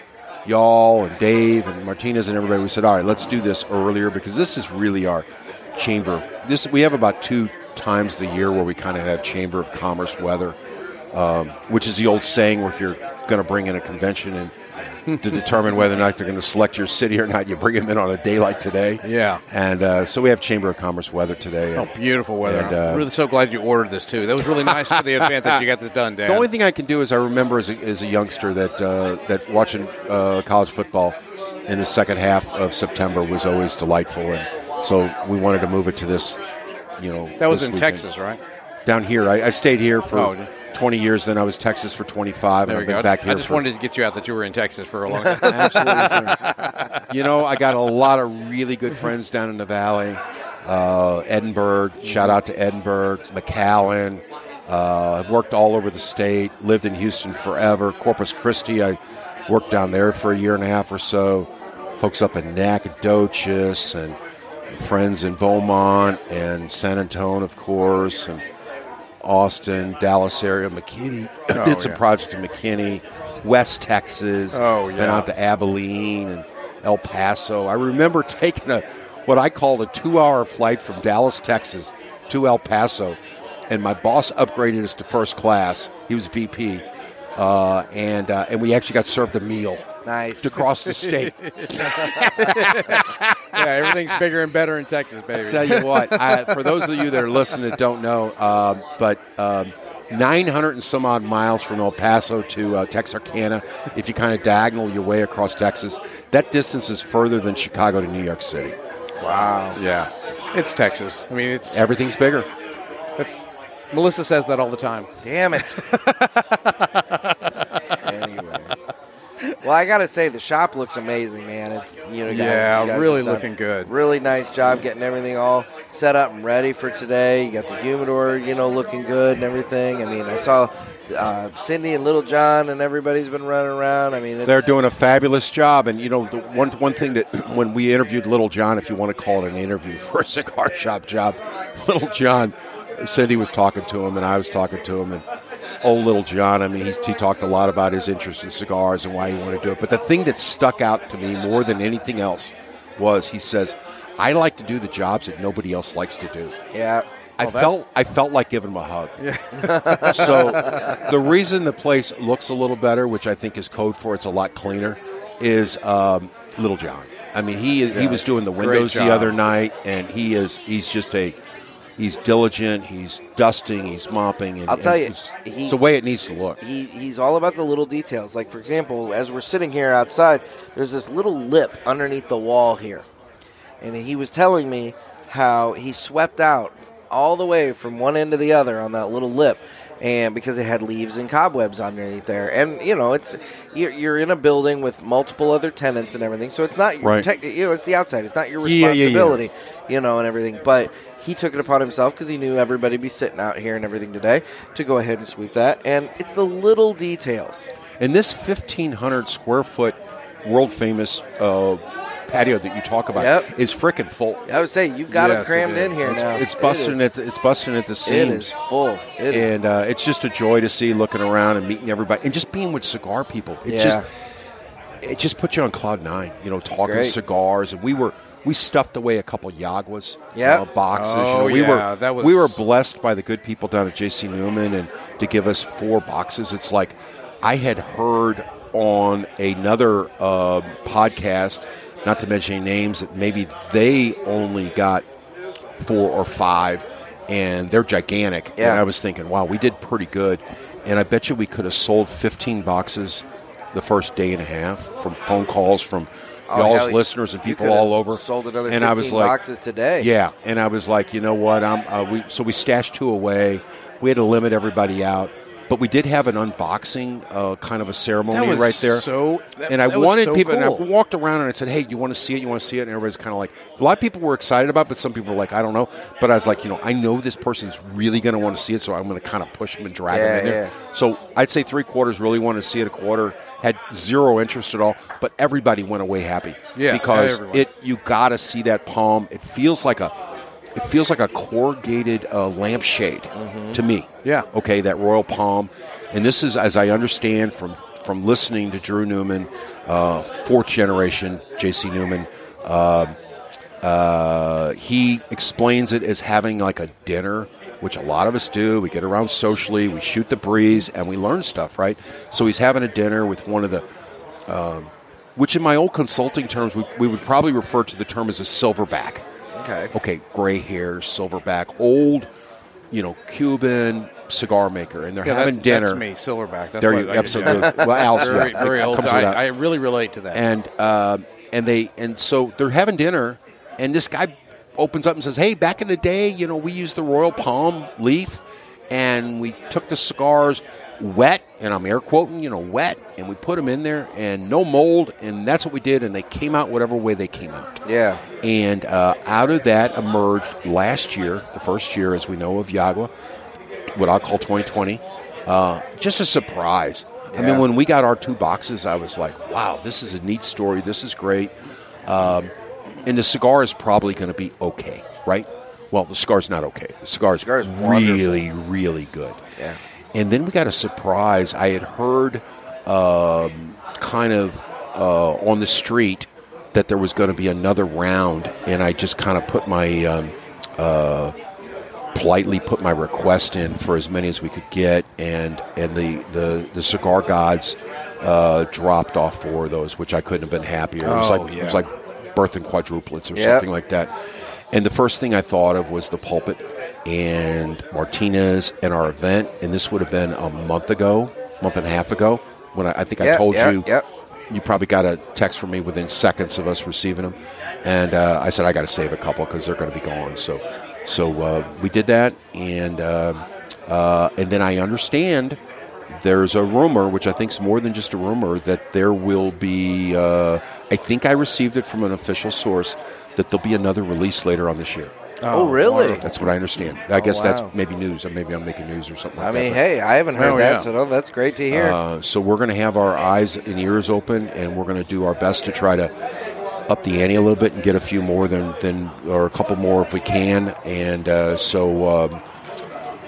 Speaker 7: y'all and Dave and Martinez and everybody, we said, all right, let's do this earlier because this is really our chamber. This we have about two times the year where we kind of have chamber of commerce weather, um, which is the old saying where if you're going to bring in a convention and to determine whether or not they're going to select your city or not, you bring them in on a day like today.
Speaker 4: Yeah.
Speaker 7: and uh, so we have chamber of commerce weather today.
Speaker 4: Oh, beautiful weather!
Speaker 7: And,
Speaker 4: I'm
Speaker 7: uh,
Speaker 4: really so glad you ordered this too. That was really nice for the event that you got this done, Dan.
Speaker 7: The only thing I can do is I remember as a, as a youngster that uh, that watching uh, college football in the second half of September was always delightful, and so we wanted to move it to this. You know,
Speaker 4: that was
Speaker 7: this
Speaker 4: in
Speaker 7: weekend.
Speaker 4: Texas, right?
Speaker 7: Down here, I, I stayed here for
Speaker 4: Oh.
Speaker 7: 20 years. Then I was Texas for 25, and
Speaker 4: There we
Speaker 7: I've
Speaker 4: go.
Speaker 7: been
Speaker 4: I
Speaker 7: back
Speaker 4: just-
Speaker 7: here.
Speaker 4: I just
Speaker 7: for-
Speaker 4: wanted to get you out that you were in Texas
Speaker 7: *laughs*
Speaker 4: for a long time.
Speaker 7: Absolutely. you know, I got a lot of really good friends down in the valley. Uh, Edinburgh, shout out to Edinburgh, McAllen. Uh, I've worked all over the state, lived in Houston forever. Corpus Christi, I worked down there for a year and a half or so. Folks up in Nacogdoches and friends in Beaumont and San Antone, of course, and Austin, Dallas area, McKinney. *clears throat*
Speaker 4: Oh,
Speaker 7: Did some
Speaker 4: yeah.
Speaker 7: projects in McKinney, West Texas.
Speaker 4: Oh, yeah.
Speaker 7: Been out to Abilene and El Paso. I remember *laughs* taking a what I called a two-hour flight from Dallas, Texas, to El Paso, and my boss upgraded us to first class. He was VP, uh, and uh, and we actually got served a meal
Speaker 2: Nice.
Speaker 7: to cross the state.
Speaker 4: *laughs* yeah, everything's bigger and better in Texas, baby.
Speaker 7: I tell you what, I, for those of you that are listening that don't know, um, but um, 900 and some odd miles from El Paso to uh, Texarkana, if you kind of diagonal your way across Texas, that distance is further than Chicago to New York City.
Speaker 4: yeah, it's Texas. I mean, it's,
Speaker 7: Everything's bigger.
Speaker 4: it's Melissa says *laughs* that all the time.
Speaker 2: Damn it. anyway. Well, I gotta say the shop looks amazing, man. It's you know, guys,
Speaker 4: Yeah,
Speaker 2: you guys
Speaker 4: really
Speaker 2: have done
Speaker 4: looking good.
Speaker 2: Really nice job getting everything all set up and ready for today. You got the humidor, you know, looking good and everything. I mean, I saw uh, Cindy and Little John and everybody's been running around. I mean, it's,
Speaker 7: They're doing a fabulous job, and you know the one one thing that *clears throat* when we interviewed Little John, if you want to call it an interview *laughs* for a cigar shop job, *laughs* Little John, Cindy was talking to him, and I was talking to him, and oh, Little John, I mean, he, he talked a lot about his interest in cigars and why he wanted to do it. But the thing that stuck out to me more than anything else was he says, "I like to do the jobs that nobody else likes to do."
Speaker 2: yeah.
Speaker 7: I felt I felt like giving him a hug. so
Speaker 2: *laughs*
Speaker 7: the reason the place looks a little better, which I think is code for it's a lot cleaner, is um, Little John. I mean, he is, he was doing the windows the
Speaker 4: job.
Speaker 7: other night, and he is he's just a he's diligent. He's dusting. He's mopping. And,
Speaker 2: I'll tell
Speaker 7: and
Speaker 2: you,
Speaker 7: it's,
Speaker 2: he-
Speaker 7: it's the way it needs to look.
Speaker 2: He, he's all about the little details. Like, for example, as we're sitting here outside, there's this little lip underneath the wall here. And he was telling me how he swept out all the way from one end to the other on that little lip. And because it had leaves and cobwebs underneath there, and you know it's you're, you're in a building with multiple other tenants and everything, so it's not your
Speaker 7: Right.
Speaker 2: tech, you know it's the outside, it's not your
Speaker 7: Yeah, yeah, yeah.
Speaker 2: responsibility you know, and everything. But he took it upon himself because he knew everybody would be sitting out here and everything today to go ahead and sweep that. And it's the little details.
Speaker 7: And this 1,500 square foot world famous uh, patio that you talk about
Speaker 2: Yep.
Speaker 7: is frickin' full.
Speaker 2: I would say you've got
Speaker 4: Yes,
Speaker 2: them crammed
Speaker 4: it is.
Speaker 2: in here now.
Speaker 7: It's
Speaker 2: It
Speaker 7: busting
Speaker 2: is-
Speaker 7: at the, it's busting at the
Speaker 2: It
Speaker 7: seams.
Speaker 2: is full. It is.
Speaker 7: and uh, it's just a joy to see looking around and meeting everybody and just being with cigar people it
Speaker 2: Yeah.
Speaker 7: just it just puts you on cloud nine you know talking
Speaker 2: great.
Speaker 7: cigars and we were we stuffed away a couple yaguas
Speaker 2: Yep.
Speaker 7: uh, boxes you
Speaker 4: Oh,
Speaker 7: know, we
Speaker 4: yeah,
Speaker 7: were
Speaker 4: that was-
Speaker 7: we were blessed by the good people down at JC Newman and to give us four boxes it's like I had heard on another uh, podcast not to mention any names that maybe they only got four or five, and they're gigantic.
Speaker 2: Yeah.
Speaker 7: And I was thinking, wow, we did pretty good. And I bet you we could have sold 15 boxes the first day and a half from phone calls from
Speaker 2: Oh,
Speaker 7: y'all's
Speaker 2: hell,
Speaker 7: listeners
Speaker 2: you
Speaker 7: and people
Speaker 2: could have
Speaker 7: all over.
Speaker 2: Sold another
Speaker 7: and
Speaker 2: 15
Speaker 7: I was like,
Speaker 2: boxes today.
Speaker 7: yeah. And I was like, you know what? I'm uh, we so we stashed two away. We had to limit everybody out. But we did have an unboxing uh, kind of a ceremony
Speaker 4: That was
Speaker 7: right there
Speaker 4: So, that-
Speaker 7: and I
Speaker 4: that was
Speaker 7: wanted
Speaker 4: so
Speaker 7: people,
Speaker 4: Cool.
Speaker 7: and I walked around and I said, "Hey, you want to see it? You want to see it?" And everybody's kind of like, a lot of people were excited about, it, but some people were like, "I don't know." But I was like, you know, I know this person's really going to want to see it, so I'm going to kind of push them and drag
Speaker 2: Yeah,
Speaker 7: them in there. So I'd say three quarters really wanted to see it, a quarter had zero interest at all, but everybody went away happy.
Speaker 4: Yeah,
Speaker 7: because
Speaker 4: everyone.
Speaker 7: it you got to see that palm. It feels like a it feels like a corrugated uh, lampshade to me.
Speaker 4: Yeah.
Speaker 7: Okay, that royal palm, and this is as I understand from from listening to Drew Newman, uh, fourth generation J.C. Newman. um uh, he explains it as having like a dinner, which a lot of us do. We get around socially, we shoot the breeze, and we learn stuff, right? So he's having a dinner with one of the Um, which in my old consulting terms, we, we would probably refer to the term as a silverback.
Speaker 2: Okay.
Speaker 7: Okay, gray hair, silverback, old, you know, Cuban cigar maker, and they're
Speaker 4: Yeah,
Speaker 7: having
Speaker 4: that's,
Speaker 7: dinner.
Speaker 4: That's me, Silverback. That's
Speaker 7: There
Speaker 4: what
Speaker 7: you
Speaker 4: I-
Speaker 7: absolutely.
Speaker 4: yeah.
Speaker 7: Well, Al's
Speaker 4: Very,
Speaker 7: yeah,
Speaker 4: very
Speaker 7: it
Speaker 4: old.
Speaker 7: comes without-
Speaker 4: I, I really relate to that.
Speaker 7: and um, and they and so they're having dinner, and this guy opens up and says, "Hey, back in the day, you know, we used the royal palm leaf, and we took the cigars wet, and I'm air quoting, you know, wet, and we put them in there, and no mold, and that's what we did, and they came out whatever way they came out."
Speaker 2: Yeah.
Speaker 7: And uh, out of that emerged last year, the first year, as we know, of Yagua, what I'll call 2020, uh, just a surprise. I
Speaker 2: Yeah.
Speaker 7: mean, when we got our two boxes, I was like, wow, this is a neat story. This is great. Um, and the cigar is probably going to be okay, right? Well, the cigar's not okay. The cigar's
Speaker 2: Cigar is wonderful.
Speaker 7: really, really good.
Speaker 2: Yeah.
Speaker 7: And then we got a surprise. I had heard um, kind of uh, on the street that there was going to be another round, and I just kind of put my um, uh, politely put my request in for as many as we could get, and and the the, the cigar gods uh, dropped off four of those, which I couldn't have been happier. it was
Speaker 4: Oh,
Speaker 7: like it was
Speaker 4: yeah.
Speaker 7: like birthing quadruplets or
Speaker 2: Yep.
Speaker 7: something like that. And the first thing I thought of was the pulpit and Martinez and our event, and this would have been a month ago, month and a half ago, when I, I think I
Speaker 2: Yep,
Speaker 7: told
Speaker 2: yep,
Speaker 7: you
Speaker 2: yep.
Speaker 7: you probably got a text from me within seconds of us receiving them, and uh, I said I got to save a couple because they're going to be gone. So, um, so uh, we did that, and uh, uh, and then I understand there's a rumor, which I think is more than just a rumor, that there will be. Uh, I think I received it from an official source that there'll be another release later on this year.
Speaker 2: Oh, really? Oh,
Speaker 7: That's what I understand. I guess
Speaker 2: wow.
Speaker 7: that's maybe news. Or maybe I'm making news or something.
Speaker 2: I
Speaker 7: Like
Speaker 2: mean,
Speaker 7: that,
Speaker 2: hey, I haven't heard
Speaker 4: Oh,
Speaker 2: that,
Speaker 4: yeah.
Speaker 2: so no, that's great to
Speaker 7: but,
Speaker 2: hear.
Speaker 7: uh, so we're going to have our eyes and ears open, and we're going to do our best to try to up the ante a little bit and get a few more than than or a couple more if we can. And uh, so, um,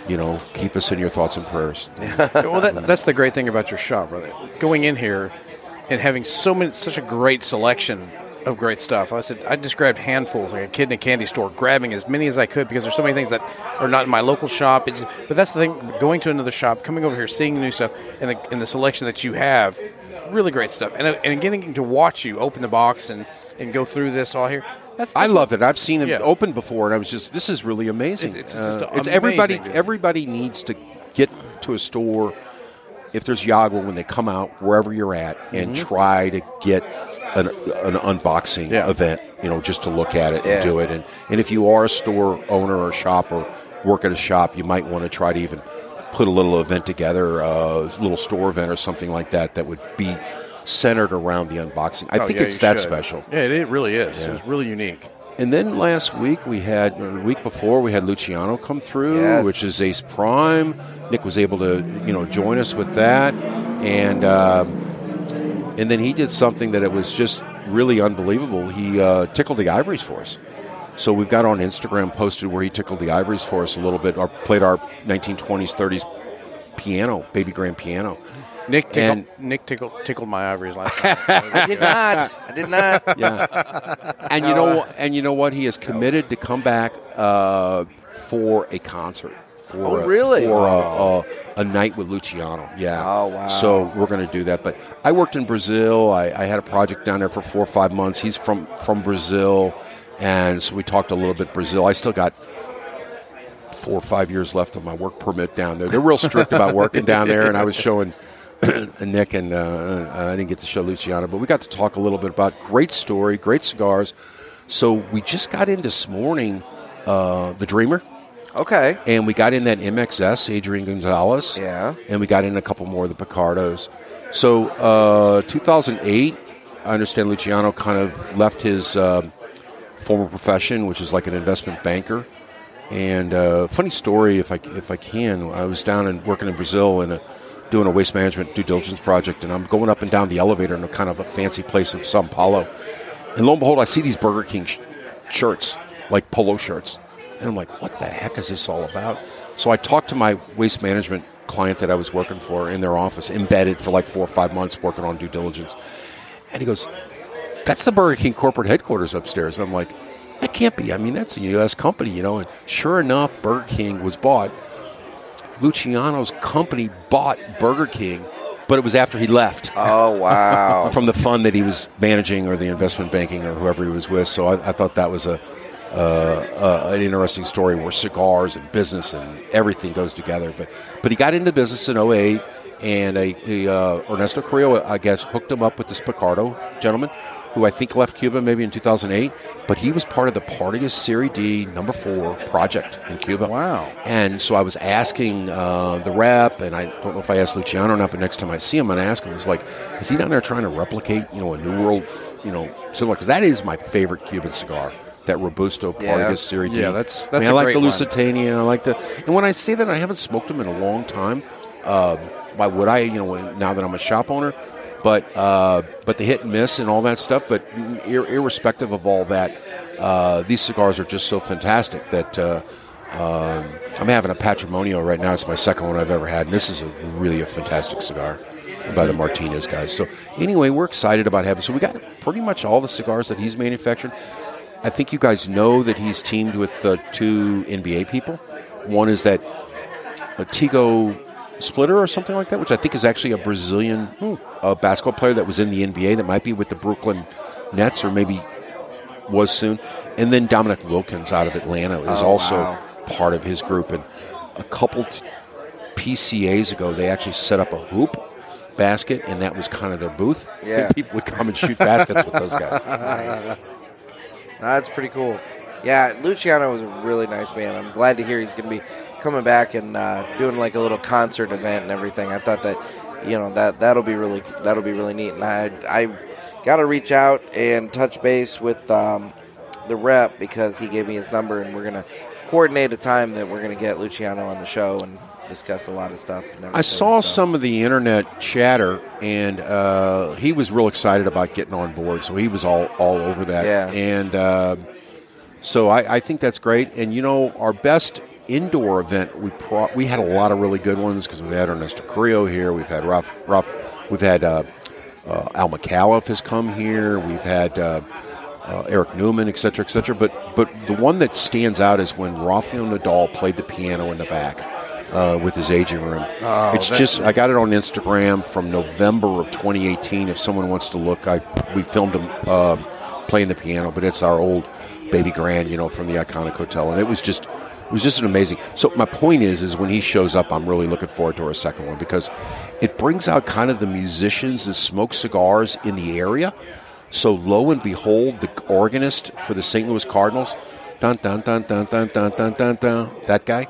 Speaker 7: you know, keep us in your thoughts and prayers.
Speaker 4: well, that, that's the great thing about your shop, brother. Going in here and having so many, such a great selection of great stuff. I said I just grabbed handfuls like a kid in a candy store, grabbing as many as I could because there's so many things that are not in my local shop. It's, but that's the thing: going to another shop, coming over here, seeing new stuff, and the, and the selection that you have, really great stuff. And and getting to watch you open the box and, and go through this all here. That's,
Speaker 7: I love it. I've seen it
Speaker 4: Yeah.
Speaker 7: open before, and I was just, this is really amazing. Uh,
Speaker 4: It's- it's just amazing.
Speaker 7: everybody. Everybody needs to get to a store if there's Yagua when they come out, wherever you're at, and
Speaker 4: Mm-hmm.
Speaker 7: try to get an, an unboxing
Speaker 4: Yeah.
Speaker 7: event. You know, just to look at it
Speaker 2: Yeah.
Speaker 7: and do it. And and if you are a store owner or shop or work at a shop, you might want to try to even put a little event together, a little store event or something like that that would be centered around the unboxing. I
Speaker 4: Oh,
Speaker 7: think
Speaker 4: yeah,
Speaker 7: it's
Speaker 4: you
Speaker 7: that
Speaker 4: should.
Speaker 7: special.
Speaker 4: Yeah, it, it really is. It's really unique.
Speaker 7: And then last week we had, or the week before we had Luciano come through,
Speaker 2: Yes.
Speaker 7: which is Ace Prime. Nick was able to, you know, join us with that, and um, and then he did something that it was just really unbelievable. He uh, tickled the ivories for us. So we've got on Instagram posted where he tickled the ivories for us a little bit, or played our 1920s, 30s piano, baby grand piano.
Speaker 4: Nick tickled,
Speaker 7: And-
Speaker 4: Nick tickled, tickled my ivories last time.
Speaker 2: I did not. I did not.
Speaker 7: and you know, and you know what? He is committed to come back uh, for a concert. For
Speaker 2: Oh,
Speaker 7: a-
Speaker 2: really?
Speaker 7: for a, a, a night with Luciano. Yeah.
Speaker 2: Oh, wow.
Speaker 7: So we're going to do that. But I worked in Brazil. I, I had a project down there for four or five months. He's from from Brazil, and so we talked a little bit Brazil. I still got four or five years left of my work permit down there. They're real strict about working down there, and I was showing *clears throat* Nick and uh, I didn't get to show Luciano, but we got to talk a little bit about great story, great cigars. So we just got in this morning, uh, the Dreamer,
Speaker 2: Okay.
Speaker 7: and we got in that MXS, Adrian Gonzalez,
Speaker 2: Yeah.
Speaker 7: and we got in a couple more of the Picardos. So uh, 2008, I understand Luciano kind of left his. um former profession, which is like an investment banker. And uh, funny story, if I if I can, I was down and working in Brazil and uh doing a waste management due diligence project, and I'm going up and down the elevator in a kind of a fancy place of São Paulo, and lo and behold, I see these Burger King sh- shirts, like polo shirts, and I'm like, what the heck is this all about? So I talked to my waste management client that I was working for in their office, embedded for like four or five months working on due diligence, and he goes, that's the Burger King corporate headquarters upstairs. And I'm like, that can't be. I mean, that's a U.S. company, you know. And sure enough, Burger King was bought. Luciano's company bought Burger King, but it was after he left *laughs*
Speaker 2: Oh wow.
Speaker 7: from the fund that he was managing or the investment banking or whoever he was with. So I, I thought that was a uh, uh, an interesting story where cigars and business and everything goes together. But but he got into business in 08, and a, a, uh, Ernesto Carrillo, I guess, hooked him up with this Picardo gentleman who I think left Cuba maybe in 2008, but he was part of the Partagas Serie D number four project in Cuba.
Speaker 8: Wow.
Speaker 7: And so I was asking uh, the rep, and I don't know if I asked Luciano or not, but next time I see him, I'm going to ask him. It's like, is he down there trying to replicate, you know, a New World, you know, similar? Because that is my favorite Cuban cigar, that Robusto
Speaker 2: Yeah.
Speaker 7: Partagas Serie D.
Speaker 4: Yeah, that's-
Speaker 7: I, mean,
Speaker 4: that's
Speaker 7: I
Speaker 4: a
Speaker 7: like
Speaker 4: great
Speaker 7: the
Speaker 4: one.
Speaker 7: Lusitania. I like the, and when I say that, I haven't smoked them in a long time. Uh, why would I? You know, now that I'm a shop owner, but uh, but the hit and miss and all that stuff. But ir- irrespective of all that, uh, these cigars are just so fantastic that. Uh, um, I'm having a Patrimonio right now. It's my second one I've ever had, and this is a really a fantastic cigar by the Martinez guys. So anyway, we're excited about having. So we got pretty much all the cigars that he's manufactured. I think you guys know that he's teamed with uh, two NBA people. One is that a Tigo splitter or something like that, which I think is actually a Brazilian
Speaker 2: Hmm.
Speaker 7: uh, basketball player that was in the NBA that might be with the Brooklyn Nets or maybe was soon. And then Dominic Wilkins out of Atlanta is
Speaker 2: Oh,
Speaker 7: also
Speaker 2: wow.
Speaker 7: part of his group. And a couple t- PCAs ago, they actually set up a hoop basket, and that was kind of their booth.
Speaker 2: Yeah.
Speaker 7: And *laughs* people would come and shoot baskets with those
Speaker 2: *laughs*
Speaker 7: guys.
Speaker 2: That's pretty cool. Yeah, Luciano was a really nice man. I'm glad to hear he's going to be coming back and uh, doing like a little concert event and everything. I thought that you know that that'll be really that'll be really neat. And I I got to reach out and touch base with um, the rep because he gave me his number and we're gonna coordinate a time that we're gonna get Luciano on the show and discuss a lot of stuff. And
Speaker 7: I
Speaker 2: everything,
Speaker 7: saw
Speaker 2: so.
Speaker 7: some of the internet chatter, and uh, he was real excited about getting on board, so he was all all over that.
Speaker 2: Yeah.
Speaker 7: And uh, so I, I think that's great. And you know, our best indoor event, we pro- we had a lot of really good ones because we've had Ernesto Carrillo here, we've had Ralph, Ralph we've had uh, uh, Al McAuliffe has come here, we've had. Uh, uh, Eric Newman, et cetera, et cetera. But but the one that stands out is when Rafael Nadal played the piano in the back uh, with his aging room. it's just I got it on Instagram from November of 2018. If someone wants to look, I we filmed him uh, playing the piano, but it's our old baby grand, you know, from the iconic hotel, and it was just. It was just an amazing. So my point is, is when he shows up, I'm really looking forward to our second one because it brings out kind of the musicians that smoke cigars in the area, so lo and behold, the organist for the St. Louis Cardinals, dun dun dun dun dun dun dun dun dun, that guy,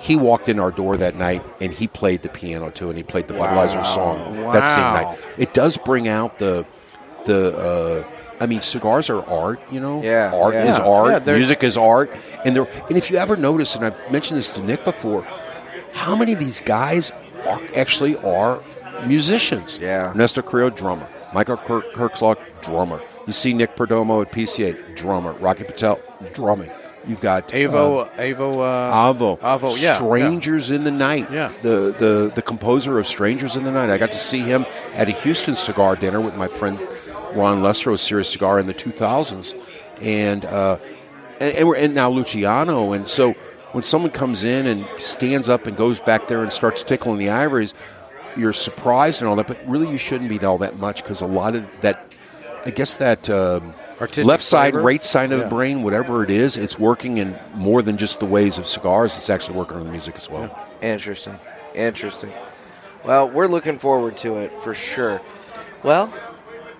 Speaker 7: he walked in our door that night and he played the piano too, and he played the Budweiser song that same
Speaker 4: Wow.
Speaker 7: night. It does bring out the the. Uh, I mean, cigars are art, you know.
Speaker 2: Yeah,
Speaker 7: art
Speaker 2: yeah.
Speaker 7: is
Speaker 4: Yeah,
Speaker 7: art.
Speaker 4: they're-
Speaker 7: music is art, and there. And if you ever notice, and I've mentioned this to Nick before, how many of these guys are, actually are musicians?
Speaker 2: Yeah.
Speaker 7: Ernesto Carrillo, drummer. Michael Kirk- Kirkslock, drummer. You see Nick Perdomo at PCA, drummer. Rocky Patel, drumming. You've got
Speaker 4: Avo,
Speaker 7: uh,
Speaker 4: Avo, uh,
Speaker 7: Avo,
Speaker 4: Avo, yeah,
Speaker 7: Strangers in the Night.
Speaker 4: Yeah.
Speaker 7: the the the composer of Strangers in the Night. I got to see him at a Houston cigar dinner with my friend Ron Lesrow, Serious Cigar in the 2000s, and uh, and and, we're, and now Luciano. And so when someone comes in and stands up and goes back there and starts tickling the ivories, you're surprised and all that, but really you shouldn't be all that much because a lot of that, I guess that. Um,
Speaker 4: Artistic
Speaker 7: left side,
Speaker 4: flavor?
Speaker 7: right side of the brain, whatever it is, it's working in more than just the ways of cigars. It's actually working on the music as well.
Speaker 2: Interesting. Interesting. Well, we're looking forward to it for sure. Well,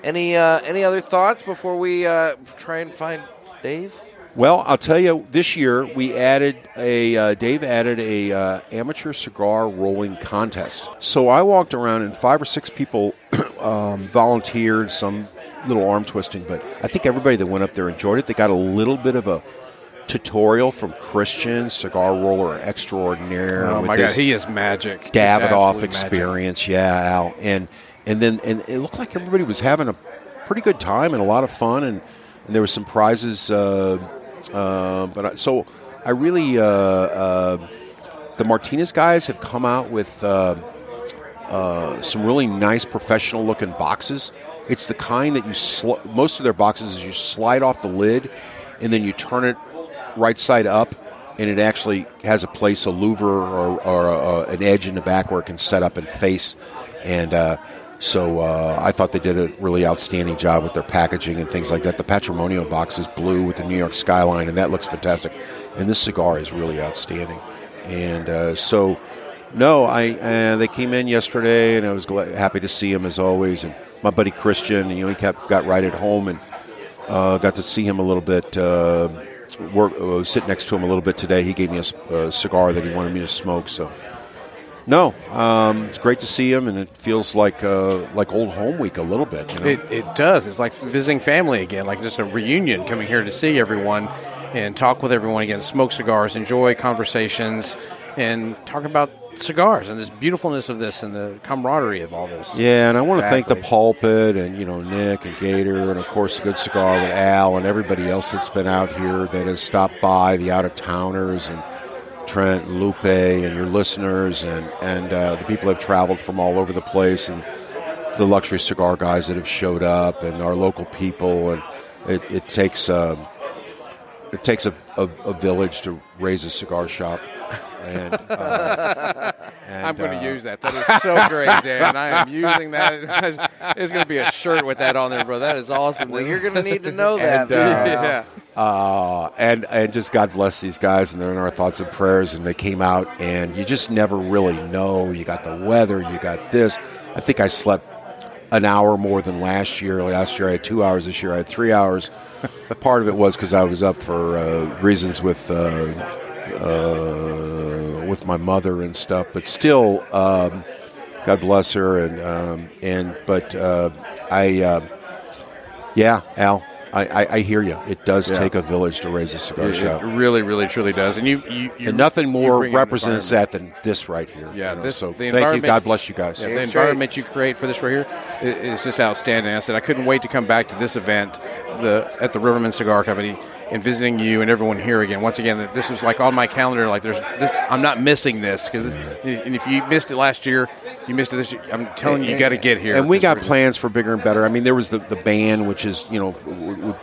Speaker 2: any uh, any other thoughts before we uh, try and find Dave?
Speaker 7: Well, I'll tell you, this year we added a uh, Dave added a uh, amateur cigar rolling contest. So I walked around and five or six people *clears throat* um, volunteered, some little arm twisting, but I think everybody that went up there enjoyed it. They got a little bit of a tutorial from Christian cigar roller extraordinaire.
Speaker 4: oh
Speaker 7: with
Speaker 4: my God,
Speaker 7: his-
Speaker 4: he is magic. He's
Speaker 7: Davidoff
Speaker 4: absolute magic.
Speaker 7: experience, yeah, Al, and and then and it looked like everybody was having a pretty good time and a lot of fun, and, and there were some prizes. Uh, uh, but I, so I really uh, uh, the Martinez guys have come out with uh, uh, some really nice professional looking boxes. It's the kind that you sl- most of their boxes is you slide off the lid, and then you turn it right side up, and it actually has a place, a louver or, or uh, an edge in the back where it can set up and face. And uh, so uh, I thought they did a really outstanding job with their packaging and things like that. The Patrimonio box is blue with the New York skyline, and that looks fantastic. And this cigar is really outstanding. And uh, so, no, I uh, they came in yesterday, and I was glad, happy to see him as always. And my buddy Christian, you know, he kept got right at home and uh, got to see him a little bit. Uh, work, uh, sit next to him a little bit today. He gave me a, s- a cigar that he wanted me to smoke. So, no, um, it's great to see him, and it feels like uh, like old home week a little bit. You know?
Speaker 4: It, it does. It's like visiting family again, like just a reunion coming here to see everyone and talk with everyone again, smoke cigars, enjoy conversations, and talk about cigars and this beautifulness of this and the camaraderie of all this.
Speaker 7: Yeah, and I want to thank the
Speaker 2: Exactly.
Speaker 7: pulpit and you know Nick and Gator and of course the good cigar with Al and everybody else that's been out here that has stopped by the out of towners and Trent and Lupe and your listeners and and uh, the people that have traveled from all over the place and the luxury cigar guys that have showed up and our local people and it, it takes um, it takes a, a, a village to raise a cigar shop. And, *laughs*
Speaker 4: *laughs*
Speaker 7: uh, and,
Speaker 4: I'm going
Speaker 7: uh,
Speaker 4: to use that. That is so great, Dan. I am using that. *laughs* It's going to be a shirt with that on there, bro. That is awesome.
Speaker 2: Well,
Speaker 4: dude.
Speaker 2: you're gonna need to know that.
Speaker 7: And, uh,
Speaker 2: now.
Speaker 4: *laughs* yeah.
Speaker 7: uh, and and just God bless these guys, and they're in our thoughts and prayers. And they came out, and you just never really know. You got the weather, you got this. I think I slept an hour more than last year. Last year I had two hours. This year I had three
Speaker 4: *laughs*
Speaker 7: hours. Part of it was because I was up for uh, reasons with uh, uh, with my mother and stuff. But still, um, God bless her. And um, and but uh, I, uh, yeah, Al, I, I, I hear you. It does take a village to raise a cigar
Speaker 4: It,
Speaker 7: shop.
Speaker 4: it really, really, truly does. And you, you, you
Speaker 7: and nothing
Speaker 4: you
Speaker 7: more
Speaker 4: bring an
Speaker 7: represents
Speaker 4: environment.
Speaker 7: that than this right here.
Speaker 4: Yeah,
Speaker 7: you know,
Speaker 4: this-
Speaker 7: so
Speaker 4: the
Speaker 7: thank you.
Speaker 4: environment-
Speaker 7: God bless you guys.
Speaker 4: Yeah, the
Speaker 2: That's
Speaker 4: environment you create for this right here i- is just outstanding. I said I couldn't wait to come back to this event, the at the Riverman Cigar Company, and visiting you and everyone here again. Once again, that this was like on my calendar. Like there's, this, I'm not missing this because, and if you missed it last year, you missed it this. year. I'm telling you, you got to get here.
Speaker 7: And we
Speaker 4: 'cause
Speaker 7: got
Speaker 4: we're-
Speaker 7: plans for bigger and better. I mean, there was the, the band, which is, you know, would, would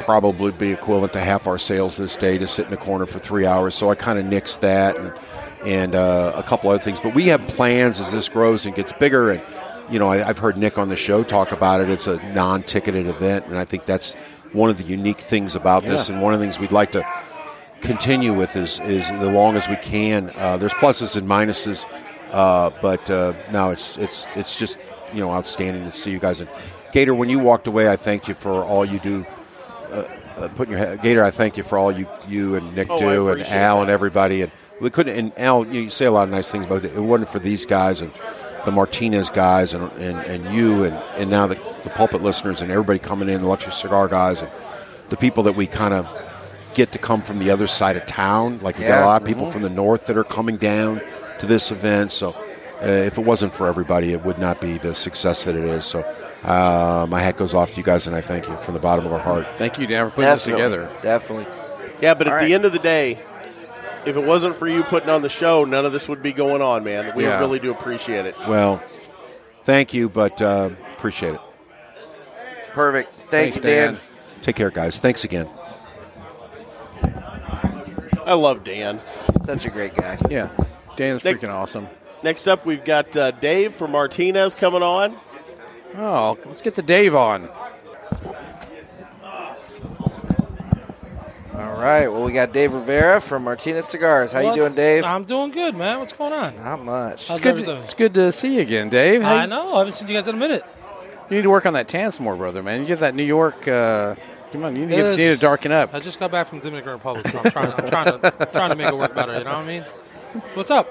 Speaker 7: probably be equivalent to half our sales this day to sit in a corner for three hours. So I kind of nixed that and, and uh, a couple other things. But we have plans as this grows and gets bigger. And, you know, I, I've heard Nick on the show talk about it. It's a non ticketed event. And I think that's one of the unique things about this and one of the things we'd like to continue with is, is the long as we can. Uh, there's pluses and minuses, uh, but uh, no, it's it's it's just you know outstanding to see you guys. And Gator, when you walked away, I thanked you for all you do. Uh, uh, putting your head, Gator, I thank you for all you you and Nick
Speaker 3: Oh, I
Speaker 7: do, and
Speaker 3: appreciate
Speaker 7: Al
Speaker 3: that.
Speaker 7: and everybody. And we couldn't. And Al, you, you say a lot of nice things, but it wasn't for these guys and the Martinez guys and and, and you and and now the, the pulpit listeners and everybody coming in, the luxury cigar guys and the people that we kind of get to come from the other side of town. Like we got
Speaker 2: Yeah.
Speaker 7: a lot of people from the north that are coming down to this event. So uh, if it wasn't for everybody, it would not be the success that it is. So uh, my hat goes off to you guys, and I thank you from the bottom of our heart.
Speaker 4: Thank you, Dan, for putting
Speaker 2: Definitely.
Speaker 4: this together.
Speaker 2: Definitely.
Speaker 3: Yeah, but at
Speaker 2: All right.
Speaker 3: the end of the day, if it wasn't for you putting on the show, none of this would be going on, man. We
Speaker 4: Yeah.
Speaker 3: really do appreciate it.
Speaker 7: Well, thank you, but uh, appreciate it.
Speaker 2: Perfect. Thank
Speaker 4: Thanks,
Speaker 2: you, Dan.
Speaker 4: Dan.
Speaker 7: Take care, guys. Thanks again.
Speaker 3: I love Dan.
Speaker 2: Such a great guy.
Speaker 4: Yeah, Dan's
Speaker 3: Thank-
Speaker 4: freaking awesome.
Speaker 3: Next up, we've got uh, Dave from Martinez coming on.
Speaker 4: Oh, let's get the Dave on.
Speaker 2: All right. Well, we got Dave Rivera from Martinez Cigars. How you
Speaker 9: What-
Speaker 2: doing, Dave?
Speaker 9: I'm doing good, man. What's going on?
Speaker 2: Not much.
Speaker 9: How's
Speaker 4: Good,
Speaker 9: everything?
Speaker 4: it's good to see you again, Dave. Hey,
Speaker 9: I know. I haven't seen you guys in a minute.
Speaker 4: You need to work on that tan some more, brother. Man, you get that New York. Uh, come on, you need, to get,
Speaker 9: Yes.
Speaker 4: you need to darken up.
Speaker 9: I just got back from Dominican Republic, so I'm trying, I'm trying to trying to make it work better. You know what I mean? So what's up?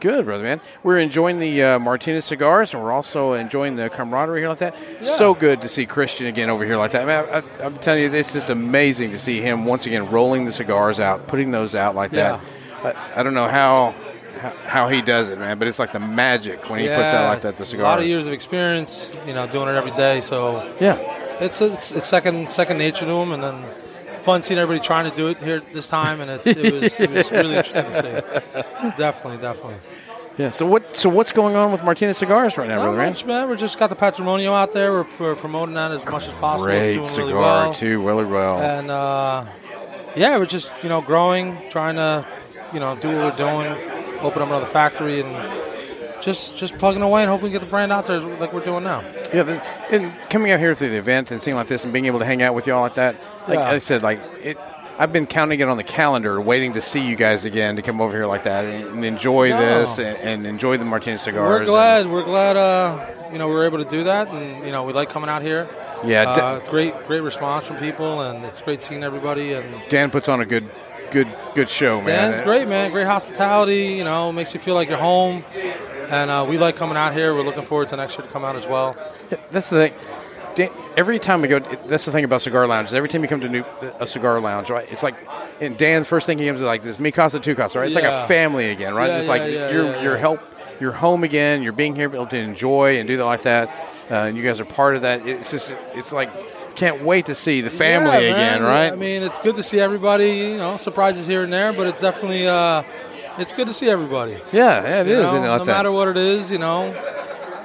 Speaker 4: Good, brother, man. We're enjoying the uh, Martinez cigars, and we're also enjoying the camaraderie here like that. So good to see Christian again over here like that. Man, I, I, I'm telling you, it's just amazing to see him once again rolling the cigars out, putting those out like that. I, I don't know how, how how he does it, man, but it's like the magic when he puts out like that
Speaker 9: A
Speaker 4: the
Speaker 9: lot
Speaker 4: cigars.
Speaker 9: of years of experience, you know, doing it every day. So
Speaker 4: Yeah,
Speaker 9: it's it's, it's second second nature to him, and then fun seeing everybody trying to do it here this time, and it's, it was it was really interesting to see. Definitely, definitely.
Speaker 4: yeah. So what? So what's going on with Martinez cigars right now,
Speaker 9: Not
Speaker 4: brother? Man?
Speaker 9: much, man. We just got the Patrimonio out there. We're, we're promoting that as much as possible.
Speaker 4: Great
Speaker 9: it's doing
Speaker 4: cigar
Speaker 9: really well.
Speaker 4: too, really well.
Speaker 9: and uh, yeah, we're just you know growing, trying to you know do what we're doing, open up another factory, and just just plugging away and hoping we get the brand out there like we're doing now.
Speaker 4: Yeah, the, and coming out here through the event and seeing like this and being able to hang out with y'all like that, like
Speaker 9: Yeah.
Speaker 4: I said, like it, I've been counting it on the calendar, waiting to see you guys again to come over here like that and, and enjoy
Speaker 9: No.
Speaker 4: this and, and enjoy the Martinez cigars.
Speaker 9: We're
Speaker 4: and-
Speaker 9: glad. We're glad. Uh, you know, we were able to do that, and you know, we like coming out here.
Speaker 4: Yeah, d-
Speaker 9: uh, great, great response from people, and it's great seeing everybody. And
Speaker 4: Dan puts on a good, good, good show, man.
Speaker 9: Dan's great, man. Great hospitality. You know, makes you feel like you're home. And uh, we like coming out here. We're looking forward to next year to come out as well.
Speaker 4: That's the thing. Dan, every time we go, that's the thing about cigar lounges. Every time you come to new, a cigar lounge, right? It's like, and Dan's first thing he comes is like this: me casa, two casa, right? It's like
Speaker 9: Yeah.
Speaker 4: a family again, right?
Speaker 9: Yeah,
Speaker 4: it's
Speaker 9: yeah,
Speaker 4: like
Speaker 9: yeah,
Speaker 4: you're
Speaker 9: yeah,
Speaker 4: you're
Speaker 9: yeah.
Speaker 4: help, you're home again. You're being here, able to enjoy and do that like that. Uh, and you guys are part of that. It's just, it's like, can't wait to see the family
Speaker 9: Yeah, man.
Speaker 4: again, right?
Speaker 9: I mean, it's good to see everybody. You know, surprises here and there, but it's definitely uh, it's good to see everybody.
Speaker 4: yeah, yeah, it
Speaker 9: you
Speaker 4: is.
Speaker 9: know?
Speaker 4: isn't it, like
Speaker 9: no
Speaker 4: that?
Speaker 9: matter what it is, you know,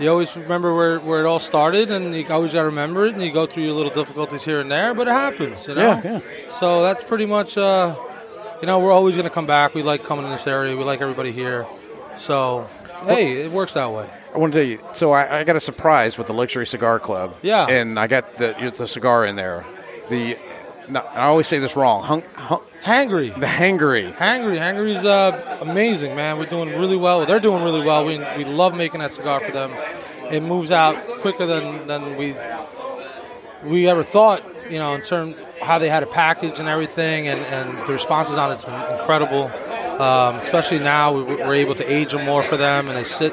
Speaker 9: you always remember where, where it all started, and you always got to remember it, and you go through your little difficulties here and there, but it happens. You know.
Speaker 4: Yeah,
Speaker 9: So that's pretty much. Uh, you know, we're always going to come back. We like coming in this area. We like everybody here. So, hey, it works that way.
Speaker 4: I want to tell you. So I, I got a surprise with the luxury cigar club.
Speaker 9: Yeah.
Speaker 4: and I got the the cigar in there. The no, I always say this wrong. Hung, hung,
Speaker 9: Hangry.
Speaker 4: the hangry.
Speaker 9: Hangry, Hangry's uh, amazing, man. We're doing really well. They're doing really well. We, we love making that cigar for them. It moves out quicker than, than we we ever thought. You know, in terms how they had a package and everything, and, and the responses on it's been incredible. Um, especially now, we, we're able to age them more for them, and they sit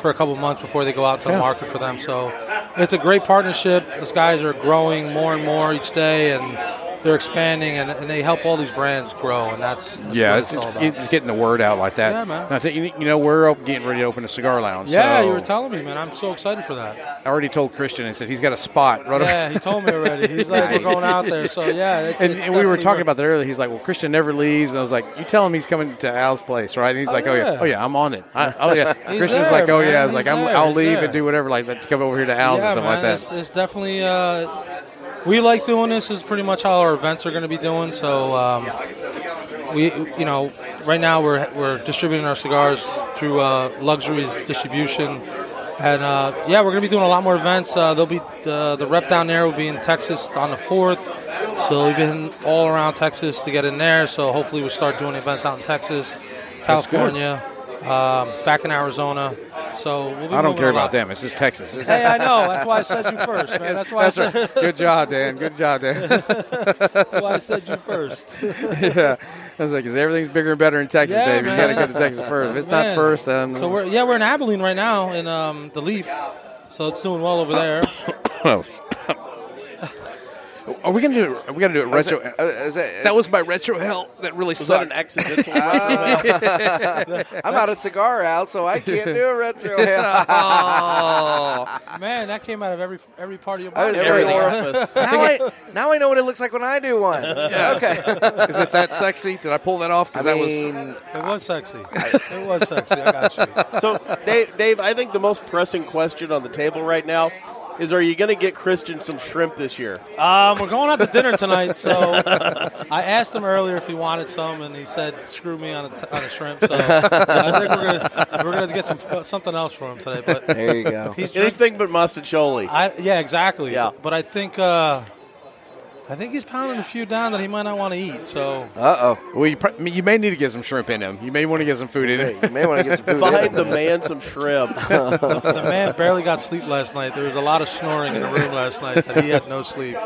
Speaker 9: for a couple months before they go out to the market for them. So it's a great partnership. Those guys are growing more and more each day, and they're expanding, and, and they help all these brands grow, and that's, that's
Speaker 4: yeah,
Speaker 9: what
Speaker 4: it's,
Speaker 9: it's, all
Speaker 4: it's,
Speaker 9: about.
Speaker 4: it's getting the word out like that.
Speaker 9: Yeah, man.
Speaker 4: Now, I tell you, you know, we're op- getting ready to open a cigar lounge.
Speaker 9: yeah,
Speaker 4: so
Speaker 9: you were telling me, man. I'm so excited for that.
Speaker 4: I already told Christian. I said he's got a spot right. over-
Speaker 9: Yeah, he told me already. He's
Speaker 4: *laughs*
Speaker 9: like, we're going out there. So yeah, it's,
Speaker 4: And,
Speaker 9: it's
Speaker 4: and we were
Speaker 9: definitely
Speaker 4: talking
Speaker 9: working.
Speaker 4: about that earlier. He's like, "Well, Christian never leaves," and I was like, "You tell him he's coming to Al's place, right?" And he's like, "Oh yeah,
Speaker 9: yeah.
Speaker 4: oh yeah, I'm on it." I, oh yeah,
Speaker 9: *laughs* He's
Speaker 4: Christian's
Speaker 9: there,
Speaker 4: like, "Oh
Speaker 9: man.
Speaker 4: yeah," I was like,
Speaker 9: He's
Speaker 4: I'm,
Speaker 9: there.
Speaker 4: "I'll
Speaker 9: He's
Speaker 4: leave
Speaker 9: there.
Speaker 4: and do whatever, like to come over here to Al's
Speaker 9: yeah,
Speaker 4: and stuff
Speaker 9: man,
Speaker 4: like that."
Speaker 9: It's, it's definitely uh, we like doing this. Is pretty much how our events are going to be doing. So um, we, you know, right now we're we're distributing our cigars through uh, Luxuries Distribution, and uh, yeah, we're going to be doing a lot more events. Uh, there'll be the, the rep down there will be in Texas on the fourth. So we've been all around Texas to get in there. So hopefully we'll start doing events out in Texas, California, um, back in Arizona. So we'll be
Speaker 4: I don't
Speaker 9: moving
Speaker 4: care
Speaker 9: a
Speaker 4: about
Speaker 9: lot.
Speaker 4: them. It's just Texas. It's-
Speaker 9: Hey, I know. That's why I said you first, man. That's why,
Speaker 4: That's
Speaker 9: I, said,
Speaker 4: right. *laughs* Good job, Dan. Good job,
Speaker 9: *laughs*
Speaker 4: Dan.
Speaker 9: that's why I said you first.
Speaker 4: *laughs* yeah. I was like, "Cause everything's bigger and better in Texas,
Speaker 9: Yeah,
Speaker 4: baby. You
Speaker 9: man.
Speaker 4: gotta go to Texas first. If it's
Speaker 9: Man.
Speaker 4: not first, um,
Speaker 9: So we're yeah, we're in Abilene right now in um, the Leaf. So it's doing well over there.
Speaker 4: are we gonna do? It, are we gonna do it
Speaker 2: Is
Speaker 4: retro?
Speaker 2: that- is that- is-
Speaker 4: that was my retro hell. That really
Speaker 3: Is that
Speaker 4: sucked.
Speaker 3: an accidental? Ah,
Speaker 4: *laughs*
Speaker 2: *laughs* I'm out of cigar, Al, so I can't do a retro. hell.
Speaker 4: Oh.
Speaker 9: Man, that came out of every every part of your
Speaker 2: I was
Speaker 9: body.
Speaker 2: Every
Speaker 9: Everything.
Speaker 2: orifice. *laughs* now, I, now I know what *laughs* it looks like when I do one. Okay.
Speaker 4: Is it that sexy? Did I pull that off?
Speaker 2: I
Speaker 4: Because that was.
Speaker 2: mean,
Speaker 9: It was sexy. It was sexy. I got you.
Speaker 3: *laughs* so, Dave, Dave, I think the most pressing question on the table right now is: Are you going to get Christian some shrimp this year?
Speaker 9: Um, we're going out to dinner tonight, so I asked him earlier if he wanted some, and he said, "Screw me on a, t- on a shrimp." So *laughs* I think we're gonna we're gonna get some uh, something else for him today. But
Speaker 2: there you go.
Speaker 9: he's drinking.
Speaker 3: Anything but mustacholi.
Speaker 9: I, yeah, exactly.
Speaker 3: Yeah.
Speaker 9: But I think uh, I think he's pounding a few down that he might not want to eat. So
Speaker 2: Uh oh.
Speaker 4: Well, you, pr- you may need to get some shrimp in him. You may want to get some food in him.
Speaker 2: You may want to get some
Speaker 4: *laughs*
Speaker 2: food.
Speaker 3: Find the man some
Speaker 9: *laughs*
Speaker 3: shrimp.
Speaker 9: the man barely got sleep last night. There was a lot of snoring in the room last night that he had no sleep.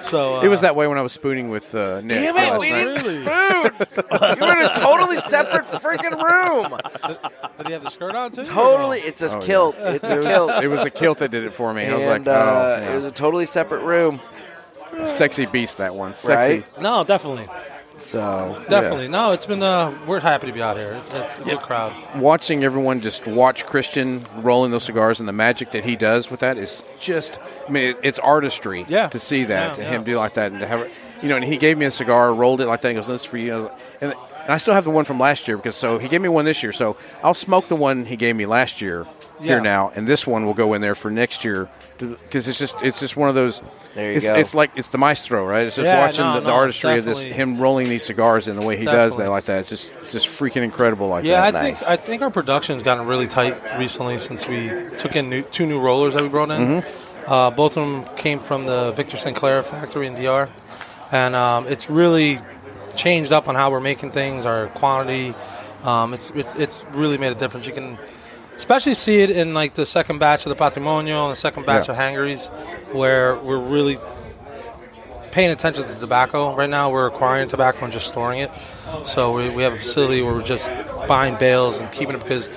Speaker 9: So uh,
Speaker 4: It was that way when I was spooning with uh, Nick.
Speaker 2: Damn
Speaker 4: last
Speaker 2: it, we
Speaker 4: night. *laughs*
Speaker 2: didn't
Speaker 9: Really?
Speaker 2: food. You were in a totally separate freaking room.
Speaker 9: *laughs* Did he have the skirt on too? or no?
Speaker 2: Totally, it's
Speaker 9: Oh,
Speaker 2: a *laughs* kilt. It's a kilt.
Speaker 4: *laughs* It was the kilt that did it for me. I was
Speaker 2: and
Speaker 4: like,
Speaker 2: uh,
Speaker 4: oh,
Speaker 2: it was a totally separate room,
Speaker 4: yeah. sexy beast that one. Sexy.
Speaker 2: right?
Speaker 9: No, definitely,
Speaker 2: So
Speaker 9: definitely. No, it's been. Uh, we're happy to be out here. It's, it's a good crowd.
Speaker 4: Watching everyone just watch Christian rolling those cigars and the magic that he does with that is just. I mean, it, it's artistry.
Speaker 9: Yeah.
Speaker 4: To see that
Speaker 9: Yeah,
Speaker 4: and him
Speaker 9: yeah.
Speaker 4: do like that and to have it, you know, and he gave me a cigar, rolled it like that. And goes, "This is for you." And I, was like, and, and I still have the one from last year because so he gave me one this year. So I'll smoke the one he gave me last year
Speaker 9: Yeah.
Speaker 4: here now, and this one will go in there for next year because it's just it's just one of those.
Speaker 2: There you
Speaker 4: it's,
Speaker 2: go.
Speaker 4: It's like it's the maestro, right? It's just
Speaker 9: Yeah,
Speaker 4: watching
Speaker 9: no,
Speaker 4: the, the
Speaker 9: no,
Speaker 4: artistry of this,
Speaker 9: definitely.
Speaker 4: him rolling these cigars and the way he does
Speaker 9: Definitely.
Speaker 4: that like that. It's just just freaking incredible
Speaker 2: Oh,
Speaker 4: like
Speaker 9: Yeah,
Speaker 4: that.
Speaker 9: I think I think our production's gotten really tight recently since we took in new, two new rollers that we brought in.
Speaker 2: Mm-hmm.
Speaker 9: Uh, both of them came from the Victor Sinclair factory in DR, and um, it's really changed up on how we're making things, our quantity. Um, it's, it's it's really made a difference. You can especially see it in like the second batch of the Patrimonio and the second batch
Speaker 4: Yeah.
Speaker 9: of Hangaries, where we're really paying attention to tobacco. Right now, we're acquiring tobacco and just storing it. So we, we have a facility where we're just buying bales and keeping it because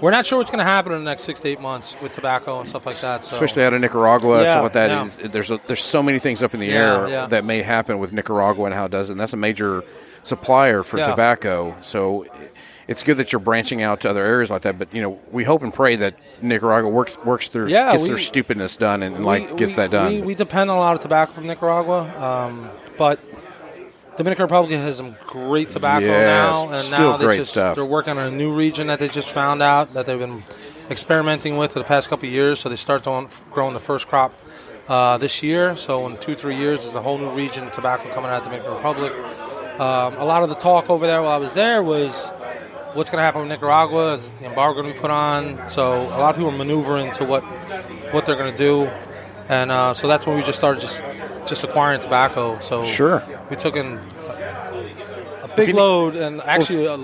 Speaker 9: we're not sure what's going to happen in the next six to eight months with tobacco and stuff like that. So
Speaker 4: Especially out of Nicaragua and
Speaker 9: Yeah,
Speaker 4: stuff like that.
Speaker 9: yeah.
Speaker 4: It's- There's a, there's so many things up in the
Speaker 9: Yeah,
Speaker 4: air
Speaker 9: yeah.
Speaker 4: that may happen with Nicaragua and how it does, it. and that's a major supplier for
Speaker 9: Yeah.
Speaker 4: tobacco. So it's good that you're branching out to other areas like that. But you know, we hope and pray that Nicaragua works works through
Speaker 9: Yeah,
Speaker 4: gets
Speaker 9: we-
Speaker 4: their stupidness done and like
Speaker 9: we-
Speaker 4: gets
Speaker 9: we-
Speaker 4: that done.
Speaker 9: We, we depend on a lot of tobacco from Nicaragua, um, but Dominican Republic has some great tobacco
Speaker 4: Yes,
Speaker 9: now, and
Speaker 4: still
Speaker 9: now they
Speaker 4: great
Speaker 9: just
Speaker 4: stuff.
Speaker 9: they're working on a new region that they just found out that they've been experimenting with for the past couple of years. So they start doing, growing the first crop uh, this year. So in two three years, there's a whole new region of tobacco coming out of Dominican Republic. Um, a lot of the talk over there while I was there was what's going to happen with Nicaragua? Is the embargo going to be put on? So a lot of people are maneuvering to what what they're going to do, and uh, so that's when we just started just just acquiring tobacco. So
Speaker 4: Sure.
Speaker 9: we took in a big load, and actually uh,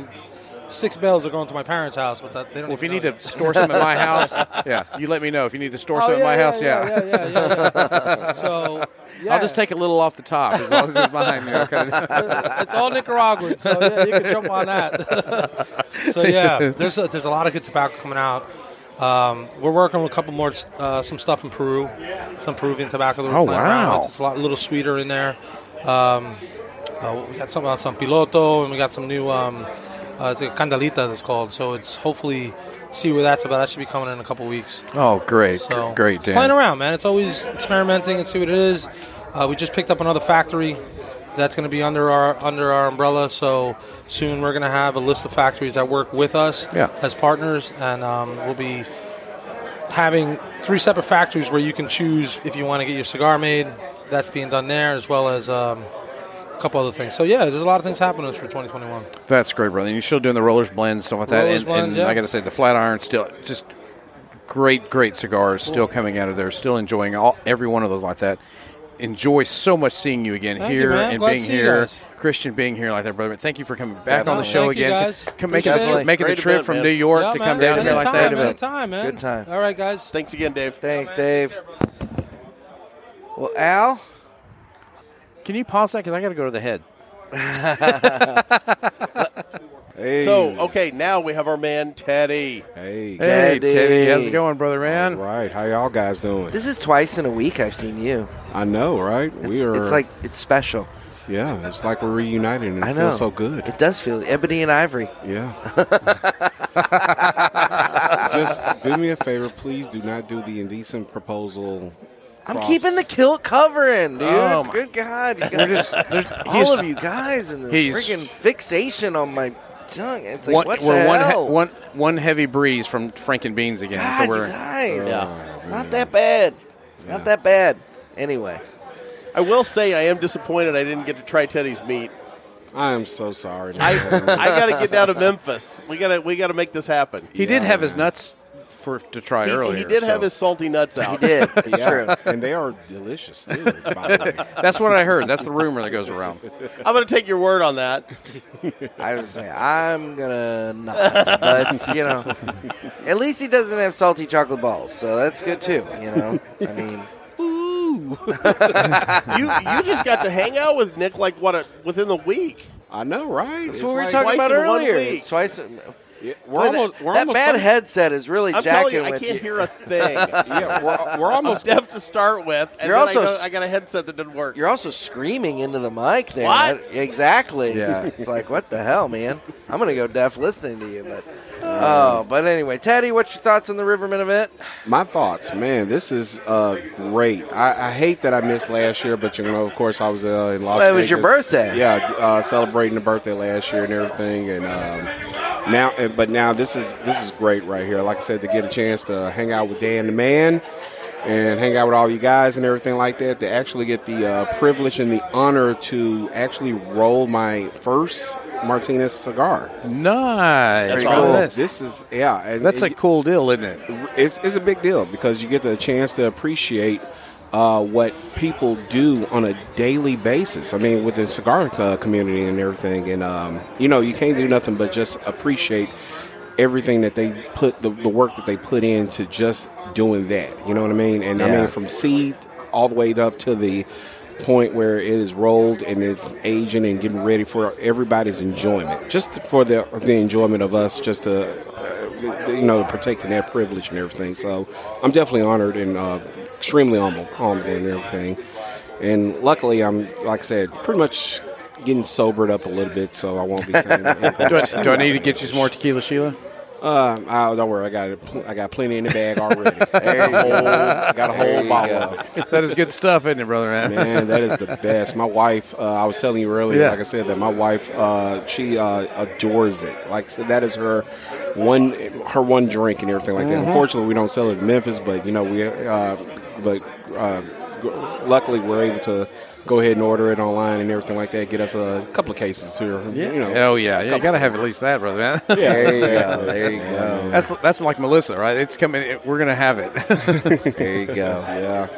Speaker 9: six bales are going to my parents' house. But that, Oh, they don't.
Speaker 4: Well, if you
Speaker 9: even
Speaker 4: need
Speaker 9: know
Speaker 4: to
Speaker 9: yet.
Speaker 4: store some
Speaker 9: *laughs*
Speaker 4: at my house, yeah, you let me know. If you need to store some at my house, yeah. *laughs*
Speaker 9: yeah, yeah, yeah, yeah. so
Speaker 4: I'll just take a little off the top as long as it's behind me. Okay.
Speaker 9: *laughs* it's all Nicaraguan, so yeah, you can jump on that. *laughs* so yeah, there's a, there's a lot of good tobacco coming out. Um, we're working with a couple more, uh, some stuff in Peru, some Peruvian tobacco that we're
Speaker 4: Oh,
Speaker 9: playing around
Speaker 4: wow.
Speaker 9: with. It's a lot, little sweeter in there. Um, uh, we got some uh, some piloto, and we got some new. Um, uh, it's a candelita that's called. So it's hopefully see where that's about. That should be coming in a couple weeks.
Speaker 4: oh, great,
Speaker 9: So
Speaker 4: great,
Speaker 9: it's playing
Speaker 4: Dan.
Speaker 9: around, man. It's always experimenting and see what it is. Uh, we just picked up another factory that's going to be under our under our umbrella. So soon we're going to have a list of factories that work with us
Speaker 4: Yeah.
Speaker 9: as partners, and um, we'll be having three separate factories where you can choose if you want to get your cigar made. That's being done there, as well as um, a couple other things. So yeah, there's a lot of things happening for 2021.
Speaker 4: That's great, brother. And you're still doing the rollers blends, stuff like that.
Speaker 9: Rollers
Speaker 4: and
Speaker 9: blends,
Speaker 4: and
Speaker 9: yeah.
Speaker 4: I got to say, the flat iron still just great, great cigars still coming out of there. Still enjoying all every one of those like that. Enjoy so much seeing you again
Speaker 9: Thank you,
Speaker 4: here
Speaker 9: man.
Speaker 4: and
Speaker 9: Glad to
Speaker 4: being
Speaker 9: see you
Speaker 4: here,
Speaker 9: guys.
Speaker 4: Christian being here like that, brother. Thank you for coming back on
Speaker 2: Definitely.
Speaker 4: the show
Speaker 9: Thank you,
Speaker 4: again.
Speaker 9: guys.
Speaker 4: Come making the, tri-
Speaker 2: Appreciate it.
Speaker 4: making the
Speaker 3: Great
Speaker 4: trip
Speaker 3: event,
Speaker 4: from
Speaker 3: man.
Speaker 4: New York
Speaker 9: Yeah,
Speaker 4: to
Speaker 9: man,
Speaker 4: come down
Speaker 2: Great
Speaker 4: here like
Speaker 2: event.
Speaker 4: that.
Speaker 2: Great event.
Speaker 9: Anytime, man.
Speaker 2: Good time.
Speaker 9: All right, guys.
Speaker 3: Thanks again, Dave.
Speaker 2: Thanks, Dave. Well, Al,
Speaker 4: Can you pause that? Because I got to go to the
Speaker 2: *laughs*
Speaker 4: head.
Speaker 3: So, okay, now we have our man Teddy.
Speaker 10: Hey,
Speaker 4: Hey,
Speaker 2: Teddy.
Speaker 4: Teddy, how's it going, brother man?
Speaker 10: right. How y'all guys doing?
Speaker 2: this is twice in a week I've seen you.
Speaker 10: I know, right?
Speaker 2: It's,
Speaker 10: we are.
Speaker 2: it's like it's special.
Speaker 10: yeah, it's like we're reunited, and it
Speaker 2: I know.
Speaker 10: feels so good.
Speaker 2: It does feel ebony and ivory.
Speaker 10: yeah. *laughs* Just do me a favor, please. Do not do the indecent proposal.
Speaker 2: I'm
Speaker 10: cross.
Speaker 2: keeping the kilt covering, dude.
Speaker 4: Oh, my-
Speaker 2: Good God, you guys, all *laughs*
Speaker 4: he's-
Speaker 2: of you guys and the
Speaker 4: he's-
Speaker 2: freaking fixation on my tongue. It's like
Speaker 4: One,
Speaker 2: what
Speaker 4: we're
Speaker 2: the
Speaker 4: one, he-
Speaker 2: hell?
Speaker 4: one, one heavy breeze from Frank and Beans again.
Speaker 2: God,
Speaker 4: so we're
Speaker 2: you guys,
Speaker 3: Oh,
Speaker 10: Yeah.
Speaker 2: it's not that bad. It's not that bad. Anyway,
Speaker 3: I will say I am disappointed I didn't get to try Teddy's meat.
Speaker 10: I am so sorry.
Speaker 3: I,
Speaker 10: man.
Speaker 3: I got to get down to Memphis. We got to we got to make this happen.
Speaker 4: He did have his nuts for to try
Speaker 3: He,
Speaker 4: earlier.
Speaker 3: he did have
Speaker 4: so-
Speaker 3: his salty nuts
Speaker 2: he
Speaker 3: out.
Speaker 2: *laughs* did. It's true.
Speaker 10: yeah, and they are delicious too. By
Speaker 4: *laughs*
Speaker 10: the way.
Speaker 4: That's what I heard. That's the rumor that goes around.
Speaker 3: I'm going to take your word on that.
Speaker 2: *laughs* I was like, I'm gonna not, but you know, at least he doesn't have salty chocolate balls, so that's good too. You know, I mean,
Speaker 3: *laughs* You you just got to hang out with Nick like what a, within the week.
Speaker 10: I know, right?
Speaker 2: that's
Speaker 10: It's
Speaker 2: what we were
Speaker 10: like-
Speaker 2: talking
Speaker 3: twice
Speaker 2: about
Speaker 3: in one
Speaker 2: earlier.
Speaker 3: week.
Speaker 2: It's twice.
Speaker 10: Yeah, we're
Speaker 2: Boy, that-
Speaker 10: almost.
Speaker 2: that
Speaker 10: We're almost
Speaker 2: bad
Speaker 10: done.
Speaker 2: headset is really
Speaker 3: I'm telling
Speaker 2: jacking
Speaker 3: you, I
Speaker 2: with
Speaker 3: can't
Speaker 2: you.
Speaker 3: hear a
Speaker 2: *laughs*
Speaker 3: thing.
Speaker 10: Yeah, we're, we're
Speaker 3: I'm
Speaker 10: almost.
Speaker 3: deaf to start with, and
Speaker 2: You're
Speaker 3: then
Speaker 2: also
Speaker 3: I, know,
Speaker 2: s-
Speaker 3: I got a headset that didn't work.
Speaker 2: You're also screaming into the mic there.
Speaker 3: What?
Speaker 2: That- exactly.
Speaker 4: Yeah.
Speaker 2: *laughs* It's like, what the hell, man? I'm going to go deaf listening to you. But oh, but anyway, Teddy, what's your thoughts on the Riverman event?
Speaker 10: My thoughts, man. This is uh, great. I, I hate that I missed last year, but you know, of course, I was uh, in Las
Speaker 2: Well,
Speaker 10: Vegas.
Speaker 2: it was your birthday.
Speaker 10: Yeah, uh, celebrating the birthday last year and everything, and um, now, and- but now this is this is great right here. Like I said, to get a chance to hang out with Dan the Man and hang out with all you guys and everything like that. To actually get the uh, privilege and the honor to actually roll my first Martinez cigar.
Speaker 4: Nice.
Speaker 3: That's
Speaker 4: How is
Speaker 3: awesome.
Speaker 4: that?
Speaker 10: This is yeah. and-
Speaker 4: That's a
Speaker 10: and- *laughs*
Speaker 4: cool deal, isn't it?
Speaker 10: it's, it's a big deal because you get the chance to appreciate uh, what people do on a daily basis. I mean, with the cigar uh, community and everything, and um, you know, you can't do nothing but just appreciate everything that they put the, the work that they put into just doing that. You know what I mean? And I mean, from seed all the way up to the point where it is rolled and it's aging and getting ready for everybody's enjoyment just for the the enjoyment of us just to uh, you know partaking that privilege and everything so i'm definitely honored and uh, extremely humble, humble and everything and luckily i'm like i said pretty much getting sobered up a little bit so i won't be
Speaker 4: *laughs*
Speaker 10: saying
Speaker 4: Do I, do I need to get you some more tequila, Sheila?
Speaker 10: um, oh, don't worry i got it pl- i got plenty in the bag already
Speaker 2: *laughs* There you
Speaker 10: Whole-
Speaker 2: go.
Speaker 10: I got a
Speaker 2: There
Speaker 10: whole
Speaker 2: you
Speaker 10: bottle
Speaker 2: go.
Speaker 10: of it.
Speaker 4: That is good stuff, isn't it, brother man?
Speaker 10: Man, that is the
Speaker 4: *laughs*
Speaker 10: best. My wife, uh, I was telling you earlier,
Speaker 4: Yeah.
Speaker 10: like I said, that my wife, uh, she uh, adores it. Like so that is her one, her one drink and everything like
Speaker 2: Mm-hmm.
Speaker 10: that. Unfortunately, we don't sell it in Memphis, but you know we, uh, but uh, g- luckily we're able to go ahead and order it online and everything like that. Get us a couple of cases here. Yeah. You know,
Speaker 4: Oh yeah, yeah. You gotta have at least that, brother man.
Speaker 2: There you
Speaker 4: *laughs*
Speaker 2: go. There you go.
Speaker 4: That's that's like Melissa, right? It's coming. It, we're gonna have it.
Speaker 2: *laughs* There you go.
Speaker 10: Yeah.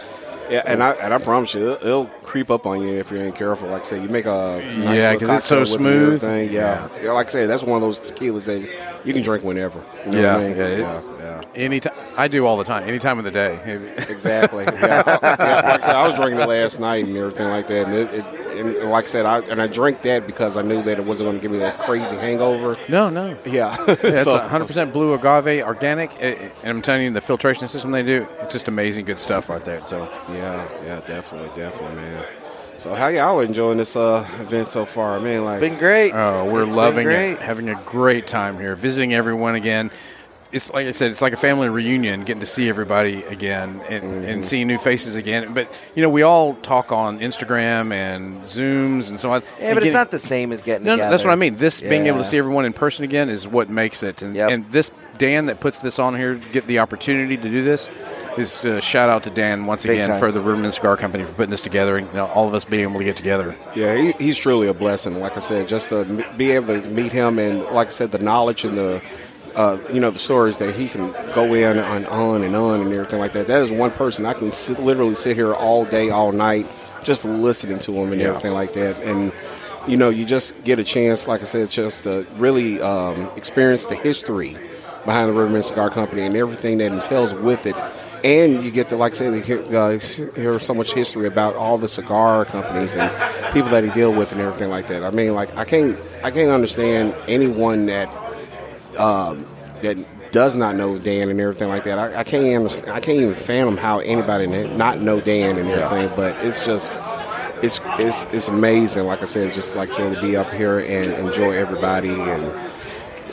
Speaker 10: Yeah, and I and I promise you, it'll, it'll creep up on you if you ain't careful. Like I say, you make a nice
Speaker 4: Yeah,
Speaker 10: little
Speaker 4: 'cause it's
Speaker 10: cocktail with it
Speaker 4: so
Speaker 10: and
Speaker 4: smooth.
Speaker 10: everything. Yeah. yeah, like I say, that's one of those tequilas that you can drink whenever. You know
Speaker 4: *laughs* Yeah,
Speaker 10: what I mean?
Speaker 4: yeah, it-
Speaker 10: yeah, yeah. Yeah.
Speaker 4: Anytime I do all the time, any time of the day. *laughs*
Speaker 10: Exactly. Yeah. Yeah, like I, said, I was drinking it last night and everything like that. And, it, it, and like I said, I and I drank that because I knew that it wasn't going to give me that crazy hangover.
Speaker 4: No, no.
Speaker 2: *laughs*
Speaker 10: Yeah. *laughs*
Speaker 4: That's
Speaker 10: So-
Speaker 4: 100% blue agave, organic, eh, eh, and I'm telling you, the filtration system they do, it's just amazing, good stuff right there. So
Speaker 10: Yeah, yeah, definitely, definitely, man. So how y'all enjoying this uh, event so far, man? Like,
Speaker 2: Been great.
Speaker 4: Oh, we're
Speaker 2: It's been
Speaker 4: loving it,
Speaker 2: great.
Speaker 4: having a great time here, visiting everyone again. It's like I said, it's like a family reunion, getting to see everybody again and,
Speaker 2: Mm-hmm.
Speaker 4: and seeing new faces again. But you know, we all talk on Instagram and Zooms and so on.
Speaker 2: Yeah, but it's not the same as getting
Speaker 4: No,
Speaker 2: together.
Speaker 4: no, that's what I mean. This being able to
Speaker 2: Yeah.
Speaker 4: see everyone in person again is what makes it. And,
Speaker 2: Yep.
Speaker 4: and this Dan that puts this on here, get the opportunity to do this. Is uh, shout out to Dan once
Speaker 2: Big
Speaker 4: again
Speaker 2: time.
Speaker 4: for the Riverman Cigar Company for putting this together and you know, all of us being able to get together.
Speaker 10: yeah, he, he's truly a blessing. Like I said, just to m- be able to meet him, and like I said, the knowledge and the, uh, you know, the stories that he can go in and on and on and everything like that. That is one person I can sit, literally sit here all day, all night, just listening to him and everything like that. And you know, you just get a chance, like I said, just to really um, experience the history behind the Riverman Cigar Company and everything that entails with it. And you get to, like I say, hear, uh, hear so much history about all the cigar companies and people that he deal with and everything like that. I mean, like I can't, I can't understand anyone that um, that does not know Dan and everything like that. I, I can't understand, I can't even fathom how anybody na- not know Dan and everything. But it's just it's, it's it's amazing. Like I said, just like I said, to be up here and enjoy everybody and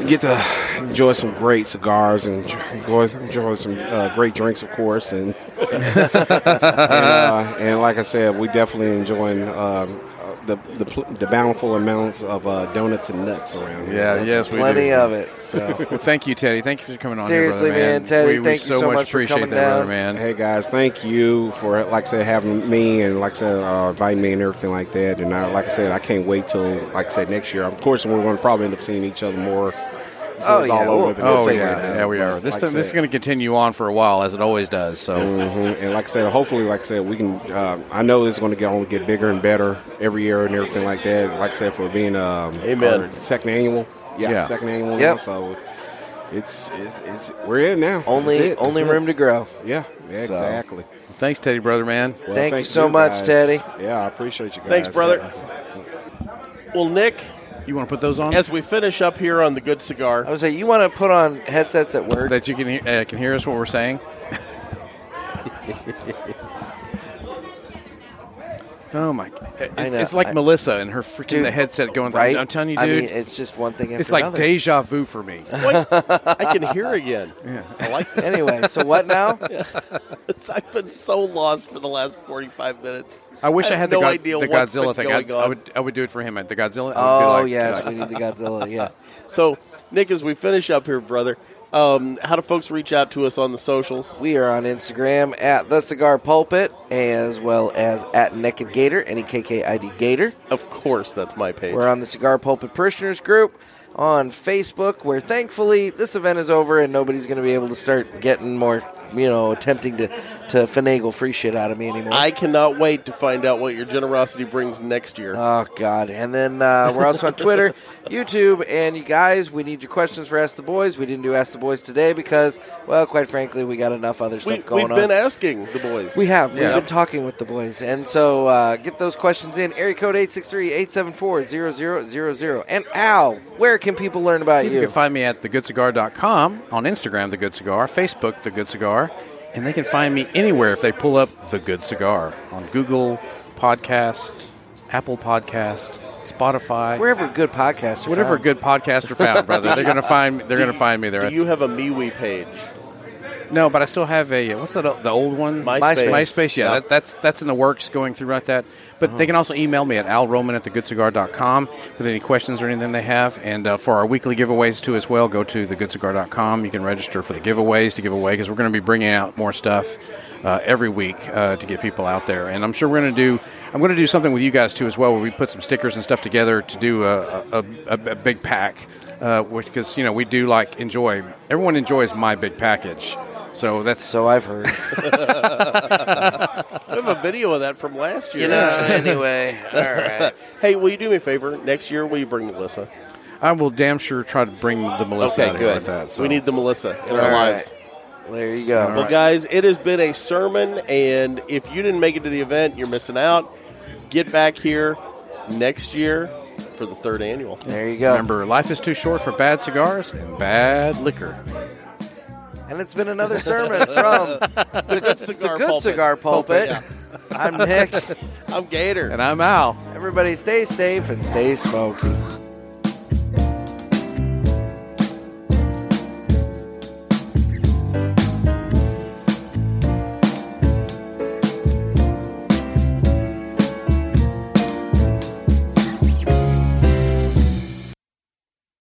Speaker 10: get to enjoy some great cigars and enjoy, enjoy some uh, great drinks, of course. And *laughs* and, uh, and like I said, we definitely enjoying. Um, the, the, pl- the bountiful amounts of uh, donuts and nuts around here.
Speaker 4: Yeah, yes, we
Speaker 2: Plenty
Speaker 4: do.
Speaker 2: of it. So
Speaker 4: *laughs* Well, thank you, Teddy. Thank you for coming on.
Speaker 2: Seriously,
Speaker 4: here, brother, man.
Speaker 2: man, Teddy,
Speaker 4: we, we
Speaker 2: thank you
Speaker 4: so
Speaker 2: so much for
Speaker 4: appreciate
Speaker 2: coming
Speaker 4: that, brother,
Speaker 2: down.
Speaker 4: man.
Speaker 10: Hey guys, thank you for like I said having me and like I said uh, inviting me and everything like that. And I, like I said, I can't wait till like I said next year. Of course, we're going to probably end up seeing each other more.
Speaker 2: Oh,
Speaker 10: it's
Speaker 2: yeah, we'll-
Speaker 10: the
Speaker 2: we'll
Speaker 4: oh
Speaker 10: place.
Speaker 2: figure it
Speaker 4: yeah,
Speaker 2: out.
Speaker 4: yeah, we are. This
Speaker 10: Like
Speaker 4: thing,
Speaker 10: I
Speaker 4: this is
Speaker 10: said.
Speaker 4: going to continue on for a while, as it always does. So
Speaker 10: Mhm. And like I said, hopefully, like I said, we can. Uh, I know it's going to get only get bigger and better every year and everything like that. Like I said, for being um,
Speaker 3: Amen.
Speaker 10: our second annual, yeah,
Speaker 4: Yeah.
Speaker 10: second annual. now,
Speaker 2: Yep.
Speaker 10: so it's, it's it's we're in now.
Speaker 2: only
Speaker 10: That's it. That's
Speaker 2: only
Speaker 10: it.
Speaker 2: room to grow.
Speaker 10: Yeah, yeah,
Speaker 2: So.
Speaker 10: exactly.
Speaker 4: thanks, Teddy, brother, man.
Speaker 10: Well,
Speaker 2: Thank you so much, Teddy.
Speaker 10: Yeah, I appreciate you guys.
Speaker 3: Thanks, brother. Well, Nick,
Speaker 4: You want to put those on
Speaker 3: as we finish up here on the good cigar,
Speaker 2: I would say you want to put on headsets at work.
Speaker 4: that you can hear, uh, can hear us what we're saying. *laughs* oh my! It's,
Speaker 2: know,
Speaker 4: it's like
Speaker 2: I-
Speaker 4: Melissa and her freaking
Speaker 2: Dude,
Speaker 4: the headset going.
Speaker 2: right?
Speaker 4: I'm telling you,
Speaker 2: I
Speaker 4: dude.
Speaker 2: mean, it's just one thing after
Speaker 4: it's like
Speaker 2: another.
Speaker 4: deja vu
Speaker 2: *laughs*
Speaker 4: for me.
Speaker 3: Wait, I can hear again. I like that.
Speaker 2: anyway, so what *laughs* now?
Speaker 3: *laughs* It's- I've been so lost for the last 45 minutes.
Speaker 4: I wish I,
Speaker 3: have
Speaker 4: had
Speaker 3: no
Speaker 4: the, God,
Speaker 3: idea
Speaker 4: the
Speaker 3: what's
Speaker 4: Godzilla
Speaker 3: been
Speaker 4: thing. I,
Speaker 3: going on.
Speaker 4: I would I would do it for him. The Godzilla. I would be
Speaker 2: Oh
Speaker 4: like- uh,
Speaker 2: yes,
Speaker 4: like,
Speaker 2: we need
Speaker 4: *laughs*
Speaker 2: the Godzilla. Yeah.
Speaker 3: *laughs* So, Nick, as we finish up here, brother, um, how do folks reach out to us on the socials?
Speaker 2: We are on Instagram at the Cigar Pulpit, as well as at Naked Gator, N E K K I D Gator.
Speaker 3: Of course, that's my page.
Speaker 2: We're on the Cigar Pulpit Parishioners group on Facebook, where thankfully this event is over and nobody's going to be able to start getting more, you know, attempting to to finagle free shit out of me anymore.
Speaker 3: I cannot wait to find out what your generosity brings next year.
Speaker 2: Oh God! And then uh, we're also on Twitter, *laughs* YouTube, and you guys, we need your questions for Ask the Boys. We didn't do Ask the Boys today because, well, quite frankly, we got enough other
Speaker 3: we,
Speaker 2: stuff
Speaker 3: have
Speaker 2: going on.
Speaker 3: been asking the boys.
Speaker 2: We have.
Speaker 4: Yeah.
Speaker 2: We've been talking with the boys. And so uh, get those questions in. Area code 863-874-0000. And Al, where can people learn about
Speaker 4: You
Speaker 2: you?
Speaker 4: can find me at thegoodcigar.com, on Instagram, The Good Cigar, Facebook, The Good Cigar, and they can find me anywhere if they pull up The Good Cigar on Google Podcast, Apple Podcast, Spotify,
Speaker 2: Wherever good podcasts are
Speaker 4: whatever
Speaker 2: found.
Speaker 4: good podcasts are found, brother. They're gonna find they're gonna find me there.
Speaker 3: *laughs* Do you have a MeWe
Speaker 4: *laughs*
Speaker 3: page? *laughs*
Speaker 4: no, but I still have a uh, what's that o- the old one?
Speaker 3: MySpace.
Speaker 4: MySpace, yeah,
Speaker 3: Yeah.
Speaker 4: That, that's that's in the works going through like that. But they can also email me at alroman at thegoodcigar.com with any questions or anything they have. And uh, for our weekly giveaways too, as well, go to thegoodcigar.com. You can register for the giveaways to give away because we're going to be bringing out more stuff uh, every week uh, to get people out there. And I'm sure we're going to do I'm going to do something with you guys too as well, where we put some stickers and stuff together to do a a, a, a big pack. Uh, because you know we do like enjoy everyone enjoys my big package, so that's
Speaker 2: So I've
Speaker 4: *laughs*
Speaker 2: heard.
Speaker 3: I have a video of that from last year. *laughs*
Speaker 2: anyway. All right.
Speaker 3: Hey, will you do me a favor? Next year, will you bring Melissa?
Speaker 4: I will damn sure try to bring the Melissa
Speaker 3: Okay,
Speaker 4: out here
Speaker 3: good.
Speaker 4: with that. So.
Speaker 3: We need the Melissa in
Speaker 2: All
Speaker 3: our
Speaker 2: right.
Speaker 3: lives.
Speaker 2: There you go.
Speaker 3: Well, guys, it has been a sermon, and if you didn't make it to the event, you're missing out. Get back here next year for the third annual.
Speaker 2: There you go.
Speaker 4: Remember, life is too short for bad cigars and bad liquor.
Speaker 2: And it's been another sermon from the good
Speaker 3: Cigar
Speaker 2: cigar, the good
Speaker 3: Pulpit.
Speaker 2: cigar pulpit. I'm Nick.
Speaker 3: I'm Gator.
Speaker 4: And I'm Al.
Speaker 2: Everybody stay safe and stay smoky.